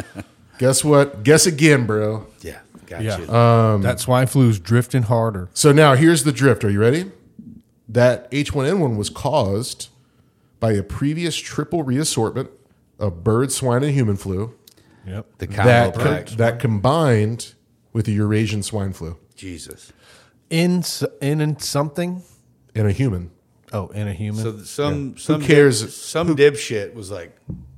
Speaker 4: Guess what? Guess again, bro.
Speaker 2: Yeah, got
Speaker 3: Yeah.
Speaker 2: you.
Speaker 4: Uh,
Speaker 2: Um,
Speaker 3: that swine flu's drifting harder.
Speaker 4: So now here's the drift. Are you ready? That H1N1 was caused by a previous triple reassortment of bird, swine, and human flu
Speaker 3: Yep.
Speaker 2: the combo
Speaker 4: that,
Speaker 2: pack.
Speaker 4: that combined with the Eurasian swine flu
Speaker 2: Jesus.
Speaker 3: In, s- in, in something?
Speaker 4: in a human.
Speaker 3: Oh, in a human.
Speaker 2: So th- some some
Speaker 4: cares? Uh-huh.
Speaker 2: Dip, some dipshit was like,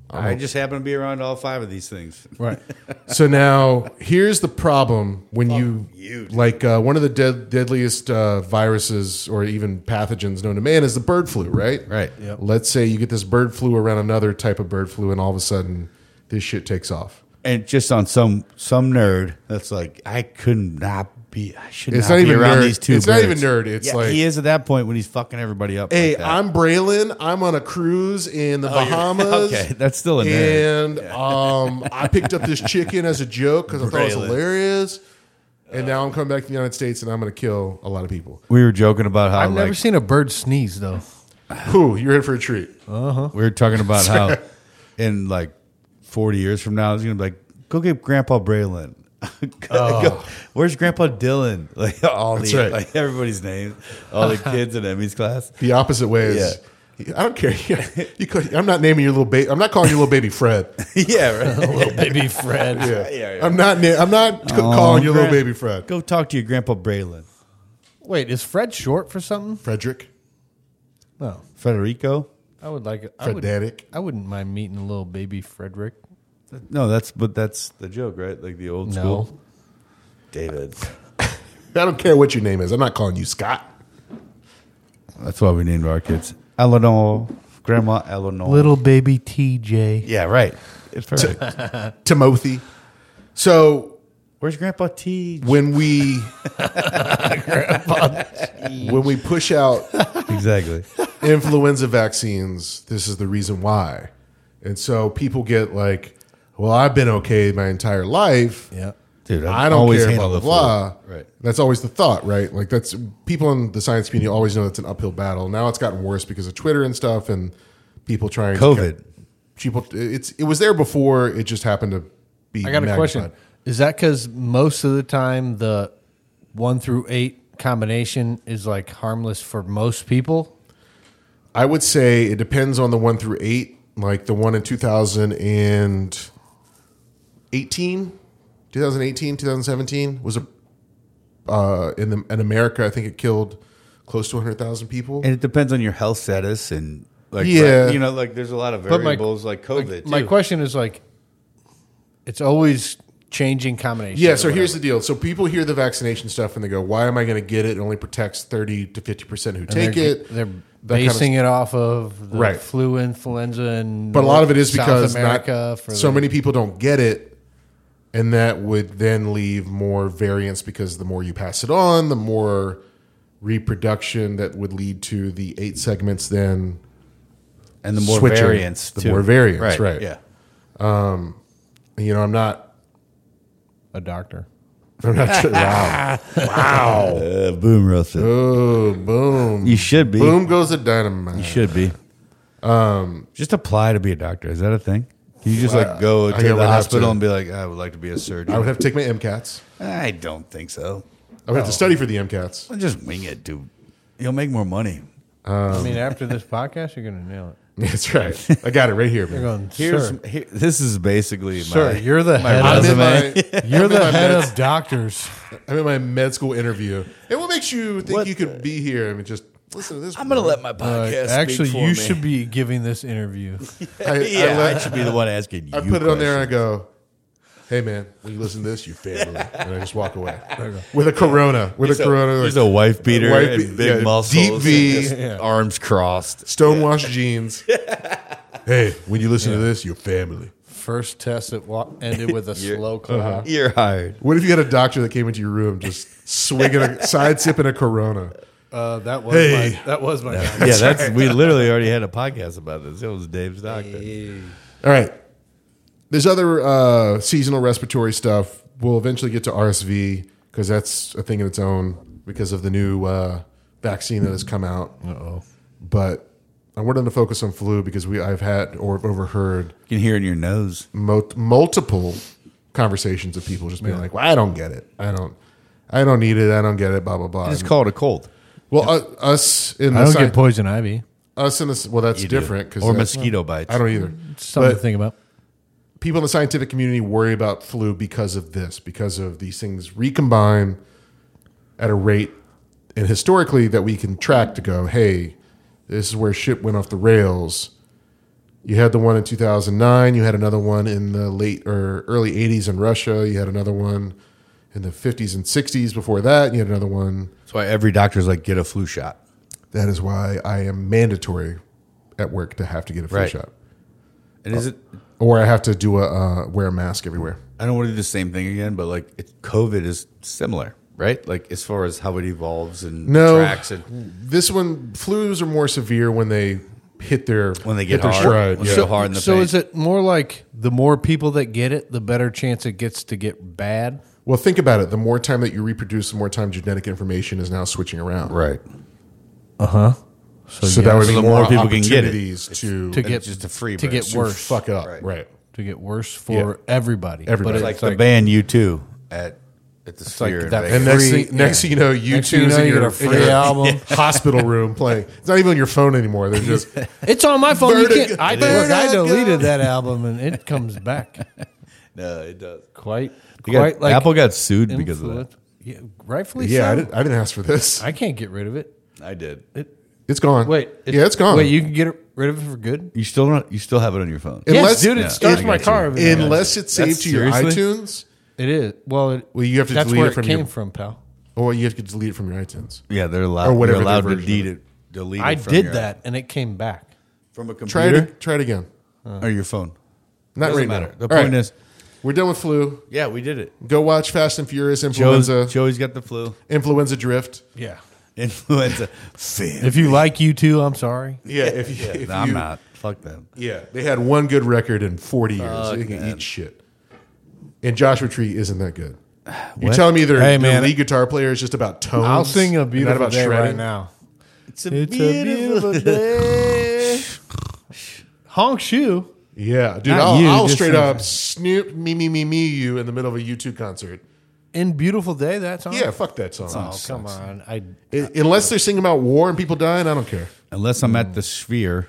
Speaker 2: I just happen to be around all five of these things.
Speaker 3: right.
Speaker 4: (laughs) So now here's the problem when you, like uh, one of the dead, deadliest uh, viruses or even pathogens known to man is the bird flu, right?
Speaker 2: Right.
Speaker 3: Yep.
Speaker 4: Let's say you get this bird flu around another type of bird flu, and all of a sudden this shit takes off.
Speaker 2: And just on some some nerd that's like, I couldn't not be. I should
Speaker 4: It's
Speaker 2: not,
Speaker 4: not
Speaker 2: be
Speaker 4: even
Speaker 2: around
Speaker 4: nerd.
Speaker 2: these two.
Speaker 4: It's not
Speaker 2: birds.
Speaker 4: even nerd. It's
Speaker 2: Yeah,
Speaker 4: like-
Speaker 2: he is at that point when he's fucking everybody up.
Speaker 4: Hey,
Speaker 2: like that. Oh,
Speaker 4: I'm Braylon. I'm on a cruise in
Speaker 2: (laughs)
Speaker 4: the Bahamas.
Speaker 2: okay. That's still a nerd.
Speaker 4: And um, I
Speaker 2: (laughs)
Speaker 4: picked up this chicken as a joke because I thought it
Speaker 2: Braylon.
Speaker 4: was hilarious. And now I'm coming back to the United States and I'm going to kill a lot of people.
Speaker 2: We were joking about how
Speaker 3: I've
Speaker 2: like
Speaker 3: never seen a bird sneeze, though.
Speaker 4: Whew, you're in for a treat.
Speaker 2: we were talking about how in like 40 years from now, it's gonna be like, go get Grandpa Braylon. (laughs) Go- go- where's Grandpa Dylan? (laughs) Like all the
Speaker 4: right.
Speaker 2: like everybody's name, all the kids in Emmy's class. (laughs)
Speaker 4: The opposite way is. I don't care. (laughs) You could, I'm not naming your little baby. I'm not calling your little baby Fred.
Speaker 2: yeah, right.
Speaker 3: (laughs) Little baby Fred.
Speaker 4: Yeah.
Speaker 2: (laughs) yeah, (laughs) yeah. Oh,
Speaker 4: I'm not. Na- I'm not c- calling your little
Speaker 2: Fred.
Speaker 4: baby Fred.
Speaker 2: Go talk to your Grandpa Braylon.
Speaker 3: Wait, is Fred short for something?
Speaker 4: Frederick.
Speaker 3: No.
Speaker 2: Federico?
Speaker 3: I would like it. I, would,
Speaker 4: Frederick.
Speaker 3: I wouldn't mind meeting a little baby Frederick.
Speaker 2: No, that's but that's the joke, right? Like the old
Speaker 3: No.
Speaker 2: school. David.
Speaker 4: I don't care what your name is. I'm not calling you Scott.
Speaker 2: That's why we named our kids Eleanor, Grandma Eleanor.
Speaker 3: baby TJ.
Speaker 2: Yeah, right. It's perfect.
Speaker 4: Timothy. So
Speaker 2: Where's Grandpa T?
Speaker 4: when we (laughs) when we push out
Speaker 2: Exactly.
Speaker 4: influenza vaccines, this is the reason why. And so people get like, well, I've been okay my entire life.
Speaker 3: Yeah.
Speaker 2: Dude,
Speaker 4: I don't care, blah,
Speaker 2: handle
Speaker 4: blah,
Speaker 2: the
Speaker 4: blah.
Speaker 2: flu. Right.
Speaker 4: That's always the thought, right? Like that's people in the science community always know that's an uphill battle. Now it's gotten worse because of Twitter and stuff and people trying
Speaker 2: COVID.
Speaker 4: To, people it's it was there before, it just happened to be
Speaker 3: I got a
Speaker 4: magnified.
Speaker 3: question. Is that because most of the time the one through eight combination is like harmless for most people?
Speaker 4: I would say it depends on the one through eight. Like the one in 2018, 2018, 2017 was a uh, in the in America. I think it killed close to 100,000 people.
Speaker 2: And it depends on your health status and like
Speaker 4: Yeah.
Speaker 2: you know, like there's a lot of
Speaker 3: But my-
Speaker 2: variables like COVID.
Speaker 3: My
Speaker 2: too.
Speaker 3: question is like, it's always changing combinations.
Speaker 4: yeah.
Speaker 3: or
Speaker 4: So here's the deal. So people hear the vaccination stuff and they go, "Why am I going to get it? It only protects 30 to 50 percent who
Speaker 3: whatever.
Speaker 4: take
Speaker 3: they're,
Speaker 4: it."
Speaker 3: They're
Speaker 4: that kind of
Speaker 3: basing it off of the
Speaker 4: Right.
Speaker 3: flu, influenza, and
Speaker 4: But a lot of it is
Speaker 3: South
Speaker 4: because not-
Speaker 3: America for
Speaker 4: so
Speaker 3: the-
Speaker 4: many people don't get it, and that would then leave more variants because the more you pass it on, the more reproduction that would lead to the eight segments then
Speaker 2: and the more
Speaker 4: Switching,
Speaker 2: variants,
Speaker 4: the
Speaker 2: too.
Speaker 4: more variants, right.
Speaker 2: Yeah,
Speaker 4: you know i'm not (laughs)
Speaker 3: A doctor.
Speaker 4: i'm not sure
Speaker 3: (laughs)
Speaker 4: wow
Speaker 2: uh, boom roasted.
Speaker 4: oh boom
Speaker 2: You should be.
Speaker 4: boom goes the dynamite
Speaker 2: Should be. Um, just apply to be a doctor. Is that a thing? Can you just like go
Speaker 4: I
Speaker 2: to
Speaker 4: think I would
Speaker 2: the
Speaker 4: have
Speaker 2: hospital
Speaker 4: to.
Speaker 2: and be like, I would like to be a surgeon?
Speaker 4: i would have to take my mcats
Speaker 2: I don't think so.
Speaker 4: i would
Speaker 3: Oh.
Speaker 4: have to study for the mcats
Speaker 2: Well, Just wing it, dude. You'll make more money.
Speaker 3: I mean, after this podcast, you're gonna nail it.
Speaker 4: (laughs) that's right i got it right here man.
Speaker 3: You're going.
Speaker 2: Here's
Speaker 3: sir,
Speaker 2: here- this is basically
Speaker 3: sir,
Speaker 2: my
Speaker 3: you're the head.
Speaker 4: I'm
Speaker 3: Of,
Speaker 4: in,
Speaker 2: resume.
Speaker 4: (laughs)
Speaker 3: (laughs)
Speaker 4: my,
Speaker 3: you're
Speaker 4: I'm in my
Speaker 3: the head
Speaker 4: med-
Speaker 3: of doctors.
Speaker 4: I'm in my med school interview. And what makes you think you could be here? I mean, just listen to this.
Speaker 2: I'm gonna let my podcast. speak
Speaker 3: Uh, Actually,
Speaker 2: for
Speaker 3: you
Speaker 2: me.
Speaker 3: should be giving this interview.
Speaker 4: I,
Speaker 2: Yeah, I,
Speaker 4: I, let-
Speaker 2: should be the one asking you.
Speaker 4: I put it on there and I go, "Hey man, when you listen to this, you family." and I just
Speaker 2: (laughs)
Speaker 4: walk away with a Corona, with a Corona, like,
Speaker 2: There's a wife beater,
Speaker 4: Wife
Speaker 2: and
Speaker 4: be-
Speaker 2: big
Speaker 4: yeah, deep
Speaker 2: muscles,
Speaker 4: V.
Speaker 2: and just arms crossed.
Speaker 4: stonewashed
Speaker 2: (laughs)
Speaker 4: jeans. hey, when you listen to this, you family.
Speaker 3: First test that wa- ended with a slow clap.
Speaker 2: You're hired.
Speaker 4: What if you had a doctor that came into your room just swigging, a, (laughs) side sipping a Corona?
Speaker 3: Uh, that was
Speaker 4: Hey.
Speaker 3: my, that was my.
Speaker 2: yeah, that's we literally already had a podcast about this. It was Dave's doctor.
Speaker 4: All right. There's other uh, seasonal respiratory stuff. We'll eventually get to RSV because that's a thing in its own because of the new uh, vaccine that has come out.
Speaker 3: oh.
Speaker 4: But I wanted to focus on flu because we I've had or have overheard
Speaker 2: You can hear in your nose.
Speaker 4: mo- multiple conversations of people just being like, "Well, I don't get it. I don't. I don't need it. I don't get it." Blah blah blah.
Speaker 2: Just call it a cold.
Speaker 4: well, u- us in
Speaker 3: I
Speaker 4: the
Speaker 3: don't
Speaker 4: sci-
Speaker 3: get poison ivy.
Speaker 4: us in the s- well, that's
Speaker 2: You do.
Speaker 4: different because
Speaker 2: or mosquito bites.
Speaker 4: I don't either.
Speaker 3: Something
Speaker 4: But-
Speaker 3: to think about.
Speaker 4: people in the scientific community worry about flu because of this, because of these things recombine at a rate and historically that we can track to go, hey, this is where shit went off the rails. You had the one in 2009, you had another one in the late or early 80s in Russia, you had another one in the 50s and 60s before that, and you had another one.
Speaker 2: That's why every doctor's like, get a flu shot.
Speaker 4: That is why I am mandatory at work to have to get a flu
Speaker 2: Right.
Speaker 4: shot.
Speaker 2: And is it?
Speaker 4: Or I have to do a uh, wear a mask everywhere.
Speaker 2: I don't want to do the same thing again, but like, it, COVID is similar, right? Like as far as how it evolves and
Speaker 4: No.
Speaker 2: tracks and
Speaker 4: This one, flus are more severe when they hit their
Speaker 2: when they
Speaker 4: hit
Speaker 2: get
Speaker 4: their
Speaker 2: hard,
Speaker 4: stride.
Speaker 2: when
Speaker 4: yeah.
Speaker 2: they go hard in the
Speaker 3: so
Speaker 2: face.
Speaker 3: is it more like the more people that get it, the better chance it gets to get bad?
Speaker 4: Well, think about it. The more time that you reproduce, the more time genetic information is now switching around.
Speaker 2: right?
Speaker 4: So, that would
Speaker 2: So
Speaker 4: be
Speaker 2: the
Speaker 4: more,
Speaker 2: more people can get it.
Speaker 4: opportunities to,
Speaker 3: To
Speaker 4: to
Speaker 3: get
Speaker 2: it's just a free
Speaker 3: to
Speaker 2: verse.
Speaker 3: get worse,
Speaker 4: fuck up. Right.
Speaker 2: Right.
Speaker 3: to get worse for everybody.
Speaker 4: Everybody.
Speaker 3: But
Speaker 2: Like
Speaker 3: it's
Speaker 2: the
Speaker 3: like,
Speaker 2: band U two at at the
Speaker 3: like
Speaker 2: sphere. in
Speaker 3: that-
Speaker 4: And
Speaker 2: Vegas.
Speaker 4: next
Speaker 3: Free-
Speaker 4: thing, next thing you know, you
Speaker 3: Next thing you
Speaker 4: choose
Speaker 3: know,
Speaker 4: in
Speaker 3: you
Speaker 4: your,
Speaker 3: get a free
Speaker 4: in your
Speaker 3: album.
Speaker 4: (laughs) hospital room playing. It's not even on your phone anymore.
Speaker 2: (laughs)
Speaker 4: They're just
Speaker 3: it's on my phone. You
Speaker 4: Vertigo.
Speaker 3: can't, I, look, I
Speaker 4: Vertigo.
Speaker 3: deleted that album and it comes back
Speaker 2: no, it does.
Speaker 3: (laughs) quite
Speaker 2: You got-
Speaker 3: quite like
Speaker 2: Apple got sued because of that.
Speaker 3: influence- Yeah, rightfully
Speaker 4: yeah. I
Speaker 3: so.
Speaker 4: didn't, I didn't ask for this.
Speaker 3: I can't get rid of it.
Speaker 2: I did.
Speaker 4: It's gone.
Speaker 3: Wait,
Speaker 4: yeah, it's gone.
Speaker 3: Wait, you can get it- rid of it for good?
Speaker 2: You still don't. You still have it on your phone.
Speaker 4: It- Unless-
Speaker 3: yes, dude, it
Speaker 4: Yeah,
Speaker 3: starts
Speaker 2: I
Speaker 3: my
Speaker 2: got you.
Speaker 3: car. every now and then.
Speaker 4: Unless it's saved
Speaker 2: That's-
Speaker 4: to your
Speaker 2: seriously?
Speaker 4: iTunes,
Speaker 3: It is. Well, it,
Speaker 4: Well, you have to
Speaker 3: that's
Speaker 4: delete
Speaker 3: where
Speaker 4: it from
Speaker 3: came
Speaker 4: your-
Speaker 3: from, pal.
Speaker 4: or Oh, you have to delete it from your iTunes.
Speaker 2: yeah, they're allowed.
Speaker 4: Or whatever
Speaker 2: You're
Speaker 4: their
Speaker 2: allowed to
Speaker 4: version
Speaker 2: delete
Speaker 4: of
Speaker 2: it. Delete.
Speaker 3: I
Speaker 2: it from
Speaker 3: did
Speaker 2: your-
Speaker 3: that, and it came back.
Speaker 2: from a
Speaker 4: Try
Speaker 2: computer.
Speaker 4: it. Try it again.
Speaker 2: or your phone.
Speaker 4: Not
Speaker 2: Doesn't
Speaker 4: right
Speaker 2: matter.
Speaker 4: now.
Speaker 2: The
Speaker 4: All right.
Speaker 2: point is,
Speaker 4: We're done with flu.
Speaker 2: yeah, we did it.
Speaker 4: Go watch Fast and Furious
Speaker 2: Joe's,
Speaker 4: Influenza
Speaker 2: Joey's got the flu. (laughs)
Speaker 4: Influenza Drift.
Speaker 3: Yeah.
Speaker 2: Influenza. Fan.
Speaker 3: If you like you too, I'm sorry.
Speaker 4: Yeah, if you, if
Speaker 2: Nah, I'm
Speaker 4: you-
Speaker 2: not. Fuck them.
Speaker 4: Yeah, they had one good record in 40 years. they can eat shit. And Joshua Tree isn't that good. You're
Speaker 2: What?
Speaker 4: telling me their,
Speaker 3: Hey,
Speaker 4: their
Speaker 3: man.
Speaker 4: lead guitar player is just about tones?
Speaker 3: I'll sing a
Speaker 4: and not
Speaker 3: beautiful
Speaker 4: about
Speaker 3: day right
Speaker 4: shredding?
Speaker 3: now.
Speaker 2: It's a
Speaker 3: It's a beautiful (laughs) day. Honk shoe.
Speaker 4: Yeah, dude,
Speaker 3: Not
Speaker 4: I'll,
Speaker 3: you,
Speaker 4: I'll
Speaker 3: just
Speaker 4: straight
Speaker 3: sing.
Speaker 4: up snoop me me me me you in the middle of a U2 concert.
Speaker 3: In beautiful day, that's on.
Speaker 4: Yeah, fuck that song.
Speaker 3: Oh, come on. I
Speaker 4: I- unless they're singing about war and people dying, I don't care.
Speaker 2: Unless I'm at the sphere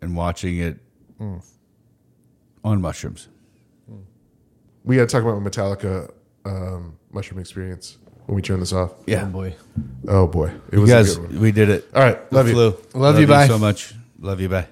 Speaker 2: and watching it
Speaker 4: Mm.
Speaker 2: on mushrooms.
Speaker 4: We got to talk about Metallica um, mushroom experience when we turn this off.
Speaker 3: oh
Speaker 2: Yeah,
Speaker 3: boy.
Speaker 4: Oh boy, it was
Speaker 2: guys,
Speaker 4: a good one.
Speaker 2: we did it.
Speaker 4: All right,
Speaker 2: The
Speaker 4: love you.
Speaker 2: flu.
Speaker 3: Love you, bye.
Speaker 2: so much. Love you. Bye.